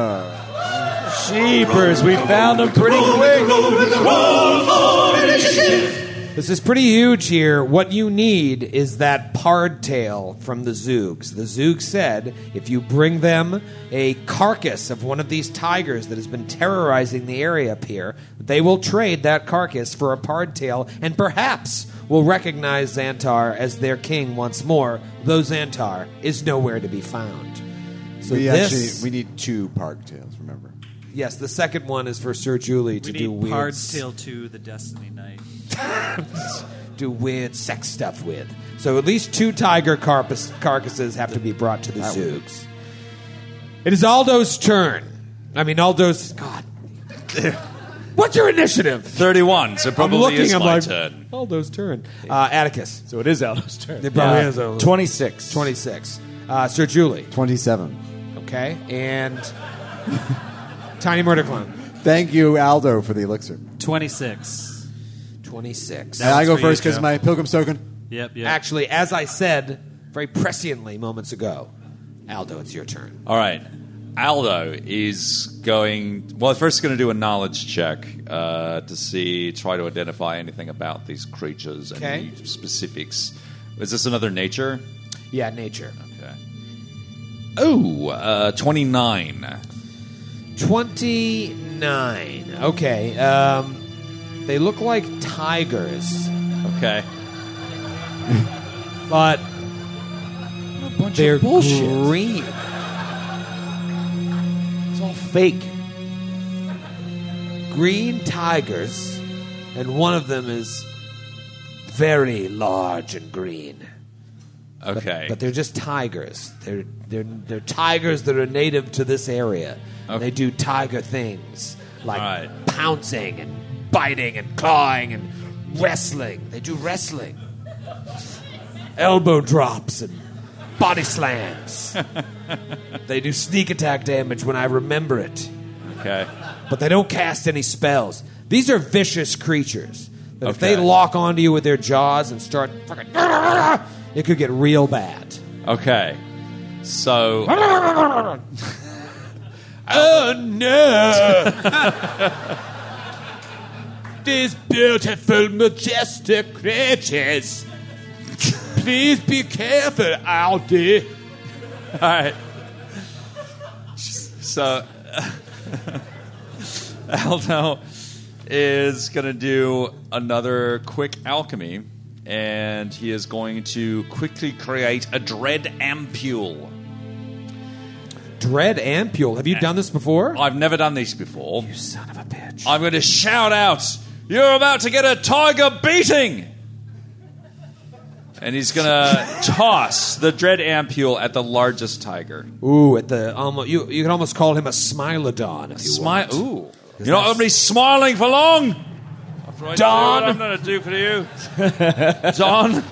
Speaker 5: Jeepers, we found them pretty quick.
Speaker 15: This is pretty huge here. What you need is that pardtail from the Zoogs. The Zoog said if you bring them a carcass of one of these tigers that has been terrorizing the area up here, they will trade that carcass for a pardtail and perhaps will recognize Xantar as their king once more, though Xantar is nowhere to be found. So
Speaker 4: we
Speaker 15: this,
Speaker 4: actually we need two park tails. Remember,
Speaker 15: yes, the second one is for Sir Julie to
Speaker 28: We
Speaker 15: do
Speaker 28: need
Speaker 15: weird
Speaker 28: Pardtail 2, the Destiny Knight.
Speaker 15: do weird sex stuff with. So at least two tiger carpus- carcasses have to be brought to the zoos. It is Aldo's turn. I mean, Aldo's. God. What's your initiative?
Speaker 3: 31, so probably
Speaker 15: looking,
Speaker 3: is
Speaker 15: I'm
Speaker 3: my
Speaker 15: like-
Speaker 3: turn.
Speaker 15: Aldo's turn. Uh, Atticus.
Speaker 5: So it is Aldo's turn.
Speaker 15: It probably
Speaker 5: Yeah.
Speaker 15: is Aldo's.
Speaker 5: 26.
Speaker 15: 26. Uh, Sir Julie.
Speaker 4: twenty-seven.
Speaker 15: Okay. And Tiny Murder Clone.
Speaker 4: Thank you, Aldo, for the elixir.
Speaker 28: 26.
Speaker 15: 26.
Speaker 4: And I go
Speaker 28: for you,
Speaker 4: first because
Speaker 28: Joe.
Speaker 4: my pilgrim's token.
Speaker 28: Yep, yep.
Speaker 15: Actually, as I said very presciently moments ago, Aldo, it's your turn.
Speaker 3: All right. Aldo is going. Well, first, he's going to do a knowledge check uh, to see, try to identify anything about these creatures and
Speaker 15: Okay.
Speaker 3: the specifics. Is this another nature?
Speaker 15: Yeah, nature.
Speaker 3: Okay. Oh, uh, 29.
Speaker 15: 29. Okay. Um, they look like tigers,
Speaker 3: Okay.
Speaker 15: but they're green.
Speaker 5: It's all fake.
Speaker 15: Green tigers, and one of them is very large and green.
Speaker 3: Okay.
Speaker 15: But they're just tigers. They're they're they're tigers that are native to this area. And
Speaker 3: Okay.
Speaker 15: They do tiger things like
Speaker 3: All right.
Speaker 15: pouncing and biting and clawing and wrestling. They do wrestling. Elbow drops and body slams. they do sneak attack damage when I remember it.
Speaker 3: okay.
Speaker 15: But they don't cast any spells. These are vicious creatures. That If
Speaker 3: Okay.
Speaker 15: they lock onto you with their jaws and start fucking it could get real bad.
Speaker 3: Okay. So.
Speaker 15: Oh no! These beautiful, majestic creatures. Please be careful, Aldi.
Speaker 3: All right. So Aldo is going to do another quick alchemy, and he is going to quickly create a dread ampule.
Speaker 15: Dread Ampule. Have you done this before?
Speaker 3: I've never done these before.
Speaker 15: Son of a bitch.
Speaker 3: I'm going to shout out, "You're about to get a tiger beating!" And he's going to toss the dread ampule at the largest tiger.
Speaker 15: Ooh, at the almost you you can almost call him a smilodon if you
Speaker 3: Smile.
Speaker 15: want.
Speaker 3: Ooh. You're not going to be smiling for long. Don. I'm going to do for you. Don.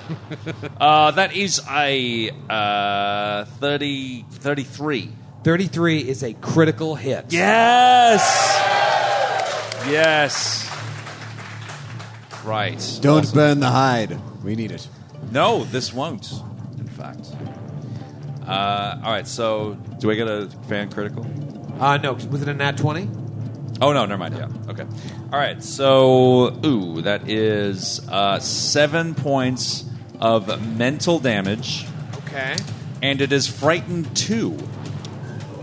Speaker 3: Uh, that is a uh, 30, 33.
Speaker 15: 33 is a critical hit.
Speaker 3: Yes. Yes. Right.
Speaker 4: Don't burn the hide. We need it.
Speaker 3: No, this won't, in fact. Uh, all right, so do I get a fan critical?
Speaker 15: Uh, no, was it a nat 20?
Speaker 3: Oh, no, never mind. Yeah, okay. All right, so, ooh, that is uh, seven points of mental damage.
Speaker 15: Okay.
Speaker 3: And it is frightened two.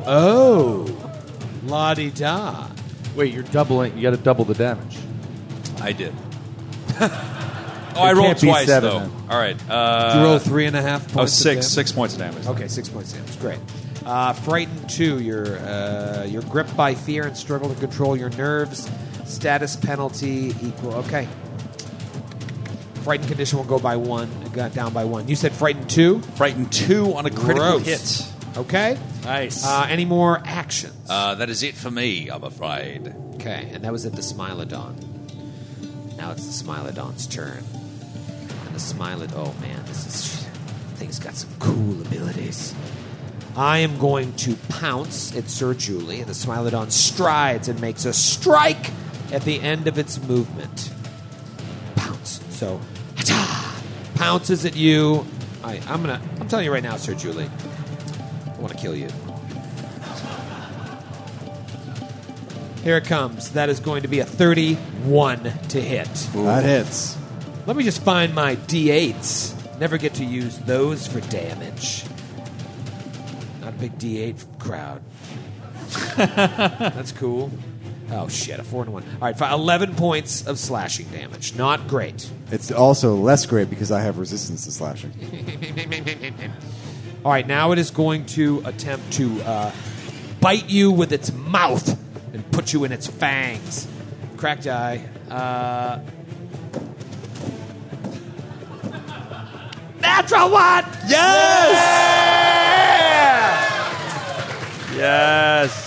Speaker 15: Oh. La di da.
Speaker 5: Wait, you're doubling. You got to double the damage.
Speaker 3: I did.
Speaker 5: It
Speaker 3: Oh, I rolled
Speaker 5: can't be
Speaker 3: twice,
Speaker 5: seven,
Speaker 3: though.
Speaker 5: then.
Speaker 3: All right. Uh,
Speaker 15: Did you roll three and a half
Speaker 3: Oh,
Speaker 15: points of
Speaker 3: six.
Speaker 15: damage?
Speaker 3: Six points of damage.
Speaker 15: Okay, six points of damage. Great. Uh, frightened two. You're uh, you're gripped by fear and struggle to control your nerves. Status penalty equal. Okay. Frightened condition will go by one. It got down by one. You said frightened two.
Speaker 3: Frightened two on a critical hit.
Speaker 15: Okay.
Speaker 3: Nice.
Speaker 15: Uh, any more action?
Speaker 3: Uh, that is it for me, I'm afraid.
Speaker 15: Okay, and that was at the Smilodon. Now it's the Smilodon's turn. And the Smilodon. Oh man, this is. Thing's got some cool abilities. I am going to pounce at Sir Julie, and the Smilodon strides and makes a strike at the end of its movement. Pounce. So, ta pounces at you. I, I'm gonna. I'm telling you right now, Sir Julie. I want to kill you. Here it comes. That is going to be a 31 to hit.
Speaker 4: That hits.
Speaker 15: Let me just find my D8s. Never get to use those for damage. Not a big D8 crowd. That's cool. Oh shit, a 4 and 1. All right, fi- 11 points of slashing damage. Not great.
Speaker 4: It's also less great because I have resistance to slashing.
Speaker 15: All right, now it is going to attempt to uh, bite you with its mouth and put you in its fangs. Cracked eye. Uh, natural one! Yes!
Speaker 3: Yes.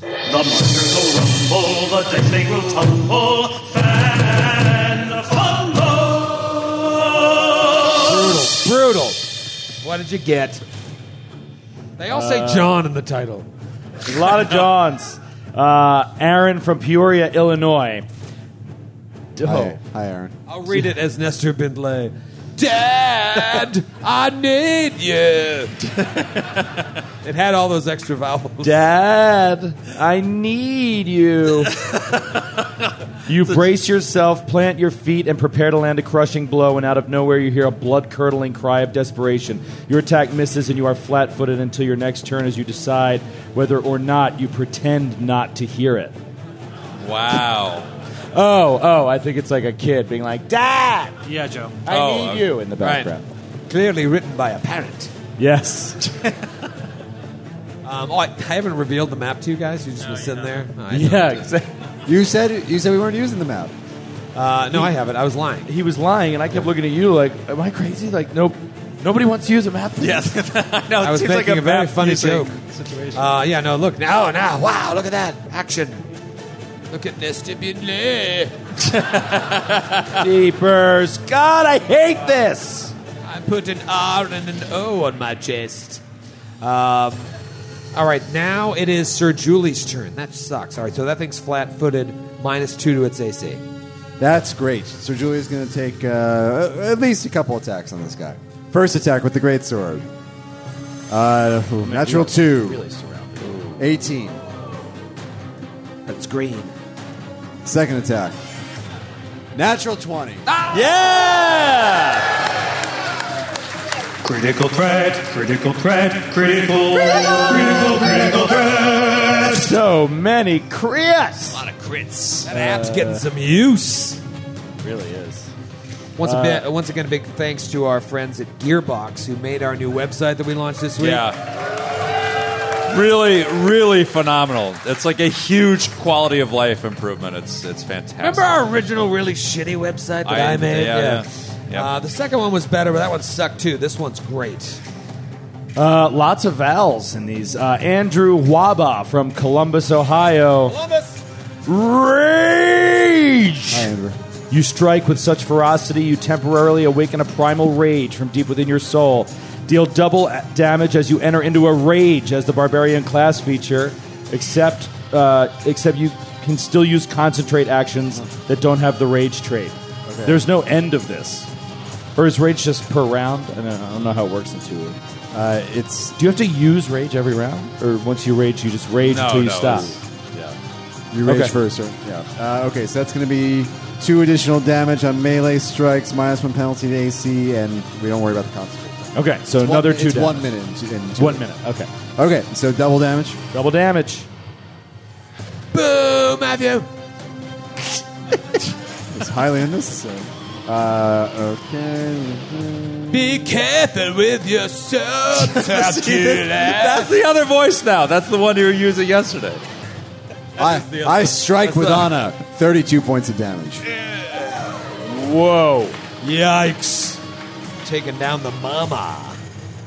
Speaker 29: The monsters will rumble, the dice they will tumble. Fan the fumble.
Speaker 15: Brutal. What did you get? They all say
Speaker 5: Uh,
Speaker 15: John in the title.
Speaker 5: A lot of Johns. Uh, Aaron from Peoria, Illinois. Oh.
Speaker 15: Hi.
Speaker 4: Hi, Aaron.
Speaker 15: I'll read it as Nestor Bindley. Dad, I need you. it had all those extra vowels.
Speaker 5: Dad, I need you. you brace yourself, plant your feet, and prepare to land a crushing blow, and out of nowhere you hear a blood curdling cry of desperation. Your attack misses, and you are flat footed until your next turn as you decide whether or not you pretend not to hear it.
Speaker 3: Wow.
Speaker 5: Oh, oh, I think it's like a kid being like, Dad!
Speaker 2: Yeah, Joe.
Speaker 5: I
Speaker 15: Oh,
Speaker 5: need
Speaker 15: uh,
Speaker 5: you in the background.
Speaker 15: Clearly written by a parent.
Speaker 5: Yes.
Speaker 15: Um, oh, I, I haven't revealed the map to you guys. You've just been sitting there. Oh, I know.
Speaker 5: yeah, exactly.
Speaker 4: You said you said we weren't using the map.
Speaker 15: Uh, no, I haven't. I was lying.
Speaker 5: He was lying, and I kept looking at you like, "Am I crazy?" Like, nope. Nobody wants to use a map.
Speaker 3: Yes, I know.
Speaker 15: I was making a, very funny joke.
Speaker 2: Situation.
Speaker 15: Uh, yeah, no, look. Now, now. Wow, look at that. Action. Look at Nestor Bindley.
Speaker 5: Jeepers. God, I hate this.
Speaker 15: I put an R and an O on my chest. Um, all right, now it is Sir Julie's turn. That sucks. All right, so that thing's flat footed, minus two to its AC.
Speaker 4: That's great. So Julia's going to take uh, at least a couple attacks on this guy. First attack with the great sword. Uh, ooh, natural two. Eighteen.
Speaker 15: That's green.
Speaker 4: Second attack. Natural twenty.
Speaker 15: Ah!
Speaker 5: Yeah.
Speaker 29: Critical threat, critical threat, critical, critical, critical threat.
Speaker 5: So many crits. A
Speaker 3: lot of crits.
Speaker 15: That app's getting some use.
Speaker 5: Really is.
Speaker 15: Once,
Speaker 5: Uh,
Speaker 15: a bit, once again, a big thanks to our friends at Gearbox who made our new website that we launched this week.
Speaker 3: Yeah. Really, really phenomenal. It's like a huge quality of life improvement. It's it's fantastic.
Speaker 15: Remember our original really shitty website that I,
Speaker 3: I-
Speaker 15: made?
Speaker 3: yeah, yeah.
Speaker 15: Uh, the second one was better, but that one sucked too. This one's great.
Speaker 5: Uh, lots of vowels in these. Uh, Andrew Waba from Columbus, Ohio. Rage! You strike with such ferocity, you temporarily awaken a primal rage from deep within your soul. Deal double a- damage as you enter into a rage as the barbarian class feature, except uh, except you can still use concentrate actions that don't have the rage trait.
Speaker 4: Okay.
Speaker 5: There's no end of this.
Speaker 4: Or is rage just per round? I don't know, I don't know how it works in two. Uh, it's. Do you have to use rage every round, or once you rage, you just rage
Speaker 3: Oh,
Speaker 2: No,
Speaker 4: until you
Speaker 2: no,
Speaker 4: stop?
Speaker 2: it's- You rage
Speaker 4: Okay.
Speaker 2: first, sir. Yeah. Uh, okay, so that's going to be two additional damage on melee strikes, minus one penalty to AC, and we don't worry about the consequences.
Speaker 4: Okay, so
Speaker 2: It's one-
Speaker 4: another two
Speaker 2: It's
Speaker 4: damage.
Speaker 2: one minute. and two- and two
Speaker 4: One
Speaker 2: minutes.
Speaker 4: minute, okay.
Speaker 2: Okay, so double damage.
Speaker 4: Double damage.
Speaker 5: Boo, Matthew.
Speaker 2: It's highly unnecessary. Uh, okay.
Speaker 30: Be careful with your subtitles.
Speaker 3: That's the other voice now. That's the one you were using yesterday.
Speaker 2: I, I strike with honor. 32 points of damage.
Speaker 4: Whoa.
Speaker 30: Yikes. Taking down the mama.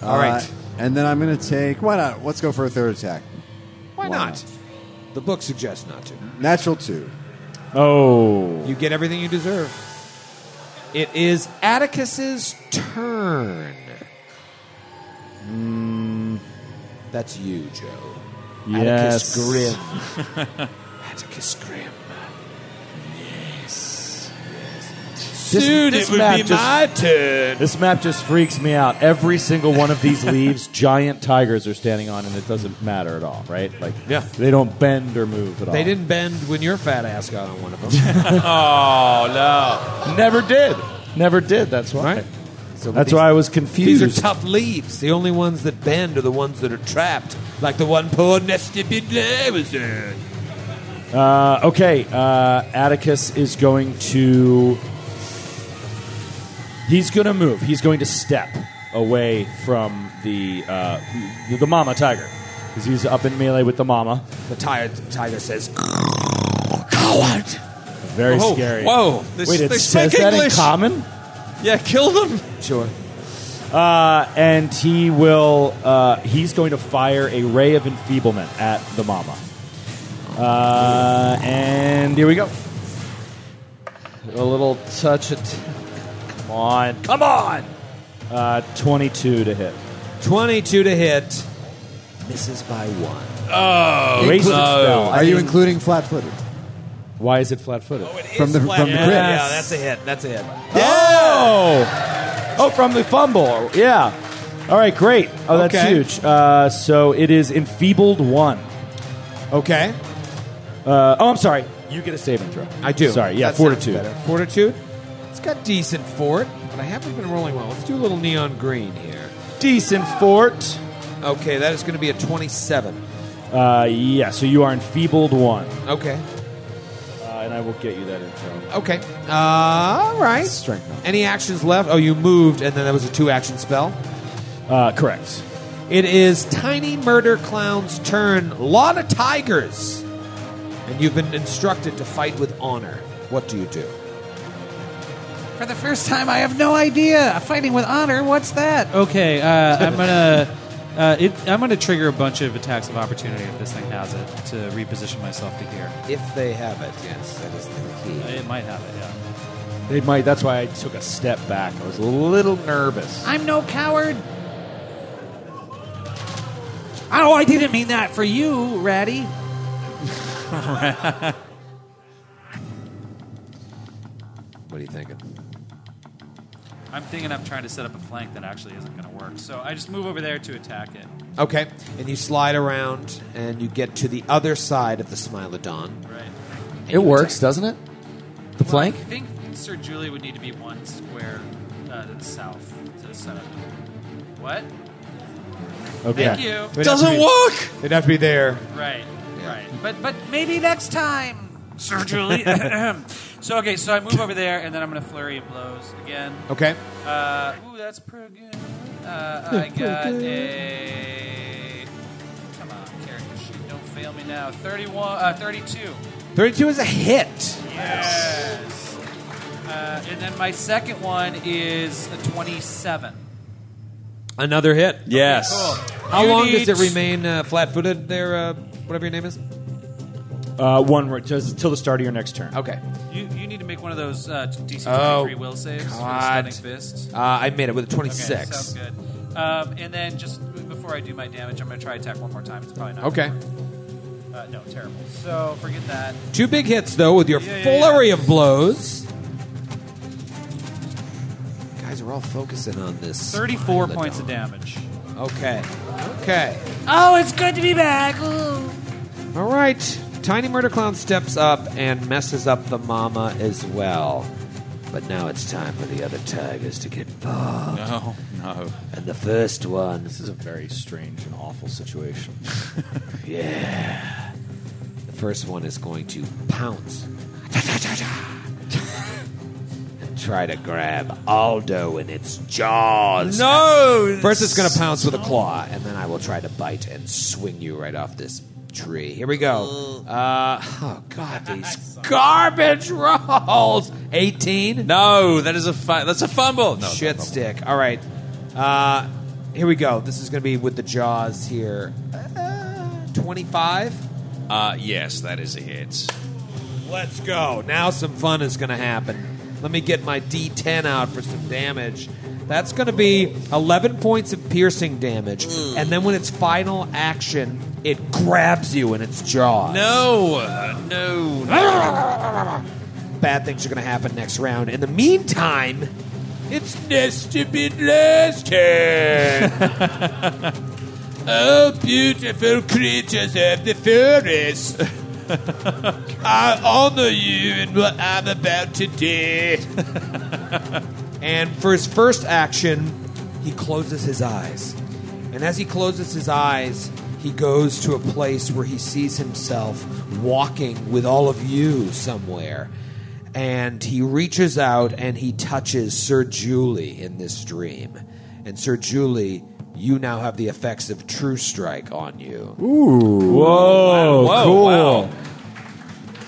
Speaker 30: All right.
Speaker 2: Uh, And then I'm going to take. Why not? Let's go for a third attack.
Speaker 5: Why, not? The book suggests not to.
Speaker 2: Natural 2.
Speaker 4: Oh.
Speaker 5: You get everything you deserve. It is Atticus's turn. Hmm. That's you, Joe.
Speaker 4: Yes.
Speaker 5: Atticus Grimm. Atticus Grimm. Yes.
Speaker 30: Soon it will be my turn.
Speaker 4: This map just freaks me out. Every single one of these leaves, giant tigers are standing on, and it doesn't matter at all, right? Like, yeah, they don't bend or move at all.
Speaker 5: They didn't bend when your fat ass got on one of them.
Speaker 3: oh
Speaker 4: no! Never did. Never did. That's why.
Speaker 5: So
Speaker 4: That's
Speaker 5: these-
Speaker 4: why I was confused.
Speaker 5: These are tough leaves. The only ones that bend are the ones that are trapped, like the one poor Nesty Bidley was in.
Speaker 4: Uh, okay, uh, Atticus is going to. He's going to move. He's going to step away from the uh, the, the mama tiger because he's up in melee with the mama.
Speaker 5: The tiger tiger says,
Speaker 4: "Coward." Very
Speaker 5: Oh,
Speaker 3: Whoa,
Speaker 4: scary.
Speaker 3: whoa, Oh, they-
Speaker 4: Wait, it
Speaker 3: they
Speaker 4: says
Speaker 3: speak
Speaker 4: that
Speaker 3: English.
Speaker 4: in common.
Speaker 3: Yeah, kill them.
Speaker 5: Sure.
Speaker 4: Uh, and he will. Uh, he's going to fire a ray of enfeeblement at the mama. Uh, and here we go. A little touch it. Come on. Come on. Uh, 22 to hit.
Speaker 5: 22 to hit. Misses by one.
Speaker 3: Oh,
Speaker 4: Wasted
Speaker 3: no.
Speaker 4: spell.
Speaker 2: Are you including flat footed?
Speaker 4: Why is it flat footed? Oh, it
Speaker 2: From the- flat- from the
Speaker 5: yeah,
Speaker 2: crit.
Speaker 5: yeah, that's a hit. That's a hit.
Speaker 4: Oh! Oh, from the fumble. Yeah. All right, great. Oh, that's
Speaker 5: Okay.
Speaker 4: huge. Uh, so it is enfeebled one.
Speaker 5: Okay.
Speaker 4: Uh, oh, I'm sorry. You get a saving throw.
Speaker 5: I do.
Speaker 4: Sorry, yeah,
Speaker 5: That
Speaker 4: fortitude.
Speaker 5: sounds better. Fortitude? It's got decent fort, but I haven't been rolling well. Let's do a little neon green here.
Speaker 4: Decent fort.
Speaker 5: Okay, that is going to be a 27.
Speaker 4: Uh, yeah, so you are enfeebled one.
Speaker 5: Okay.
Speaker 4: Uh, and I will get you that info.
Speaker 5: Okay. Uh, all right.
Speaker 4: Strength
Speaker 5: Any actions left? Oh, you moved, and then that was a two action spell?
Speaker 4: Uh, correct.
Speaker 5: It is Tiny Murder Clown's turn. Lot of tigers. And you've been instructed to fight with honor. What do you do?
Speaker 31: For the first time, I have no idea. Fighting with honor, what's that?
Speaker 1: Okay, uh, I'm gonna. Uh, it, I'm going to trigger a bunch of attacks of opportunity if this thing has it to reposition myself to here.
Speaker 5: If they have it, yes, that is the key.
Speaker 1: It might have it, yeah.
Speaker 4: They might. That's why I took a step back. I was a little nervous.
Speaker 31: I'm no coward. Oh, I didn't mean that for you, Ratty.
Speaker 5: What are you thinking?
Speaker 1: I'm thinking I'm trying to set up a flank that actually isn't going to work. So I just move over there to attack it.
Speaker 5: Okay, and you slide around and you get to the other side of the Smilodon.
Speaker 1: Right.
Speaker 5: And
Speaker 4: It
Speaker 5: you
Speaker 4: works,
Speaker 5: attack.
Speaker 4: doesn't it? The
Speaker 1: Well,
Speaker 4: flank?
Speaker 1: I think Sir Julie would need to be one square uh, to the south to set up. What?
Speaker 4: Okay.
Speaker 1: Thank you.
Speaker 5: They'd have to be- They'd have to be there.
Speaker 1: Right. Right. But but maybe next time, Sir Julie. so okay, so I move over there, and then I'm gonna flurry of blows again.
Speaker 5: Okay.
Speaker 1: Uh, ooh, that's pretty good. Uh, I
Speaker 5: Pretty
Speaker 1: got
Speaker 5: good.
Speaker 1: a. Come on, character sheet, don't fail me now. Thirty-one, uh, thirty-two.
Speaker 5: 32 is a hit.
Speaker 1: Yes. Uh, and then my second one is a 27.
Speaker 5: Another hit.
Speaker 3: Yes.
Speaker 15: oh,
Speaker 5: How
Speaker 1: You
Speaker 5: long
Speaker 1: need-
Speaker 5: does it remain uh, flat footed there, uh, whatever your name is?
Speaker 4: Uh, one ro- just till the start of your next turn.
Speaker 5: Okay.
Speaker 1: You, you need to make one of those uh, DC
Speaker 5: Oh,
Speaker 1: 23 will saves for the
Speaker 5: God.
Speaker 1: stunning fist.
Speaker 5: Uh, I made it with a
Speaker 1: Okay,
Speaker 5: 26.
Speaker 1: sounds good. Um, and then just before I do my damage, I'm going to try attack one more time. It's probably not. gonna
Speaker 5: Okay.
Speaker 1: work. Uh, no, terrible. So forget that.
Speaker 5: Two big hits, though, with your
Speaker 1: Yeah, yeah,
Speaker 5: flurry of blows. guys are all focusing on this.
Speaker 1: 34 points of damage.
Speaker 5: Okay. Okay.
Speaker 32: Oh, it's good to be back. Ooh.
Speaker 5: All right. Tiny Murder Clown steps up and messes up the mama as well. But now it's time for the other tigers to get involved.
Speaker 3: No, no.
Speaker 5: And the first one.
Speaker 33: This is a very strange and awful situation.
Speaker 5: yeah. The first one is going to pounce and try to grab Aldo in its jaws.
Speaker 34: No!
Speaker 5: First, it's going to pounce with a claw, and then I will try to bite and swing you right off this tree. Here we go. Uh, oh, God, these garbage rolls. 18?
Speaker 3: No, that is a fi- that's a fumble. No,
Speaker 5: Shit stick. All right. Uh, here we go. This is going to be with the jaws here. 25?
Speaker 3: Uh, yes, that is a hit.
Speaker 5: Let's go. Now some fun is going to happen. Let me get my D10 out for some damage. That's going to be 11 points of piercing damage.
Speaker 2: Hmm.
Speaker 5: And then when it's final action, it grabs you in its jaw.
Speaker 3: No, uh, no, no.
Speaker 5: Bad things are going to happen next round. In the meantime, it's Nesty Bit Last turn. oh, beautiful creatures of the forest. I honor you in what I'm about to do. and for his first action, he closes his eyes. And as he closes his eyes, he goes to a place where he sees himself walking with all of you somewhere. And he reaches out and he touches Sir Julie in this dream. And Sir Julie, you now have the effects of True Strike on you.
Speaker 2: Ooh.
Speaker 5: Whoa,
Speaker 2: Wow, cool.
Speaker 5: wow.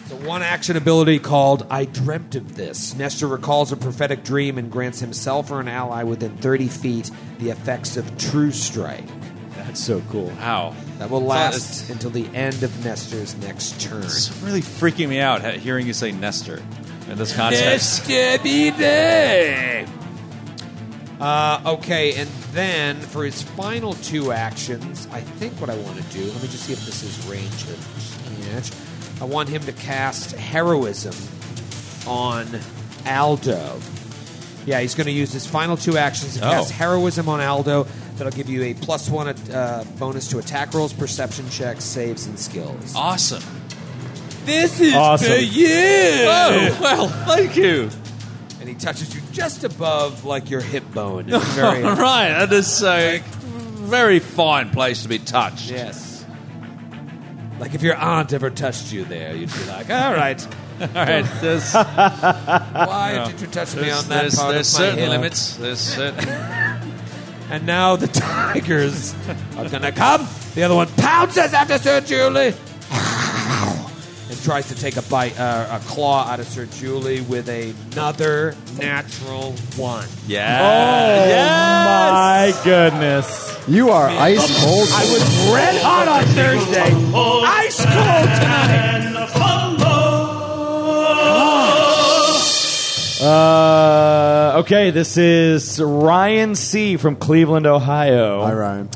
Speaker 5: It's a one action ability called I Dreamt of This. Nestor recalls a prophetic dream and grants himself or an ally within 30 feet the effects of True Strike.
Speaker 33: That's so cool.
Speaker 3: How?
Speaker 5: That will
Speaker 3: It's
Speaker 5: last until the end of Nestor's next turn.
Speaker 3: It's really freaking me out he- hearing you say Nestor in this context.
Speaker 5: Nestor be there. Uh, okay, and then for his final two actions, I think what I want to do, let me just see if this is range of catch. I want him to cast heroism on Aldo. Yeah, he's going to use his final two actions to
Speaker 3: Oh.
Speaker 5: cast heroism on Aldo. That'll give you a plus one uh, bonus to attack rolls, perception checks, saves, and skills.
Speaker 3: Awesome.
Speaker 5: This is
Speaker 3: Awesome.
Speaker 5: for you.
Speaker 3: Oh, well, thank you.
Speaker 5: And he touches you just above, like your hip bone. It's very
Speaker 3: All right, that is a very fine place to be touched. Yes.
Speaker 5: Like if your aunt ever touched you there, you'd be like, all right.
Speaker 3: All right, this-
Speaker 5: Why
Speaker 3: No.
Speaker 5: did you touch me
Speaker 3: There's-
Speaker 5: on that
Speaker 3: there's-
Speaker 5: part
Speaker 3: there's
Speaker 5: of my
Speaker 3: certain
Speaker 5: hip?
Speaker 3: limits. There's certain.
Speaker 5: And now the tigers are going to come. The other one pounces after Sir Julie and tries to take a bite, uh, a claw out of Sir Julie with another natural one.
Speaker 3: Yeah.
Speaker 4: Oh
Speaker 3: Yes!
Speaker 4: my goodness!
Speaker 2: You are ice cold.
Speaker 4: I was
Speaker 35: red hot on
Speaker 4: Thursday.
Speaker 35: Ice cold tonight.
Speaker 4: Uh, okay, this is Ryan C from Cleveland, Ohio. Hi,
Speaker 2: Ryan.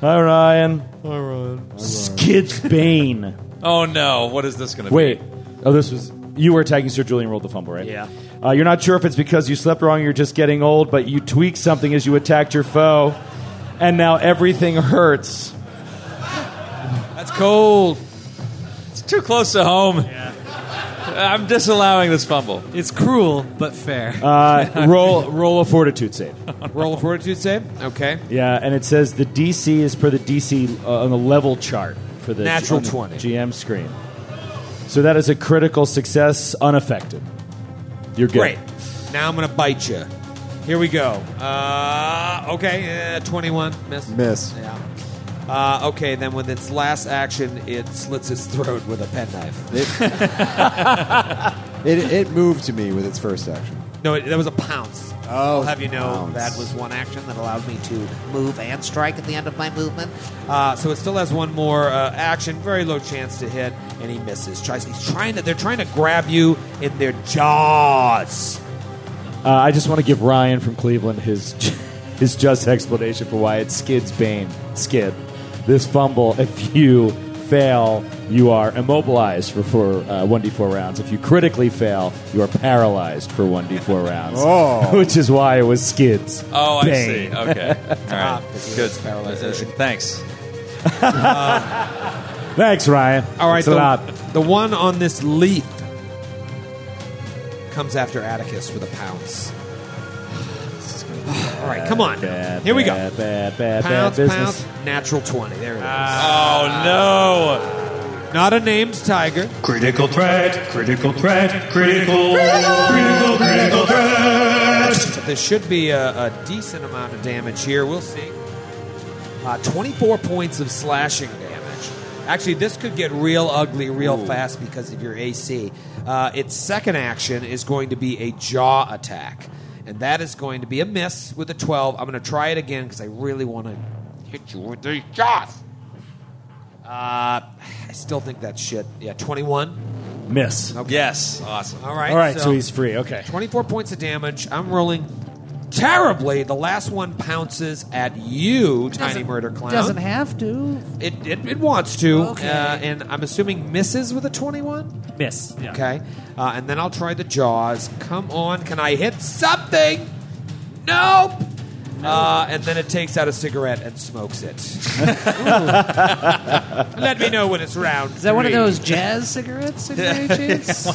Speaker 4: Hi, Ryan. Hi, Ryan. Skids Bane.
Speaker 3: Oh no! What is this going to be?
Speaker 4: Wait. Oh, this was you were attacking Sir Julian rolled the fumble, right?
Speaker 3: Yeah.
Speaker 4: Uh, you're not sure if it's because you slept wrong, or you're just getting old, but you tweaked something as you attacked your foe, and now everything hurts.
Speaker 5: That's cold.
Speaker 3: It's too close to home. I'm disallowing this fumble.
Speaker 1: It's cruel but fair.
Speaker 4: Uh, roll roll a fortitude save.
Speaker 5: Roll a fortitude save. Okay.
Speaker 4: Yeah, and it says the DC is per the DC uh, on the level chart for the
Speaker 5: Natural
Speaker 4: on the
Speaker 5: 20.
Speaker 4: GM screen. So that is a critical success, unaffected. You're good.
Speaker 5: Great. Now I'm going to bite you. Here we go. Uh, okay, uh, 21. Miss.
Speaker 2: Miss.
Speaker 5: Yeah. Uh, okay, then with its last action, it slits its throat with a penknife.
Speaker 2: It, it moved to me with its first action.
Speaker 5: no, it, that was a pounce.
Speaker 2: Oh,
Speaker 5: I'll have you know
Speaker 2: pounce.
Speaker 5: that was one action that allowed me to move and strike at the end of my movement. Uh, so it still has one more uh, action. Very low chance to hit, and he misses. Tries. He's trying to. They're trying to grab you in their jaws.
Speaker 4: Uh, I just want to give Ryan from Cleveland his his just explanation for why it's Skid's Bane. Skid, this fumble, if you fail, you are immobilized for four, uh, 1d4 rounds. If you critically fail, you are paralyzed for 1d4 rounds.
Speaker 3: Oh.
Speaker 4: Which is why it was skids.
Speaker 3: Oh, I
Speaker 4: Bane.
Speaker 3: see. Okay. All right. Good. Paralyzation. Thanks.
Speaker 4: Thanks, Ryan.
Speaker 5: All right,
Speaker 4: Thanks a
Speaker 5: the,
Speaker 4: lot.
Speaker 5: the one on this leaf comes after Atticus with a pounce. All right, come on.
Speaker 4: Bad,
Speaker 5: Here we go.
Speaker 4: bad, Bad, bad, bad
Speaker 5: pounce,
Speaker 4: business.
Speaker 5: pounce, natural 20. There it is.
Speaker 3: oh,
Speaker 5: no. Not a named tiger.
Speaker 36: Critical threat, critical threat, critical, critical, critical threat.
Speaker 5: There should be a, a decent amount of damage here. We'll see. Uh, 24 points of slashing damage. Actually, this could get real ugly real
Speaker 37: Ooh.
Speaker 5: fast because of your AC. Uh, its second action is going to be a jaw attack. And that is going to be a miss with a 12. I'm going to try it again because I really want to hit you with these jaws. Uh, I still think that's shit. Yeah, 21.
Speaker 4: Miss.
Speaker 3: Yes. Awesome.
Speaker 5: All right.
Speaker 4: All right, so he's free. Okay.
Speaker 5: 24 points of damage. I'm rolling terribly. The last one pounces at you, Tiny Murder Clown.
Speaker 2: Doesn't have to.
Speaker 5: It, it, it wants to.
Speaker 2: Okay.
Speaker 5: Uh, and I'm assuming misses with a 21?
Speaker 38: Miss.
Speaker 5: Okay. Uh, and then I'll try the jaws. Come on. Can I hit something? Nope. Uh, and then it takes out a cigarette and smokes it. Let me know when it's round.
Speaker 2: Is that one of
Speaker 5: three.
Speaker 2: those jazz cigarettes? in there, Chase?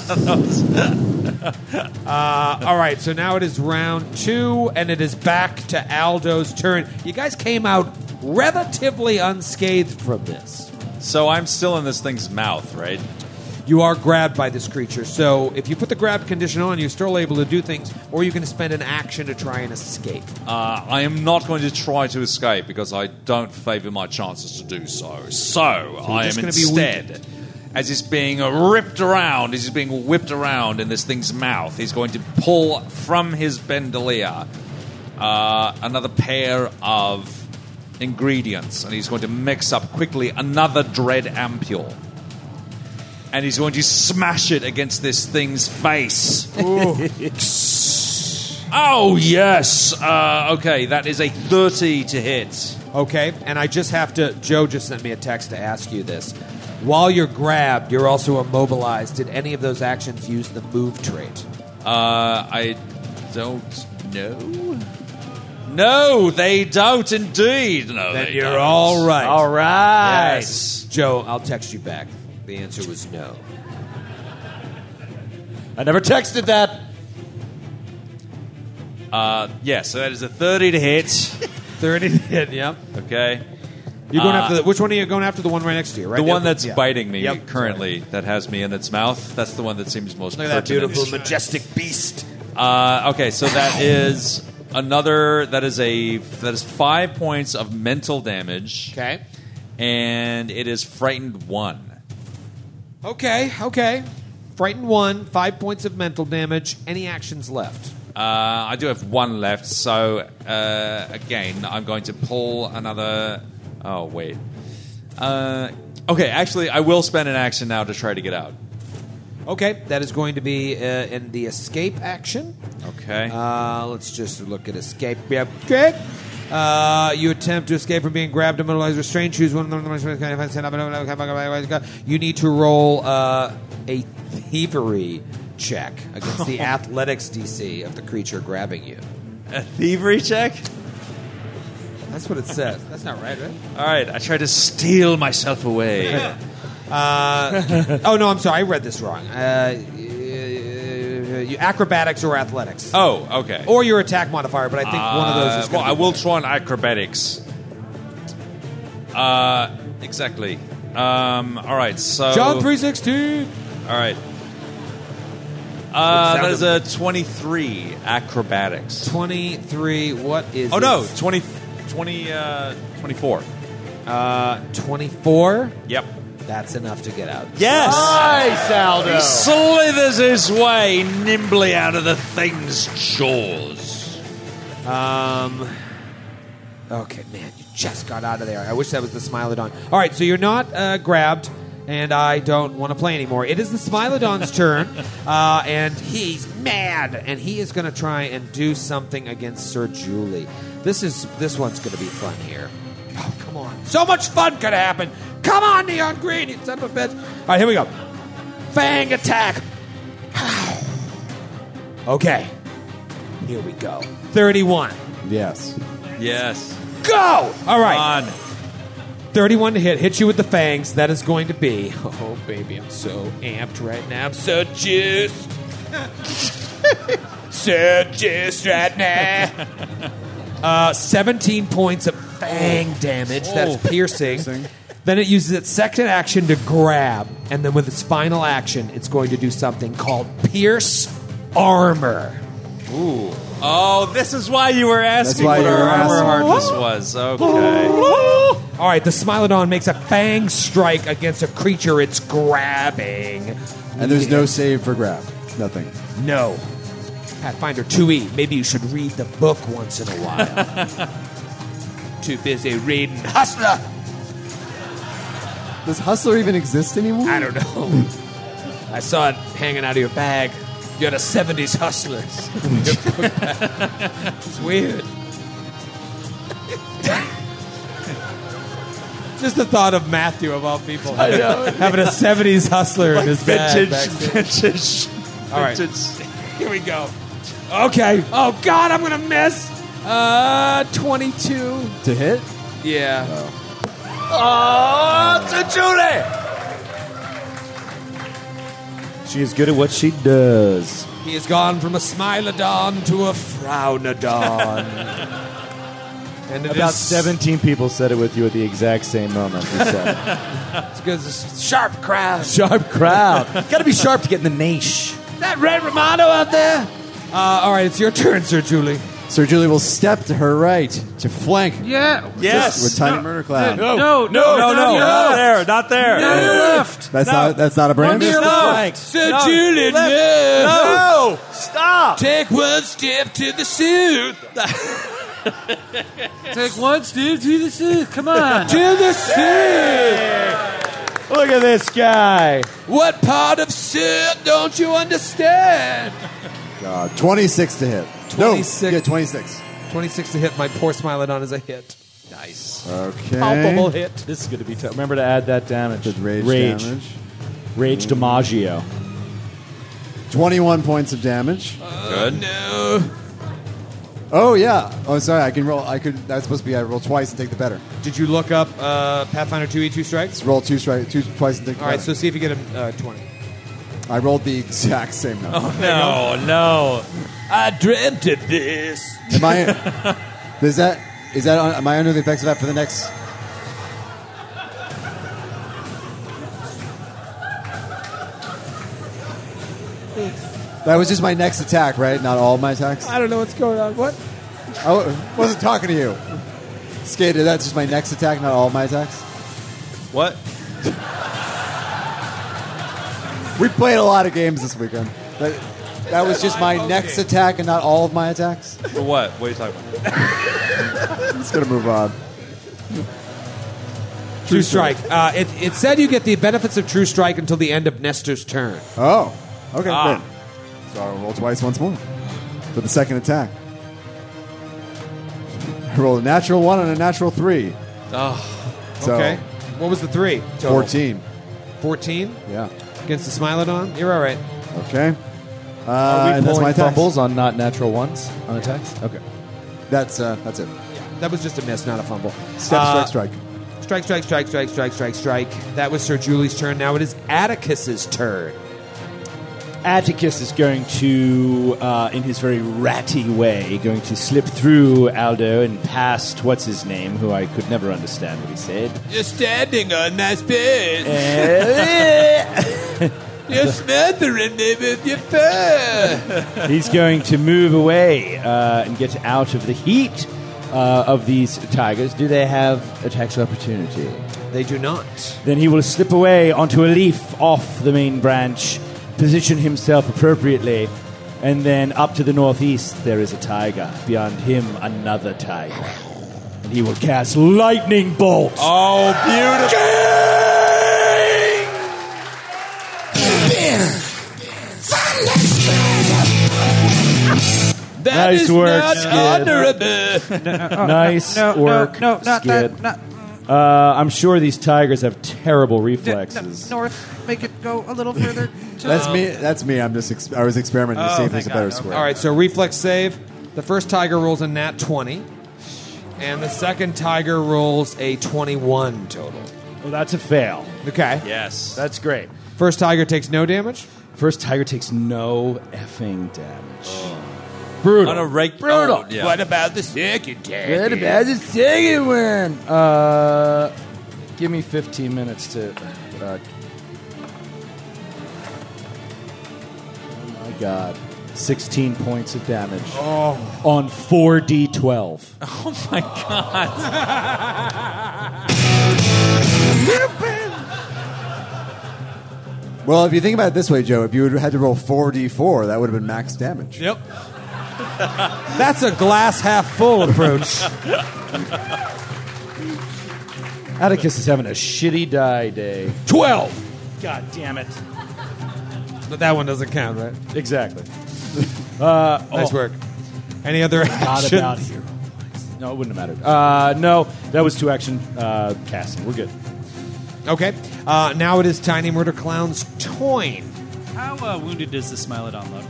Speaker 5: uh, all right, so now it is round two, and it is back to Aldo's turn. You guys came out relatively unscathed from this.
Speaker 3: So I'm still in this thing's mouth, right?
Speaker 5: You are grabbed by this creature, so if you put the grab condition on, you're still able to do things, or you can spend an action to try and escape.
Speaker 3: Uh, I am not going to try to escape because I don't favour my chances to do so. So, I
Speaker 5: just
Speaker 3: am
Speaker 5: gonna be weakened.
Speaker 3: instead, as it's being ripped around, as it's being whipped around in this thing's mouth, he's going to pull from his bandolier uh, another pair of ingredients, and he's going to mix up quickly another dread ampule. And he's going to smash it against this thing's face. Oh yes. Uh, okay, that is a thirty to hit.
Speaker 5: Okay, and I just have to. Joe just sent me a text to ask you this. While you're grabbed, you're also immobilized. Did any of those actions use the move trait?
Speaker 3: Uh, I don't know. No, they don't indeed. No,
Speaker 5: Then
Speaker 3: they
Speaker 5: you're
Speaker 3: don't.
Speaker 5: all right. All
Speaker 3: right.
Speaker 5: Yes. Joe, I'll text you back. The answer was no.
Speaker 4: I never texted that.
Speaker 3: Uh, yeah, so that is a thirty to hit.
Speaker 5: 30 to hit, yep.
Speaker 3: Okay.
Speaker 5: You're going
Speaker 3: Uh,
Speaker 5: after the, which one are you going after? The one right next to you, right?
Speaker 3: the one
Speaker 5: Yeah.
Speaker 3: that's
Speaker 5: Yeah.
Speaker 3: biting me
Speaker 5: Yep.
Speaker 3: currently, that has me in its mouth. That's the one that seems most
Speaker 5: Look at that
Speaker 3: pertinent.
Speaker 5: beautiful, majestic beast.
Speaker 3: Uh, okay, so that is another. That is a that is five points of mental damage.
Speaker 5: Okay,
Speaker 3: and it is frightened one.
Speaker 5: Okay, okay. Frightened one, five points of mental damage. Any actions left?
Speaker 3: Uh, I do have one left, so uh, again, I'm going to pull another. Oh wait. Uh, okay, actually, I will spend an action now to try to get out.
Speaker 5: Okay, that is going to be uh, in the escape action.
Speaker 3: Okay.
Speaker 5: Uh, let's just look at escape. Yep. Okay. Uh, you attempt to escape from being grabbed, immobilized, restrained. Choose one of the You need to roll uh, a thievery check against the athletics DC of the creature grabbing you.
Speaker 3: A thievery check?
Speaker 5: That's what it says. That's not right, right?
Speaker 3: All right, I try to steal myself away.
Speaker 5: Uh, oh no, I'm sorry. I read this wrong. Uh, you, acrobatics or athletics?
Speaker 3: Oh, okay.
Speaker 5: Or your attack modifier, but I think one of those is.
Speaker 3: Uh,
Speaker 5: gonna
Speaker 3: well, I
Speaker 5: be-
Speaker 3: will try on acrobatics. Uh, exactly. Um, all right, so
Speaker 5: John three sixteen.
Speaker 3: All right. Uh,
Speaker 5: It
Speaker 3: that is a
Speaker 5: sounded-
Speaker 3: twenty-three acrobatics.
Speaker 5: Twenty-three. What is?
Speaker 3: Oh no,
Speaker 5: it?
Speaker 3: 20, 20, uh, 24.
Speaker 5: Uh, 24?
Speaker 3: Yep.
Speaker 5: That's enough to get out.
Speaker 3: Yes.
Speaker 4: Nice, Aldo.
Speaker 3: He slithers his way nimbly out of the thing's jaws.
Speaker 5: Um. Okay, man, you just got out of there. I wish that was the Smilodon. All right, so you're not uh, grabbed, and I don't want to play anymore. It is the Smilodon's turn, uh, and he's mad, and he is going to try and do something against Sir Julie. This is this one's going to be fun here. Oh, come on. So much fun could happen. Come on, Neon Green, you son of a bitch. All right, here we go. Fang attack. Okay. Here we go. 31.
Speaker 2: Yes.
Speaker 3: Yes.
Speaker 5: Go! All right. 31 to hit. Hit you with the fangs. That is going to be. Oh, baby, I'm so amped right now. I'm so juiced. so juiced right now. Uh, 17 points of fang damage.
Speaker 39: Oh.
Speaker 5: That's piercing. then it uses its second action to grab. And then with its final action, it's going to do something called Pierce Armor.
Speaker 3: Ooh. Oh, this is why you were asking
Speaker 5: why
Speaker 3: what
Speaker 5: you
Speaker 3: our
Speaker 5: were
Speaker 3: armor
Speaker 5: asking.
Speaker 3: hardness was. Okay.
Speaker 5: All right, the Smilodon makes a fang strike against a creature it's grabbing.
Speaker 2: And there's no save for grab. Nothing.
Speaker 5: No. Pathfinder 2E, maybe you should read the book once in a while. Too busy reading Hustler!
Speaker 2: Does Hustler even exist anymore?
Speaker 5: I don't know. I saw it hanging out of your bag. You're the 70s hustlers. Your book bag. it's weird. Just the thought of Matthew, of all people,
Speaker 3: I know.
Speaker 5: having a 70s hustler in
Speaker 3: Like
Speaker 5: his bag
Speaker 3: vintage-
Speaker 5: backstage. All right.
Speaker 3: vintage.
Speaker 5: Here we go. Okay. Oh, God, I'm going to miss. Uh, 22.
Speaker 2: To hit?
Speaker 5: Yeah. Oh, it's a Julie!
Speaker 4: She is good at what she does.
Speaker 5: He has gone from a smilodon to a frownodon. and it
Speaker 4: About
Speaker 5: is-
Speaker 4: 17 people said it with you at the exact same moment. you said it.
Speaker 5: it's good. It's a sharp crowd.
Speaker 4: sharp crowd. Got to be sharp to get in the niche.
Speaker 5: That Red Romano out there. Uh, all right, it's your turn, Sir Julie.
Speaker 2: Sir Julie will step to her right to flank.
Speaker 1: Yeah.
Speaker 2: Yes. With Tiny
Speaker 1: No.
Speaker 2: Murder Cloud.
Speaker 1: No, no,
Speaker 3: No, no, no. Not
Speaker 1: left.
Speaker 3: there. Not there.
Speaker 1: No, to your left.
Speaker 2: That's not that's not a brand.
Speaker 5: Under left. Sir Julie, no.
Speaker 3: No. Stop.
Speaker 5: Take one step to the south.
Speaker 1: Take one, Steve. Do this. uh, Come on.
Speaker 5: to the south.
Speaker 4: Look at this guy.
Speaker 5: What part of south don't you understand?
Speaker 2: God. 26 Uh, to hit. No.
Speaker 5: 26.
Speaker 2: Yeah, 26.
Speaker 5: 26 to hit. My poor Smilodon is a hit.
Speaker 3: Nice.
Speaker 2: Okay.
Speaker 5: Palpable hit.
Speaker 4: This is going to be tough. Remember to add that damage.
Speaker 2: Rage,
Speaker 4: Rage.
Speaker 2: damage. Mm-hmm.
Speaker 4: Rage DiMaggio.
Speaker 2: 21 points of damage.
Speaker 3: Good.
Speaker 5: No.
Speaker 2: Oh yeah. Oh sorry, I can roll I could that's supposed to be I roll twice and take the better.
Speaker 5: Did you look up uh, Pathfinder 2E2 strikes?
Speaker 2: Roll two strike two twice and take the
Speaker 5: All right,
Speaker 2: better.
Speaker 5: so see if you get a uh, 20.
Speaker 2: I rolled the exact same number.
Speaker 3: No, no.
Speaker 5: I dreamt of this.
Speaker 2: Am I? Does that? Is that? On, am I under the effects of that for the next? That was just my next attack, right? Not all my attacks.
Speaker 5: I don't know what's going on. What?
Speaker 2: I w- wasn't talking to you. Skater, that's just my next attack, not all my attacks.
Speaker 3: What?
Speaker 2: We played a lot of games this weekend. That, that was just my next attack and not all of my attacks.
Speaker 3: For what? What are you talking about?
Speaker 2: It's gonna move on.
Speaker 5: True Strike. Uh, it, it said you get the benefits of True Strike until the end of Nestor's turn.
Speaker 2: Oh, okay.
Speaker 3: Ah.
Speaker 2: good. So I'll roll twice once more for the second attack. I rolled a natural one and a natural three. So
Speaker 5: okay. What was the three? total?
Speaker 2: 14.
Speaker 5: 14
Speaker 2: Yeah.
Speaker 5: against the Smilodon? You're all right.
Speaker 2: Okay. Uh,
Speaker 4: Are we
Speaker 2: and that's
Speaker 4: pulling
Speaker 2: my attacks.
Speaker 4: fumbles on not natural ones on attacks? Okay.
Speaker 2: That's, uh, that's it.
Speaker 5: That was just a miss, not a fumble.
Speaker 2: Step,
Speaker 5: Uh,
Speaker 2: strike, strike.
Speaker 5: Strike, strike, strike, strike, strike, strike, strike. That was Sir Julie's turn. Now it is Atticus's turn.
Speaker 4: Atticus is going to, uh, in his very ratty way, going to slip through Aldo and past what's his name, who I could never understand what he said.
Speaker 5: You're standing on my space.
Speaker 4: Eh.
Speaker 5: You're smothering me with your fur.
Speaker 4: He's going to move away uh, and get out of the heat uh, of these tigers. Do they have attacks of opportunity?
Speaker 5: They do not.
Speaker 4: Then he will slip away onto a leaf off the main branch, position himself appropriately, and then up to the northeast there is a tiger. Beyond him, another tiger. And he will cast lightning bolt.
Speaker 3: Oh, beautiful.
Speaker 40: That
Speaker 4: nice
Speaker 40: is
Speaker 4: work,
Speaker 40: not honorable.
Speaker 4: Skid.
Speaker 40: No, no, oh,
Speaker 4: nice
Speaker 40: no, no,
Speaker 4: work,
Speaker 40: no, not
Speaker 4: Skid.
Speaker 40: that,
Speaker 41: not-
Speaker 4: uh, I'm sure these tigers have terrible reflexes.
Speaker 41: North, make it go a little further. To
Speaker 2: That's me.
Speaker 5: Um,
Speaker 2: That's me. I'm just. Ex- I was
Speaker 4: Oh,
Speaker 2: experimenting
Speaker 5: oh,
Speaker 2: to see if there's a better square.
Speaker 15: All right, so reflex save. The first tiger rolls a nat 20, and the second tiger rolls a 21 total.
Speaker 4: Well, that's a fail.
Speaker 15: Okay.
Speaker 3: Yes.
Speaker 4: That's great.
Speaker 15: First tiger takes no damage?
Speaker 4: First tiger takes no effing damage. Brutal.
Speaker 3: On a reg-
Speaker 4: Brutal.
Speaker 3: oh, yeah.
Speaker 40: What about the second
Speaker 5: oh.
Speaker 40: tiger?
Speaker 4: What about the
Speaker 5: second one? Uh, give me 15 minutes to. Uh,
Speaker 4: Oh My God. 16 points of damage.
Speaker 3: Oh.
Speaker 4: On 4d12.
Speaker 3: Oh my god.
Speaker 2: Well, if you think about it this way, Joe, if you had had to roll four d four, that would have been max damage.
Speaker 15: Yep. That's a glass half full approach.
Speaker 4: Atticus is having a shitty die day.
Speaker 15: 12!
Speaker 4: God damn it.
Speaker 15: But that one doesn't count, right?
Speaker 4: Exactly. Uh,
Speaker 15: Nice
Speaker 4: oh.
Speaker 15: work. Any other
Speaker 4: Not
Speaker 15: action?
Speaker 4: about hero. No, it wouldn't have mattered. Uh, no, that was two action uh, casting. We're good.
Speaker 15: Okay. Uh, now it is Tiny Murder Clown's Toyn.
Speaker 1: How uh, wounded does the Smilodon look?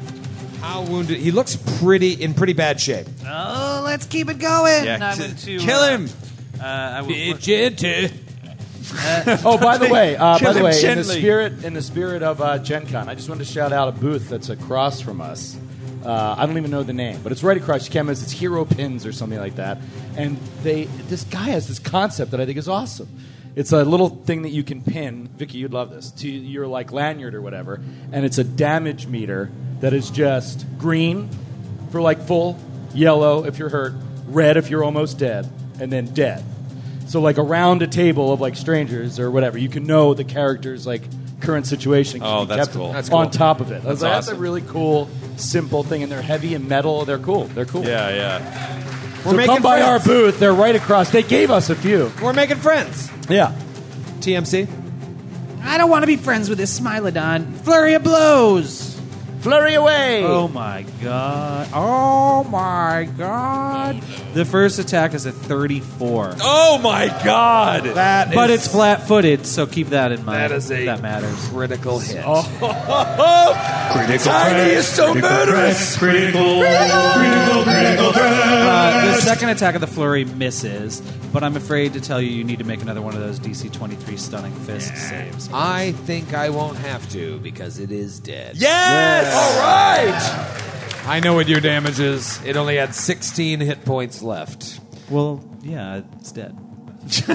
Speaker 15: How wounded? He looks pretty in pretty bad shape.
Speaker 41: Oh, let's keep it going.
Speaker 15: Yeah,
Speaker 41: I'm
Speaker 15: ki-
Speaker 41: going to,
Speaker 15: kill
Speaker 41: uh,
Speaker 15: him.
Speaker 41: Uh, I will look-
Speaker 5: oh, by the way, uh,
Speaker 4: Kill
Speaker 5: by the
Speaker 4: him
Speaker 5: way, in the
Speaker 4: gently.
Speaker 5: spirit in the spirit of uh, Gen Con, I just wanted to shout out a booth that's across from us. Uh, I don't even know the name, but it's right across. You can't miss. It's Hero Pins or something like that. And they, this guy has this concept that I think is awesome. It's a little thing that you can pin. Vicky, you'd love this to your like lanyard or whatever, and it's a damage meter that is just green for like full, yellow if you're hurt, red if you're almost dead, and then dead. So like around a table of like strangers or whatever, you can know the character's like current situation. 'cause
Speaker 3: Oh,
Speaker 5: you
Speaker 3: that's
Speaker 5: kept
Speaker 3: cool. That's
Speaker 5: On
Speaker 3: cool.
Speaker 5: top of it, I
Speaker 3: That's
Speaker 5: was like, a
Speaker 3: awesome.
Speaker 5: really cool, simple thing, and they're heavy and metal. They're cool. They're cool.
Speaker 3: Yeah, yeah.
Speaker 5: So
Speaker 15: We're making
Speaker 5: come by our
Speaker 15: friends.
Speaker 5: booth. They're right across. They gave us a few.
Speaker 15: We're making friends.
Speaker 5: Yeah.
Speaker 15: TMC.
Speaker 41: I don't want to be friends with this Smilodon. Flurry of blows.
Speaker 5: Flurry away.
Speaker 1: Oh my god.
Speaker 41: Oh my god.
Speaker 1: The first attack is a 34.
Speaker 3: Oh my god.
Speaker 15: That
Speaker 1: but
Speaker 15: is-
Speaker 1: it's flat footed, so keep that in mind.
Speaker 15: That is a
Speaker 1: that matters.
Speaker 15: critical hit.
Speaker 7: Critical
Speaker 1: Tiny
Speaker 7: threat,
Speaker 1: is so
Speaker 7: critical
Speaker 1: murderous.
Speaker 7: threat, Critical, critical, critical
Speaker 1: Uh, the
Speaker 7: threat.
Speaker 1: second attack of the flurry misses, but I'm afraid to tell you you need to make another one of those DC 23 stunning fist saves.
Speaker 15: I think I won't have to because it is dead.
Speaker 1: Yes!
Speaker 15: All right! I know what your damage is. It only had 16 hit points left.
Speaker 1: Well, yeah, it's dead.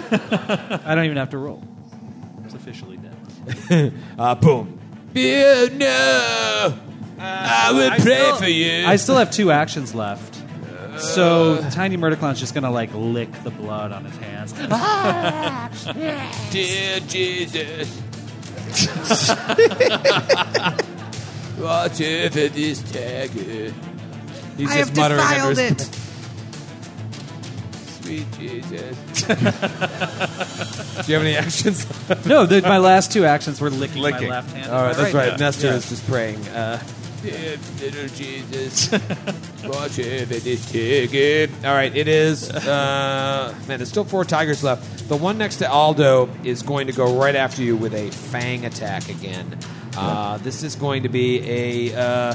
Speaker 1: I don't even have to roll. It's officially dead.
Speaker 15: uh, boom. Yeah, no! I would
Speaker 1: I
Speaker 15: pray
Speaker 1: still-
Speaker 15: for you. Uh.
Speaker 1: I still have two actions left. So Tiny Murderclown's just gonna like lick the blood on his hands.
Speaker 7: Dear Jesus.
Speaker 15: Watch out for this tiger. He's
Speaker 7: I
Speaker 15: just
Speaker 7: have
Speaker 15: muttering under
Speaker 7: defiled
Speaker 15: his
Speaker 7: it.
Speaker 15: Sweet Jesus. Do you have any actions?
Speaker 1: no, the, my last two actions were licking, my left hand.
Speaker 15: All right, that's right. Nestor
Speaker 1: Yeah.
Speaker 15: is just praying. Uh,
Speaker 7: Dear little Jesus.
Speaker 15: watch it, it is ticket. All right, it is. Uh, man, there's still four tigers left. The one next to Aldo is going to go right after you with a fang attack again. Uh, this is going to be a. Uh,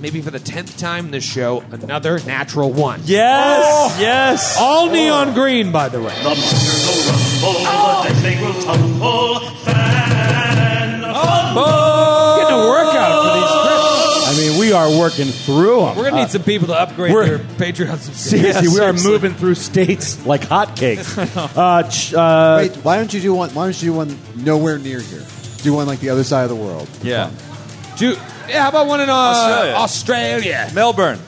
Speaker 15: Maybe for the tenth time this show, another natural one.
Speaker 3: Yes,
Speaker 4: oh!
Speaker 3: yes.
Speaker 15: All neon green, by the way.
Speaker 7: The monsters will rumble, the dead thing will tumble. Fan of
Speaker 15: Oh, getting a workout for these critics.
Speaker 4: I mean, we are working through them.
Speaker 15: We're gonna need some people to upgrade
Speaker 4: Uh, we're-
Speaker 15: their Patreon
Speaker 4: Seriously,
Speaker 15: subscription.
Speaker 4: we are moving through states like hotcakes. uh, ch- uh,
Speaker 2: Wait, why don't you do one? Why don't you do one nowhere near here? Do one like the other side of the world.
Speaker 3: Yeah.
Speaker 15: Do yeah, how about one in uh,
Speaker 3: Australia.
Speaker 15: Australia.
Speaker 3: Melbourne.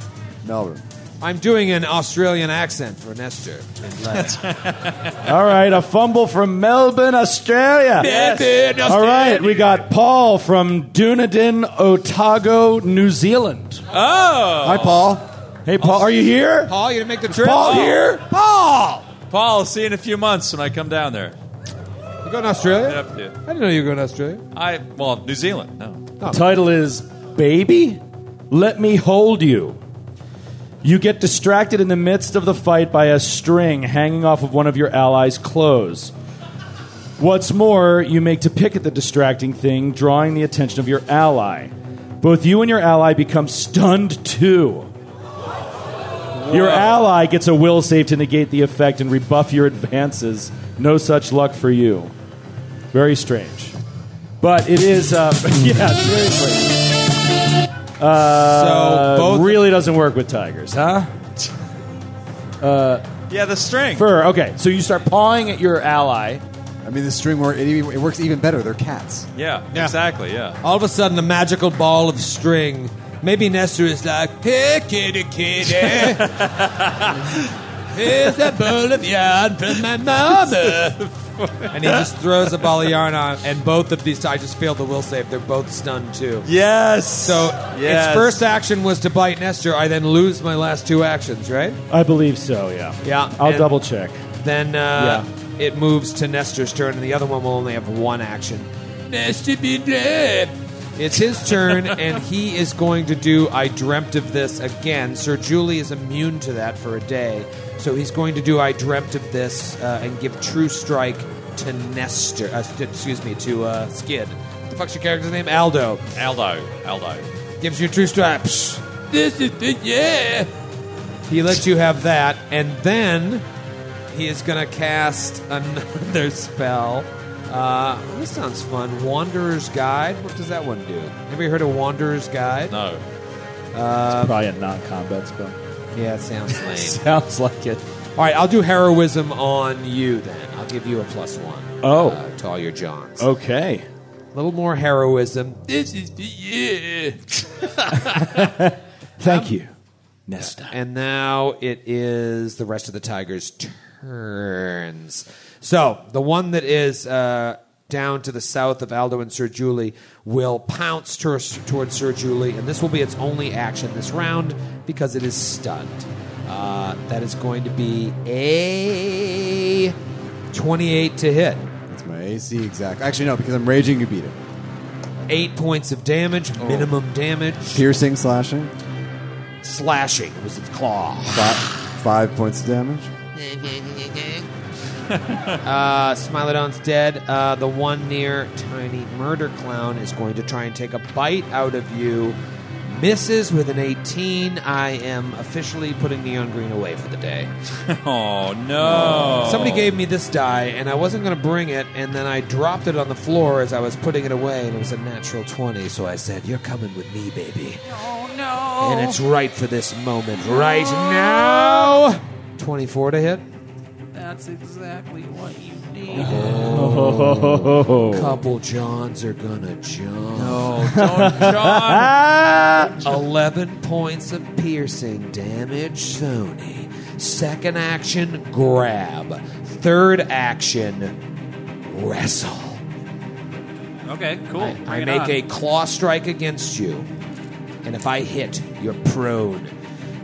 Speaker 2: Melbourne.
Speaker 15: I'm doing an Australian accent for Nestor. and Lev.
Speaker 4: all right, a fumble from Melbourne, Australia.
Speaker 15: Melbourne,
Speaker 4: All right, we got Paul from Dunedin, Otago, New Zealand.
Speaker 3: Oh.
Speaker 2: Hi, Paul.
Speaker 4: Hey, Paul, are you here?
Speaker 15: Paul, you didn't make the trip.
Speaker 4: Paul here?
Speaker 15: Paul.
Speaker 3: Paul, I'll see you in a few months when I come down there.
Speaker 15: You going to Australia?
Speaker 3: Get up to you.
Speaker 15: I didn't know you were going to Australia.
Speaker 3: I well, New Oh. Zealand. No.
Speaker 4: The title is Baby, Let Me Hold You. You get distracted in the midst of the fight by a string hanging off of one of your allies' clothes. What's more, you make to pick at the distracting thing, drawing the attention of your ally. Both you and your ally become stunned too. Your ally gets a will save to negate the effect and rebuff your advances. No such luck for you. Very strange. But it is, uh, yeah, seriously. Uh,
Speaker 3: So both-
Speaker 4: really doesn't work with tigers, huh? Uh,
Speaker 3: yeah, the string.
Speaker 4: Fur. Okay, so you start pawing at your ally.
Speaker 2: I mean, the string work. It, even- it works even better. They're cats.
Speaker 3: Yeah, exactly. Yeah.
Speaker 5: All of a sudden, the magical ball of string. Maybe Nestor is like, pick kitty kitty. Here's a ball of yarn from my mama. and he just throws a ball of yarn on, and both of these, I just failed the will save. They're both stunned too.
Speaker 3: Yes.
Speaker 5: So
Speaker 3: Yes.
Speaker 5: its first action was to bite Nestor. I then lose my last two actions, right?
Speaker 4: I believe so. Yeah.
Speaker 5: Yeah.
Speaker 4: I'll
Speaker 5: and
Speaker 4: double check.
Speaker 5: Then uh, it moves to Nestor's turn, and the other one will only have one action. Nestor be dead. It's his turn, and he is going to do I Dreamt of This again. Sir Julie is immune to that for a day. So he's going to do I Dreamt of This uh, and give True Strike to Nestor. Uh, st- excuse me, to uh, Skid. What the fuck's your character's name? Aldo.
Speaker 3: Aldo. Aldo.
Speaker 5: Gives you True Strike. Psh, this is the yeah. He lets you have that, and then he is going to cast another spell. Uh, this sounds fun. Wanderer's Guide. What does that one do? Have you heard of Wanderer's Guide?
Speaker 3: No.
Speaker 2: Um,
Speaker 5: Uh,
Speaker 4: Probably a non-combat spell.
Speaker 5: yeah, it sounds lame.
Speaker 4: Sounds like it.
Speaker 5: All right, I'll do heroism on you then. I'll give you a plus one.
Speaker 4: Oh.
Speaker 5: uh, to all your Johns.
Speaker 4: Okay.
Speaker 5: A little more heroism. This is yeah.
Speaker 4: Thank
Speaker 2: Um,
Speaker 4: you, Nestor.
Speaker 5: And now it is the rest of the Tigers' turns. So the one that is uh, down to the south of Aldo and Sir Julie will pounce tor- towards Sir Julie, and this will be its only action this round because it is stunned. Uh, that is going to be a 28 to hit.
Speaker 2: That's my AC exact. Actually, no, because I'm raging. You beat it.
Speaker 5: Eight points of damage, minimum damage.
Speaker 2: Piercing, slashing.
Speaker 5: Slashing was its claw.
Speaker 2: Five, five points of damage.
Speaker 5: uh, Smilodon's dead. Uh, the one near Tiny Murder Clown is going to try and take a bite out of you. Misses with an 18. I am officially putting Neon Green away for the day.
Speaker 3: Oh no!
Speaker 5: Somebody gave me this die, and I wasn't going to bring it, and then I dropped it on the floor as I was putting it away, and it was a natural 20, so I said, You're coming with me, baby.
Speaker 42: Oh no!
Speaker 5: And it's right for this moment, right now. 24 to hit.
Speaker 42: That's exactly what you need.
Speaker 5: Oh. Couple Johns are gonna jump. No,
Speaker 42: don't John.
Speaker 5: 11 points of piercing damage, Sony. Second action, grab. Third action, wrestle.
Speaker 43: Okay, cool.
Speaker 5: I make a claw strike against you, and if I hit, you're prone.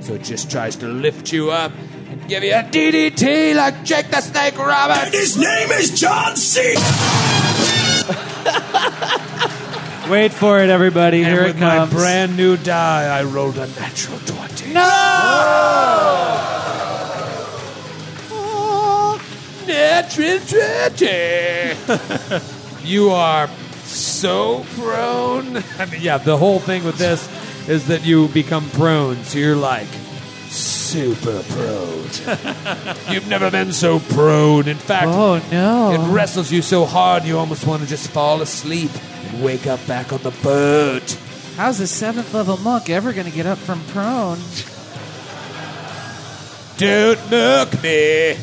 Speaker 5: So it just tries to lift you up and give you a DDT like Jake the Snake Roberts. And his name is John C.
Speaker 43: Wait for it, everybody.
Speaker 5: And
Speaker 43: Here
Speaker 5: with
Speaker 43: it
Speaker 5: my
Speaker 43: comes.
Speaker 5: brand new die, I rolled a natural 20. Oh, Natural 20. you are so prone. I mean, yeah, the whole thing with this is that you become prone, so you're like super prone. You've never been so prone. In fact,
Speaker 42: Oh, no.
Speaker 5: it wrestles you so hard you almost want to just fall asleep and wake up back on the boat.
Speaker 42: How's a seventh level monk ever going to get up from prone?
Speaker 5: Don't look me.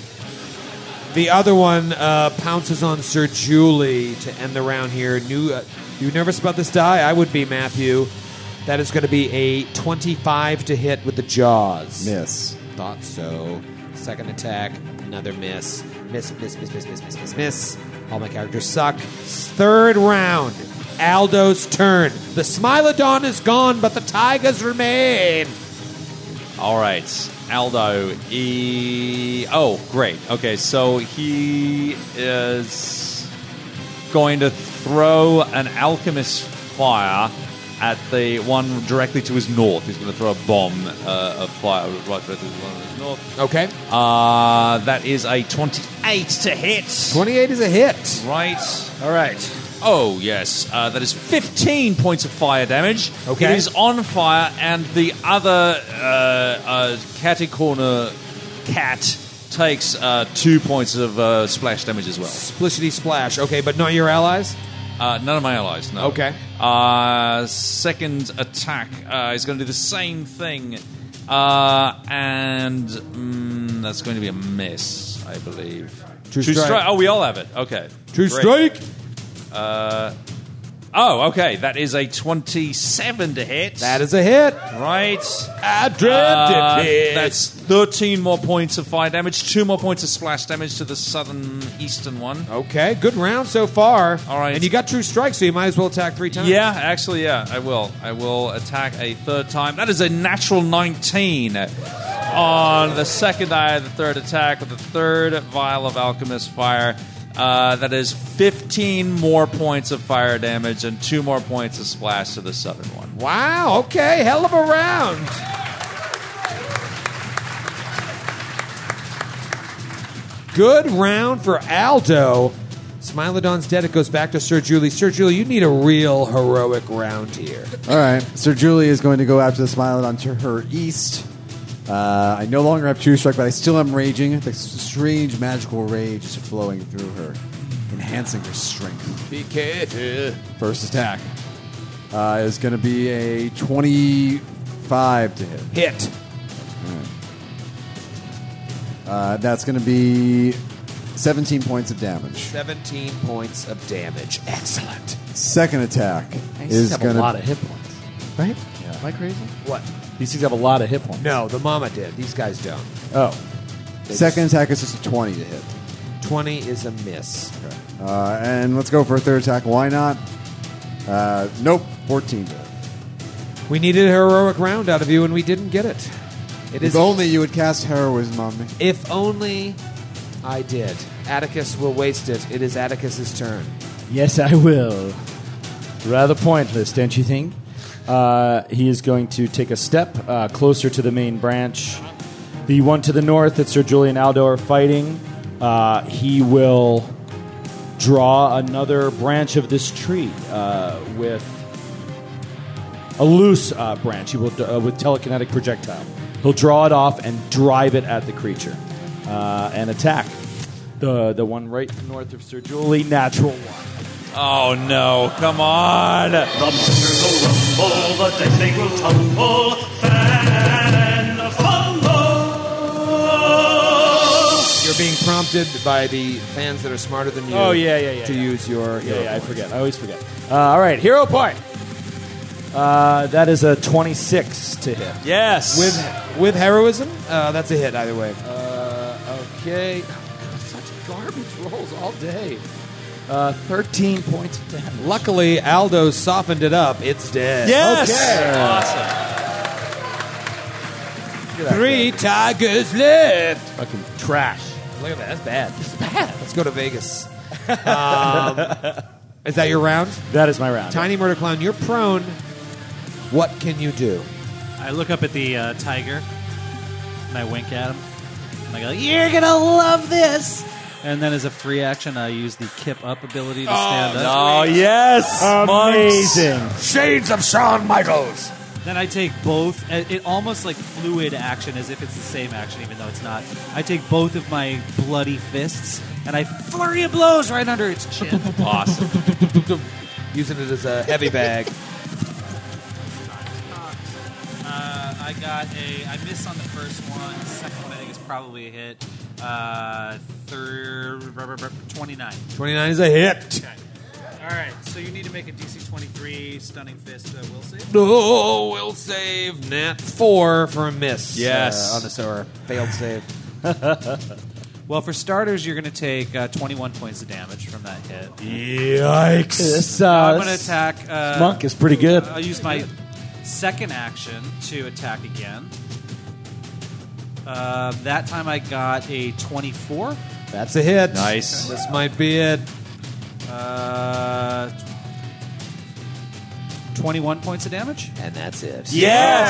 Speaker 5: The other one uh, pounces on Sir Julie to end the round here. New, uh, you nervous about this die? I would be, Matthew. That is going to be a 25 to hit with the jaws.
Speaker 2: Miss.
Speaker 5: Thought so. Second attack, another miss. Miss, miss, miss, miss, miss, miss, miss, miss. All my characters suck. Third round, Aldo's turn. The Smilodon is gone, but the Tigers remain.
Speaker 3: All right, Aldo. E. Oh, great. Okay, so he is going to throw an alchemist fire at the one directly to his north. He's going to throw a bomb uh, of fire right directly to the one to his north.
Speaker 15: Okay.
Speaker 3: Uh, that is a 28 to hit.
Speaker 15: 28 is a hit.
Speaker 3: Right. All right. Oh, yes. Uh, that is 15 points of fire damage.
Speaker 15: Okay.
Speaker 3: It is on fire, and the other uh, uh, catty corner cat takes uh, two points of uh, splash damage as well.
Speaker 15: Splishity splash. Okay, but not your allies?
Speaker 3: Uh, none of my allies, no.
Speaker 15: Okay.
Speaker 3: Uh, second attack uh, is going to do the same thing. Uh, and mm, that's going to be a miss, I believe.
Speaker 15: True strike.
Speaker 3: Oh, we all have it. Okay.
Speaker 15: True
Speaker 3: Great. Uh, oh, okay. That is a 27 to hit. That
Speaker 15: is a hit.
Speaker 3: Right.
Speaker 15: I
Speaker 3: Uh,
Speaker 15: dreamt it.
Speaker 3: That's 13 more points of fire damage, two more points of splash damage to the southern eastern one.
Speaker 15: Okay, good round so far.
Speaker 3: All right.
Speaker 15: Oh. And you got true strike, so you might as well attack three times.
Speaker 3: Yeah, actually, yeah, I will. I will attack a third time. That is a natural 19 on the second eye of the third attack with the third vial of alchemist fire. Uh, that is 15 more points of fire damage and two more points of splash to the southern one.
Speaker 15: Wow, okay, hell of a round. Good round for Aldo. Smilodon's dead. It goes back to Sir Julie. Sir Julie, you need a real heroic round here.
Speaker 4: All right. Sir Julie is going to go after the Smilodon onto her east. Uh, I no longer have True Strike, but I still am raging. The s- strange magical rage is flowing through her, enhancing her strength.
Speaker 15: Be careful.
Speaker 4: First attack uh, is going to be a 25 to hit.
Speaker 15: Hit.
Speaker 4: Uh, that's going to be 17 points of damage.
Speaker 15: 17 points of damage. Excellent.
Speaker 4: Second attack
Speaker 5: These things
Speaker 4: is
Speaker 5: have
Speaker 4: going
Speaker 5: a
Speaker 4: to
Speaker 5: lot of hit points. Right? Am I crazy?
Speaker 15: What?
Speaker 5: These things have a lot of hit points.
Speaker 15: No, the mama did. These guys don't.
Speaker 5: Oh.
Speaker 4: Second attack is just a 20 to hit.
Speaker 15: 20 is a miss.
Speaker 4: Uh, and let's go for a third attack. Why not? Uh, nope, 14 to hit.
Speaker 15: We needed a heroic round out of you, and we didn't get it. It
Speaker 4: if
Speaker 15: is
Speaker 4: only you would cast heroism on me.
Speaker 15: If only I did. Atticus will waste it. It is Atticus's turn.
Speaker 5: Yes, I will. Rather pointless, don't you think? Uh, he is going to take a step uh, closer to the main branch. The one to the north that Sir Julian Aldo are fighting, uh, he will draw another branch of this tree uh, with a loose uh, branch. He will uh, with telekinetic projectile. He'll draw it off and drive it at the creature uh, and attack the the one right north of Sir Julie. Natural one.
Speaker 3: Oh no! Come on!
Speaker 29: The monsters will rumble, the dead they will tumble, fan a fumble.
Speaker 15: You're being prompted by the fans that are smarter than you.
Speaker 5: Oh, yeah, yeah, yeah,
Speaker 15: To
Speaker 5: yeah.
Speaker 15: use your
Speaker 5: Yeah,
Speaker 15: hero
Speaker 5: yeah, I
Speaker 15: points.
Speaker 5: forget. I always forget. Uh, all right, hero point. Uh, that is a twenty-six to hit.
Speaker 3: Yes.
Speaker 15: With with heroism, uh, that's a hit either way.
Speaker 5: Uh, okay. Such garbage rolls all day. Uh, Thirteen points of damage.
Speaker 15: Luckily, Aldo softened it up. It's dead.
Speaker 3: Yes.
Speaker 15: Okay.
Speaker 3: Awesome.
Speaker 15: Three tigers left.
Speaker 5: Fucking trash.
Speaker 15: Look at that. That's bad. That's bad. Let's go to Vegas. um, is that your round?
Speaker 5: That is my round.
Speaker 15: Tiny murder clown, you're prone. What can you do?
Speaker 2: I look up at the uh, tiger and I wink at him. And I go, You're going to love this! And then as a free action, I use the kip up ability to stand up.
Speaker 3: Oh yes!
Speaker 5: Amazing.
Speaker 1: Shades of Shawn Michaels.
Speaker 2: Then I take both. It it almost like fluid action, as if it's the same action, even though it's not. I take both of my bloody fists and I flurry of blows right under its chin.
Speaker 3: Awesome.
Speaker 15: Using it as a heavy bag.
Speaker 2: Uh, I got a. I missed on the first one. Second one I think is probably a hit. Uh, third, br- br- br- 29.
Speaker 15: 29 is a hit.
Speaker 2: All right, so you need to make a DC 23 stunning fist. Uh, will save.
Speaker 15: Oh, we'll save Nat 4 for a miss.
Speaker 3: Yes.
Speaker 15: Uh, on this or failed save.
Speaker 2: Well, for starters, you're going to take uh, 21 points of damage from that hit.
Speaker 15: Yikes.
Speaker 5: This, uh,
Speaker 2: I'm going to
Speaker 5: this
Speaker 2: attack. Uh,
Speaker 5: monk is pretty good.
Speaker 2: I'll use my second action to attack again. Uh, that time I got a 24.
Speaker 15: That's a hit.
Speaker 3: Nice.
Speaker 15: This might be it.
Speaker 2: Uh,
Speaker 44: 21 points of damage.
Speaker 5: And that's it.
Speaker 44: Yes!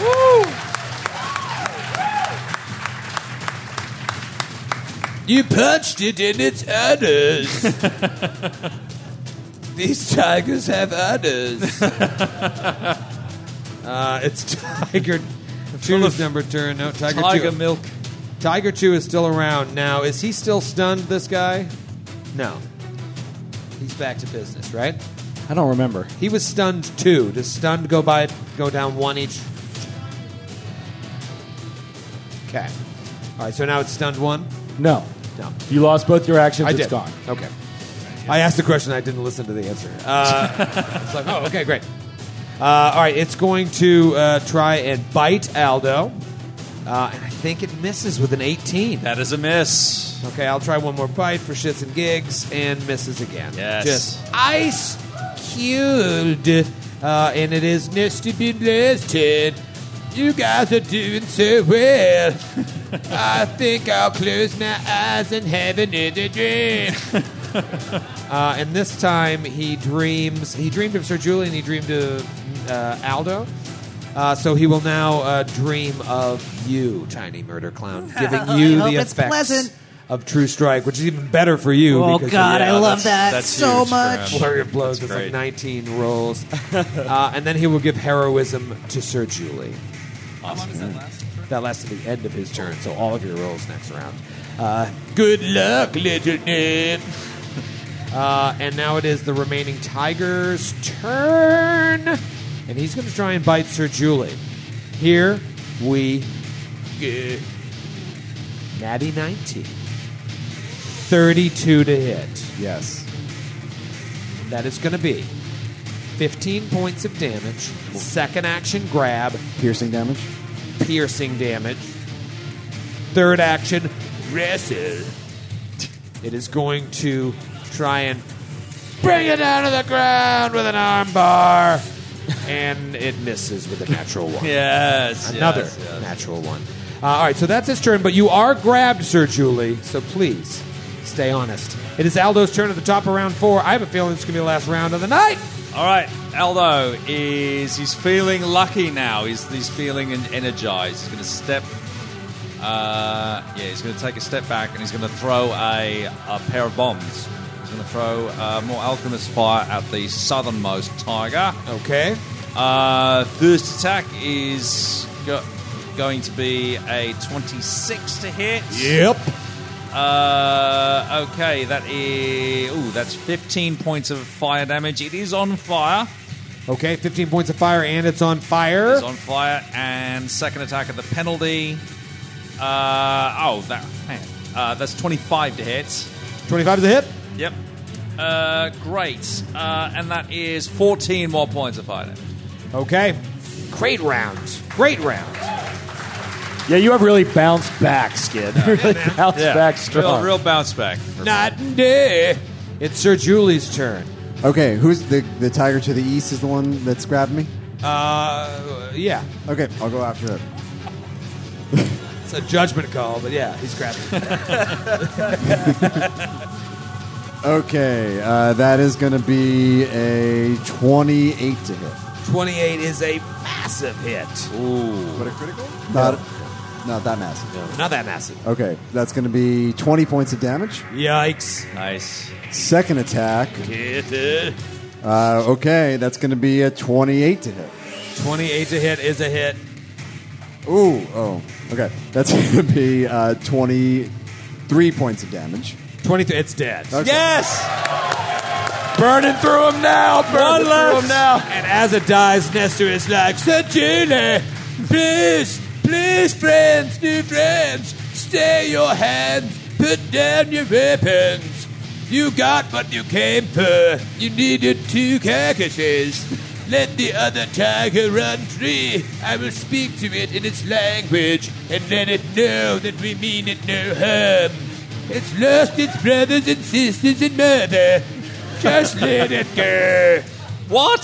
Speaker 44: Woo!
Speaker 45: You punched it in its udders. These tigers have udders.
Speaker 5: Uh, it's Tiger Two's number turn. No, Tiger,
Speaker 45: Tiger
Speaker 5: two. Milk. Tiger Two is still around now. Is he still stunned? This guy? No. He's back to business, right?
Speaker 15: I don't remember.
Speaker 5: He was stunned two. Does stunned go by go down one each? Okay. All right. So now it's stunned one.
Speaker 15: No.
Speaker 5: No.
Speaker 15: You lost both your actions.
Speaker 5: I
Speaker 15: It's
Speaker 5: did.
Speaker 15: gone.
Speaker 5: Okay. I asked the question. I didn't listen to the answer. Uh, it's like, oh, okay, great. Uh, all right, it's going to uh, try and bite Aldo. Uh, and I think it misses with an 18.
Speaker 3: That is a miss.
Speaker 5: Okay, I'll try one more bite for shits and gigs and misses again.
Speaker 3: Yes.
Speaker 5: Just ice cubed. Uh, and it is next to be listed. You guys are doing so well. I think I'll close my eyes and have another dream. Uh, and this time he dreams. He dreamed of Sir Julian. He dreamed of uh, Aldo. Uh, so he will now uh, dream of you, tiny murder clown, giving
Speaker 46: I
Speaker 5: you
Speaker 46: hope
Speaker 5: the
Speaker 46: it's
Speaker 5: effects
Speaker 46: pleasant.
Speaker 5: of True Strike, which is even better for you.
Speaker 46: Oh,
Speaker 5: because-
Speaker 46: God, I love that
Speaker 5: that's
Speaker 46: so
Speaker 5: huge for
Speaker 46: much.
Speaker 5: him. Flurry of blows
Speaker 46: That's
Speaker 5: is like
Speaker 46: great.
Speaker 5: 19 rolls, uh, and then he will give heroism to Sir Julie.
Speaker 47: How long does that last?
Speaker 5: That lasts to the end of his turn, so all of your rolls next round. Uh, good luck, little nip. Uh, and now it is the remaining Tiger's turn. And he's going to try and bite Sir Julie. Here we go. Natty 19. 32 to hit.
Speaker 2: Yes.
Speaker 5: That is going to be 15 points of damage, second action grab,
Speaker 2: Piercing damage.
Speaker 5: piercing damage. Third action, wrestle. It is going to try and bring it down to the ground with an armbar, and it misses with a natural one.
Speaker 3: Yes,
Speaker 5: another
Speaker 3: yes, yes.
Speaker 5: natural one. Uh, all right, so that's his turn, but you are grabbed, Sir Julie. So please stay honest. It is Aldo's turn at the top of round four. I have a feeling it's going to be the last round of the night.
Speaker 3: All right, Aldo is he's feeling lucky now. He's he's feeling en- energized. He's going to step. Uh, yeah, he's going to take a step back and he's going to throw a, a pair of bombs. He's going to throw uh, more alchemist fire at the southernmost tiger.
Speaker 5: Okay.
Speaker 3: Uh, first attack is go- going to be a twenty-six to hit. Uh, okay, that is. Ooh, that's 15 points of fire damage. It is on fire.
Speaker 5: Okay, 15 points of fire, and it's on fire.
Speaker 3: It's on fire. And second attack at the penalty. Uh, oh, that. Hang on. Uh, that's 25 to hit.
Speaker 5: 25 is a hit.
Speaker 3: Yep. Uh, great. Uh, and that is 14 more points of fire damage.
Speaker 5: Okay. Great round. Great round.
Speaker 15: Yeah, you have really bounced back, Skid. really bounced back strong.
Speaker 3: Real, real bounce back.
Speaker 5: Not day. It's Sir Julie's turn.
Speaker 2: Okay, who's the the tiger to the east is the one that's grabbed me?
Speaker 5: Uh, yeah.
Speaker 2: Okay, I'll go after it.
Speaker 5: It's a judgment call, but yeah, he's grabbing.
Speaker 2: Okay, uh, that is going to be a 28 to hit.
Speaker 5: 28 is a massive hit.
Speaker 3: Ooh.
Speaker 5: But a critical?
Speaker 2: Not, not that massive.
Speaker 5: Not that massive.
Speaker 2: Okay, that's going to be 20 points of damage.
Speaker 5: Yikes.
Speaker 3: Nice.
Speaker 2: Second attack.
Speaker 5: Twenty-eight
Speaker 2: Uh, okay, that's going to be a 28 to hit.
Speaker 5: to hit is a hit.
Speaker 2: Ooh, oh, okay. That's going to be uh, 23 points of damage.
Speaker 5: Twenty-three. It's dead.
Speaker 3: Yes.
Speaker 5: Burning through him now. Burning through
Speaker 3: left.
Speaker 5: him now. And as it dies, Nestor is like, Sir Julie, please, please, friends, new friends, stay your hands, put down your weapons. You got what you came for. You needed two carcasses. Let the other tiger run free. I will speak to it in its language and let it know that we mean it no harm. It's lost its brothers and sisters and mother. Just let it go.
Speaker 3: What?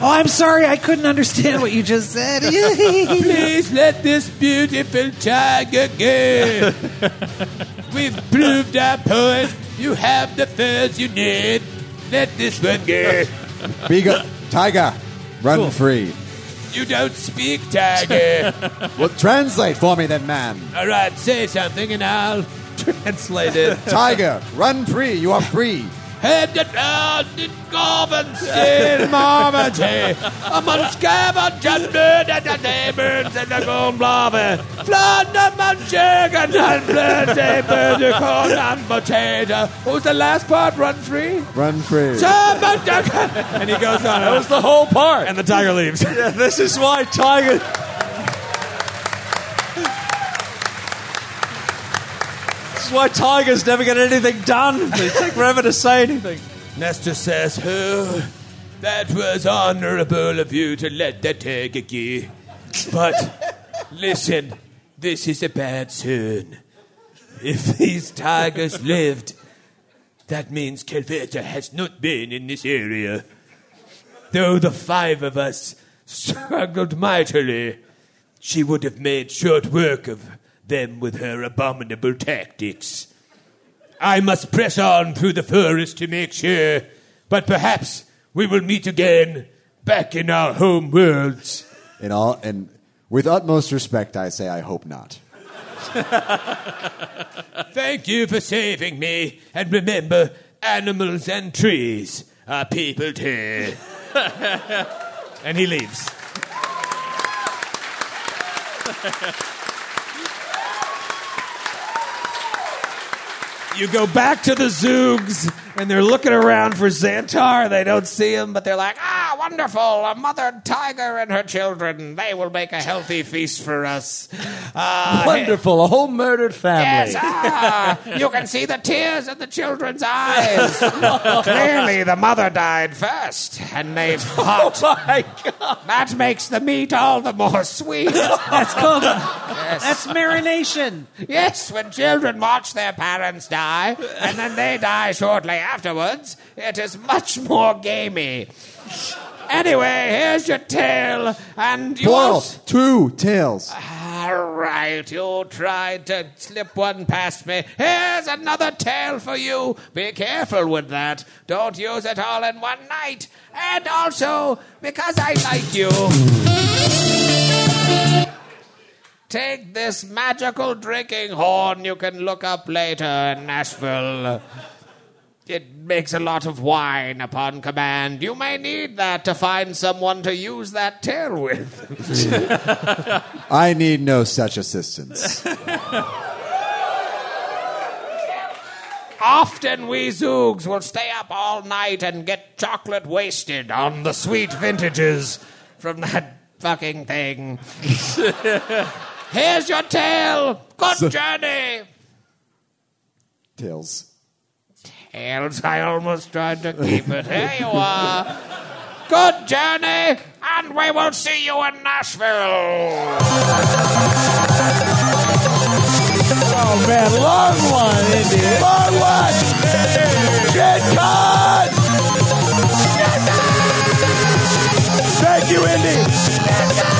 Speaker 46: Oh, I'm sorry, I couldn't understand what you just said.
Speaker 5: Please let this beautiful tiger go. We've proved our point. You have the furs you need.
Speaker 1: Let this one go.
Speaker 4: Beagle, tiger, run
Speaker 1: Cool.
Speaker 4: free.
Speaker 1: You don't speak, Tiger.
Speaker 4: Well, translate for me then, man.
Speaker 1: All right, say something and I'll translate it.
Speaker 4: Tiger, run free. You are free.
Speaker 1: Head it out in Garvin Sin Marmity. Among scabbard and blood and the neighbors and the gone blava. Flood the manchurian and blood they burn the corn and potato. Who's the last part? Run free?
Speaker 4: Run free.
Speaker 1: and he
Speaker 3: "Oh,
Speaker 1: goes on. That was the whole part. And the tiger leaves.
Speaker 3: Yeah, this is why Tiger. This is why Tigers never get anything done. They take forever to say anything.
Speaker 1: Nestor says, Who? That was honorable of you to let that take a key. But listen, this is a bad soon. If these tigers lived, that means Kelveta has not been in this area. Though the five of us struggled mightily, she would have made short work of them with her abominable tactics. I must press on through the forest to make sure, but perhaps we will meet again back in our home worlds.
Speaker 4: In all, and with utmost respect, I say, I hope not.
Speaker 1: Thank you for saving me, and remember, animals and trees are people too. and he leaves. You go back to the Zoogs, and they're looking around for Xantar. They don't see him, but they're like, ah, wonderful, a mother tiger and her children. They will make a healthy feast for us. Ah,
Speaker 5: Wonderful, a whole murdered family.
Speaker 1: Yes, ah, you can see the tears in the children's eyes. Clearly, the mother died first, and they've fought. Oh my God. That makes the meat all the more sweet. That's
Speaker 7: called-
Speaker 1: That's marination. Yes, when children watch their parents die, and then they die shortly afterwards, it is much more gamey. Anyway, here's your tale, and you
Speaker 4: Plural,
Speaker 1: also-
Speaker 4: two tails.
Speaker 1: all right, you tried to slip one past me. Here's another tale for you. Be careful with that. Don't use it all in one night. And also, because I like you, take this magical drinking horn you can look up later in Nashville. It makes a lot of wine upon command. You may need that to find someone to use that tail with.
Speaker 4: I need no such assistance.
Speaker 1: Often we Zoogs will stay up all night and get chocolate wasted on the sweet vintages from that fucking thing. Here's your tail. Good
Speaker 4: So-
Speaker 1: journey.
Speaker 4: Tails.
Speaker 1: Tails, I almost tried to keep it. Here you are. Good journey, and we will see you in Nashville.
Speaker 29: Oh man, long one, Indy. Long one. Gen Con. Thank you, Indy.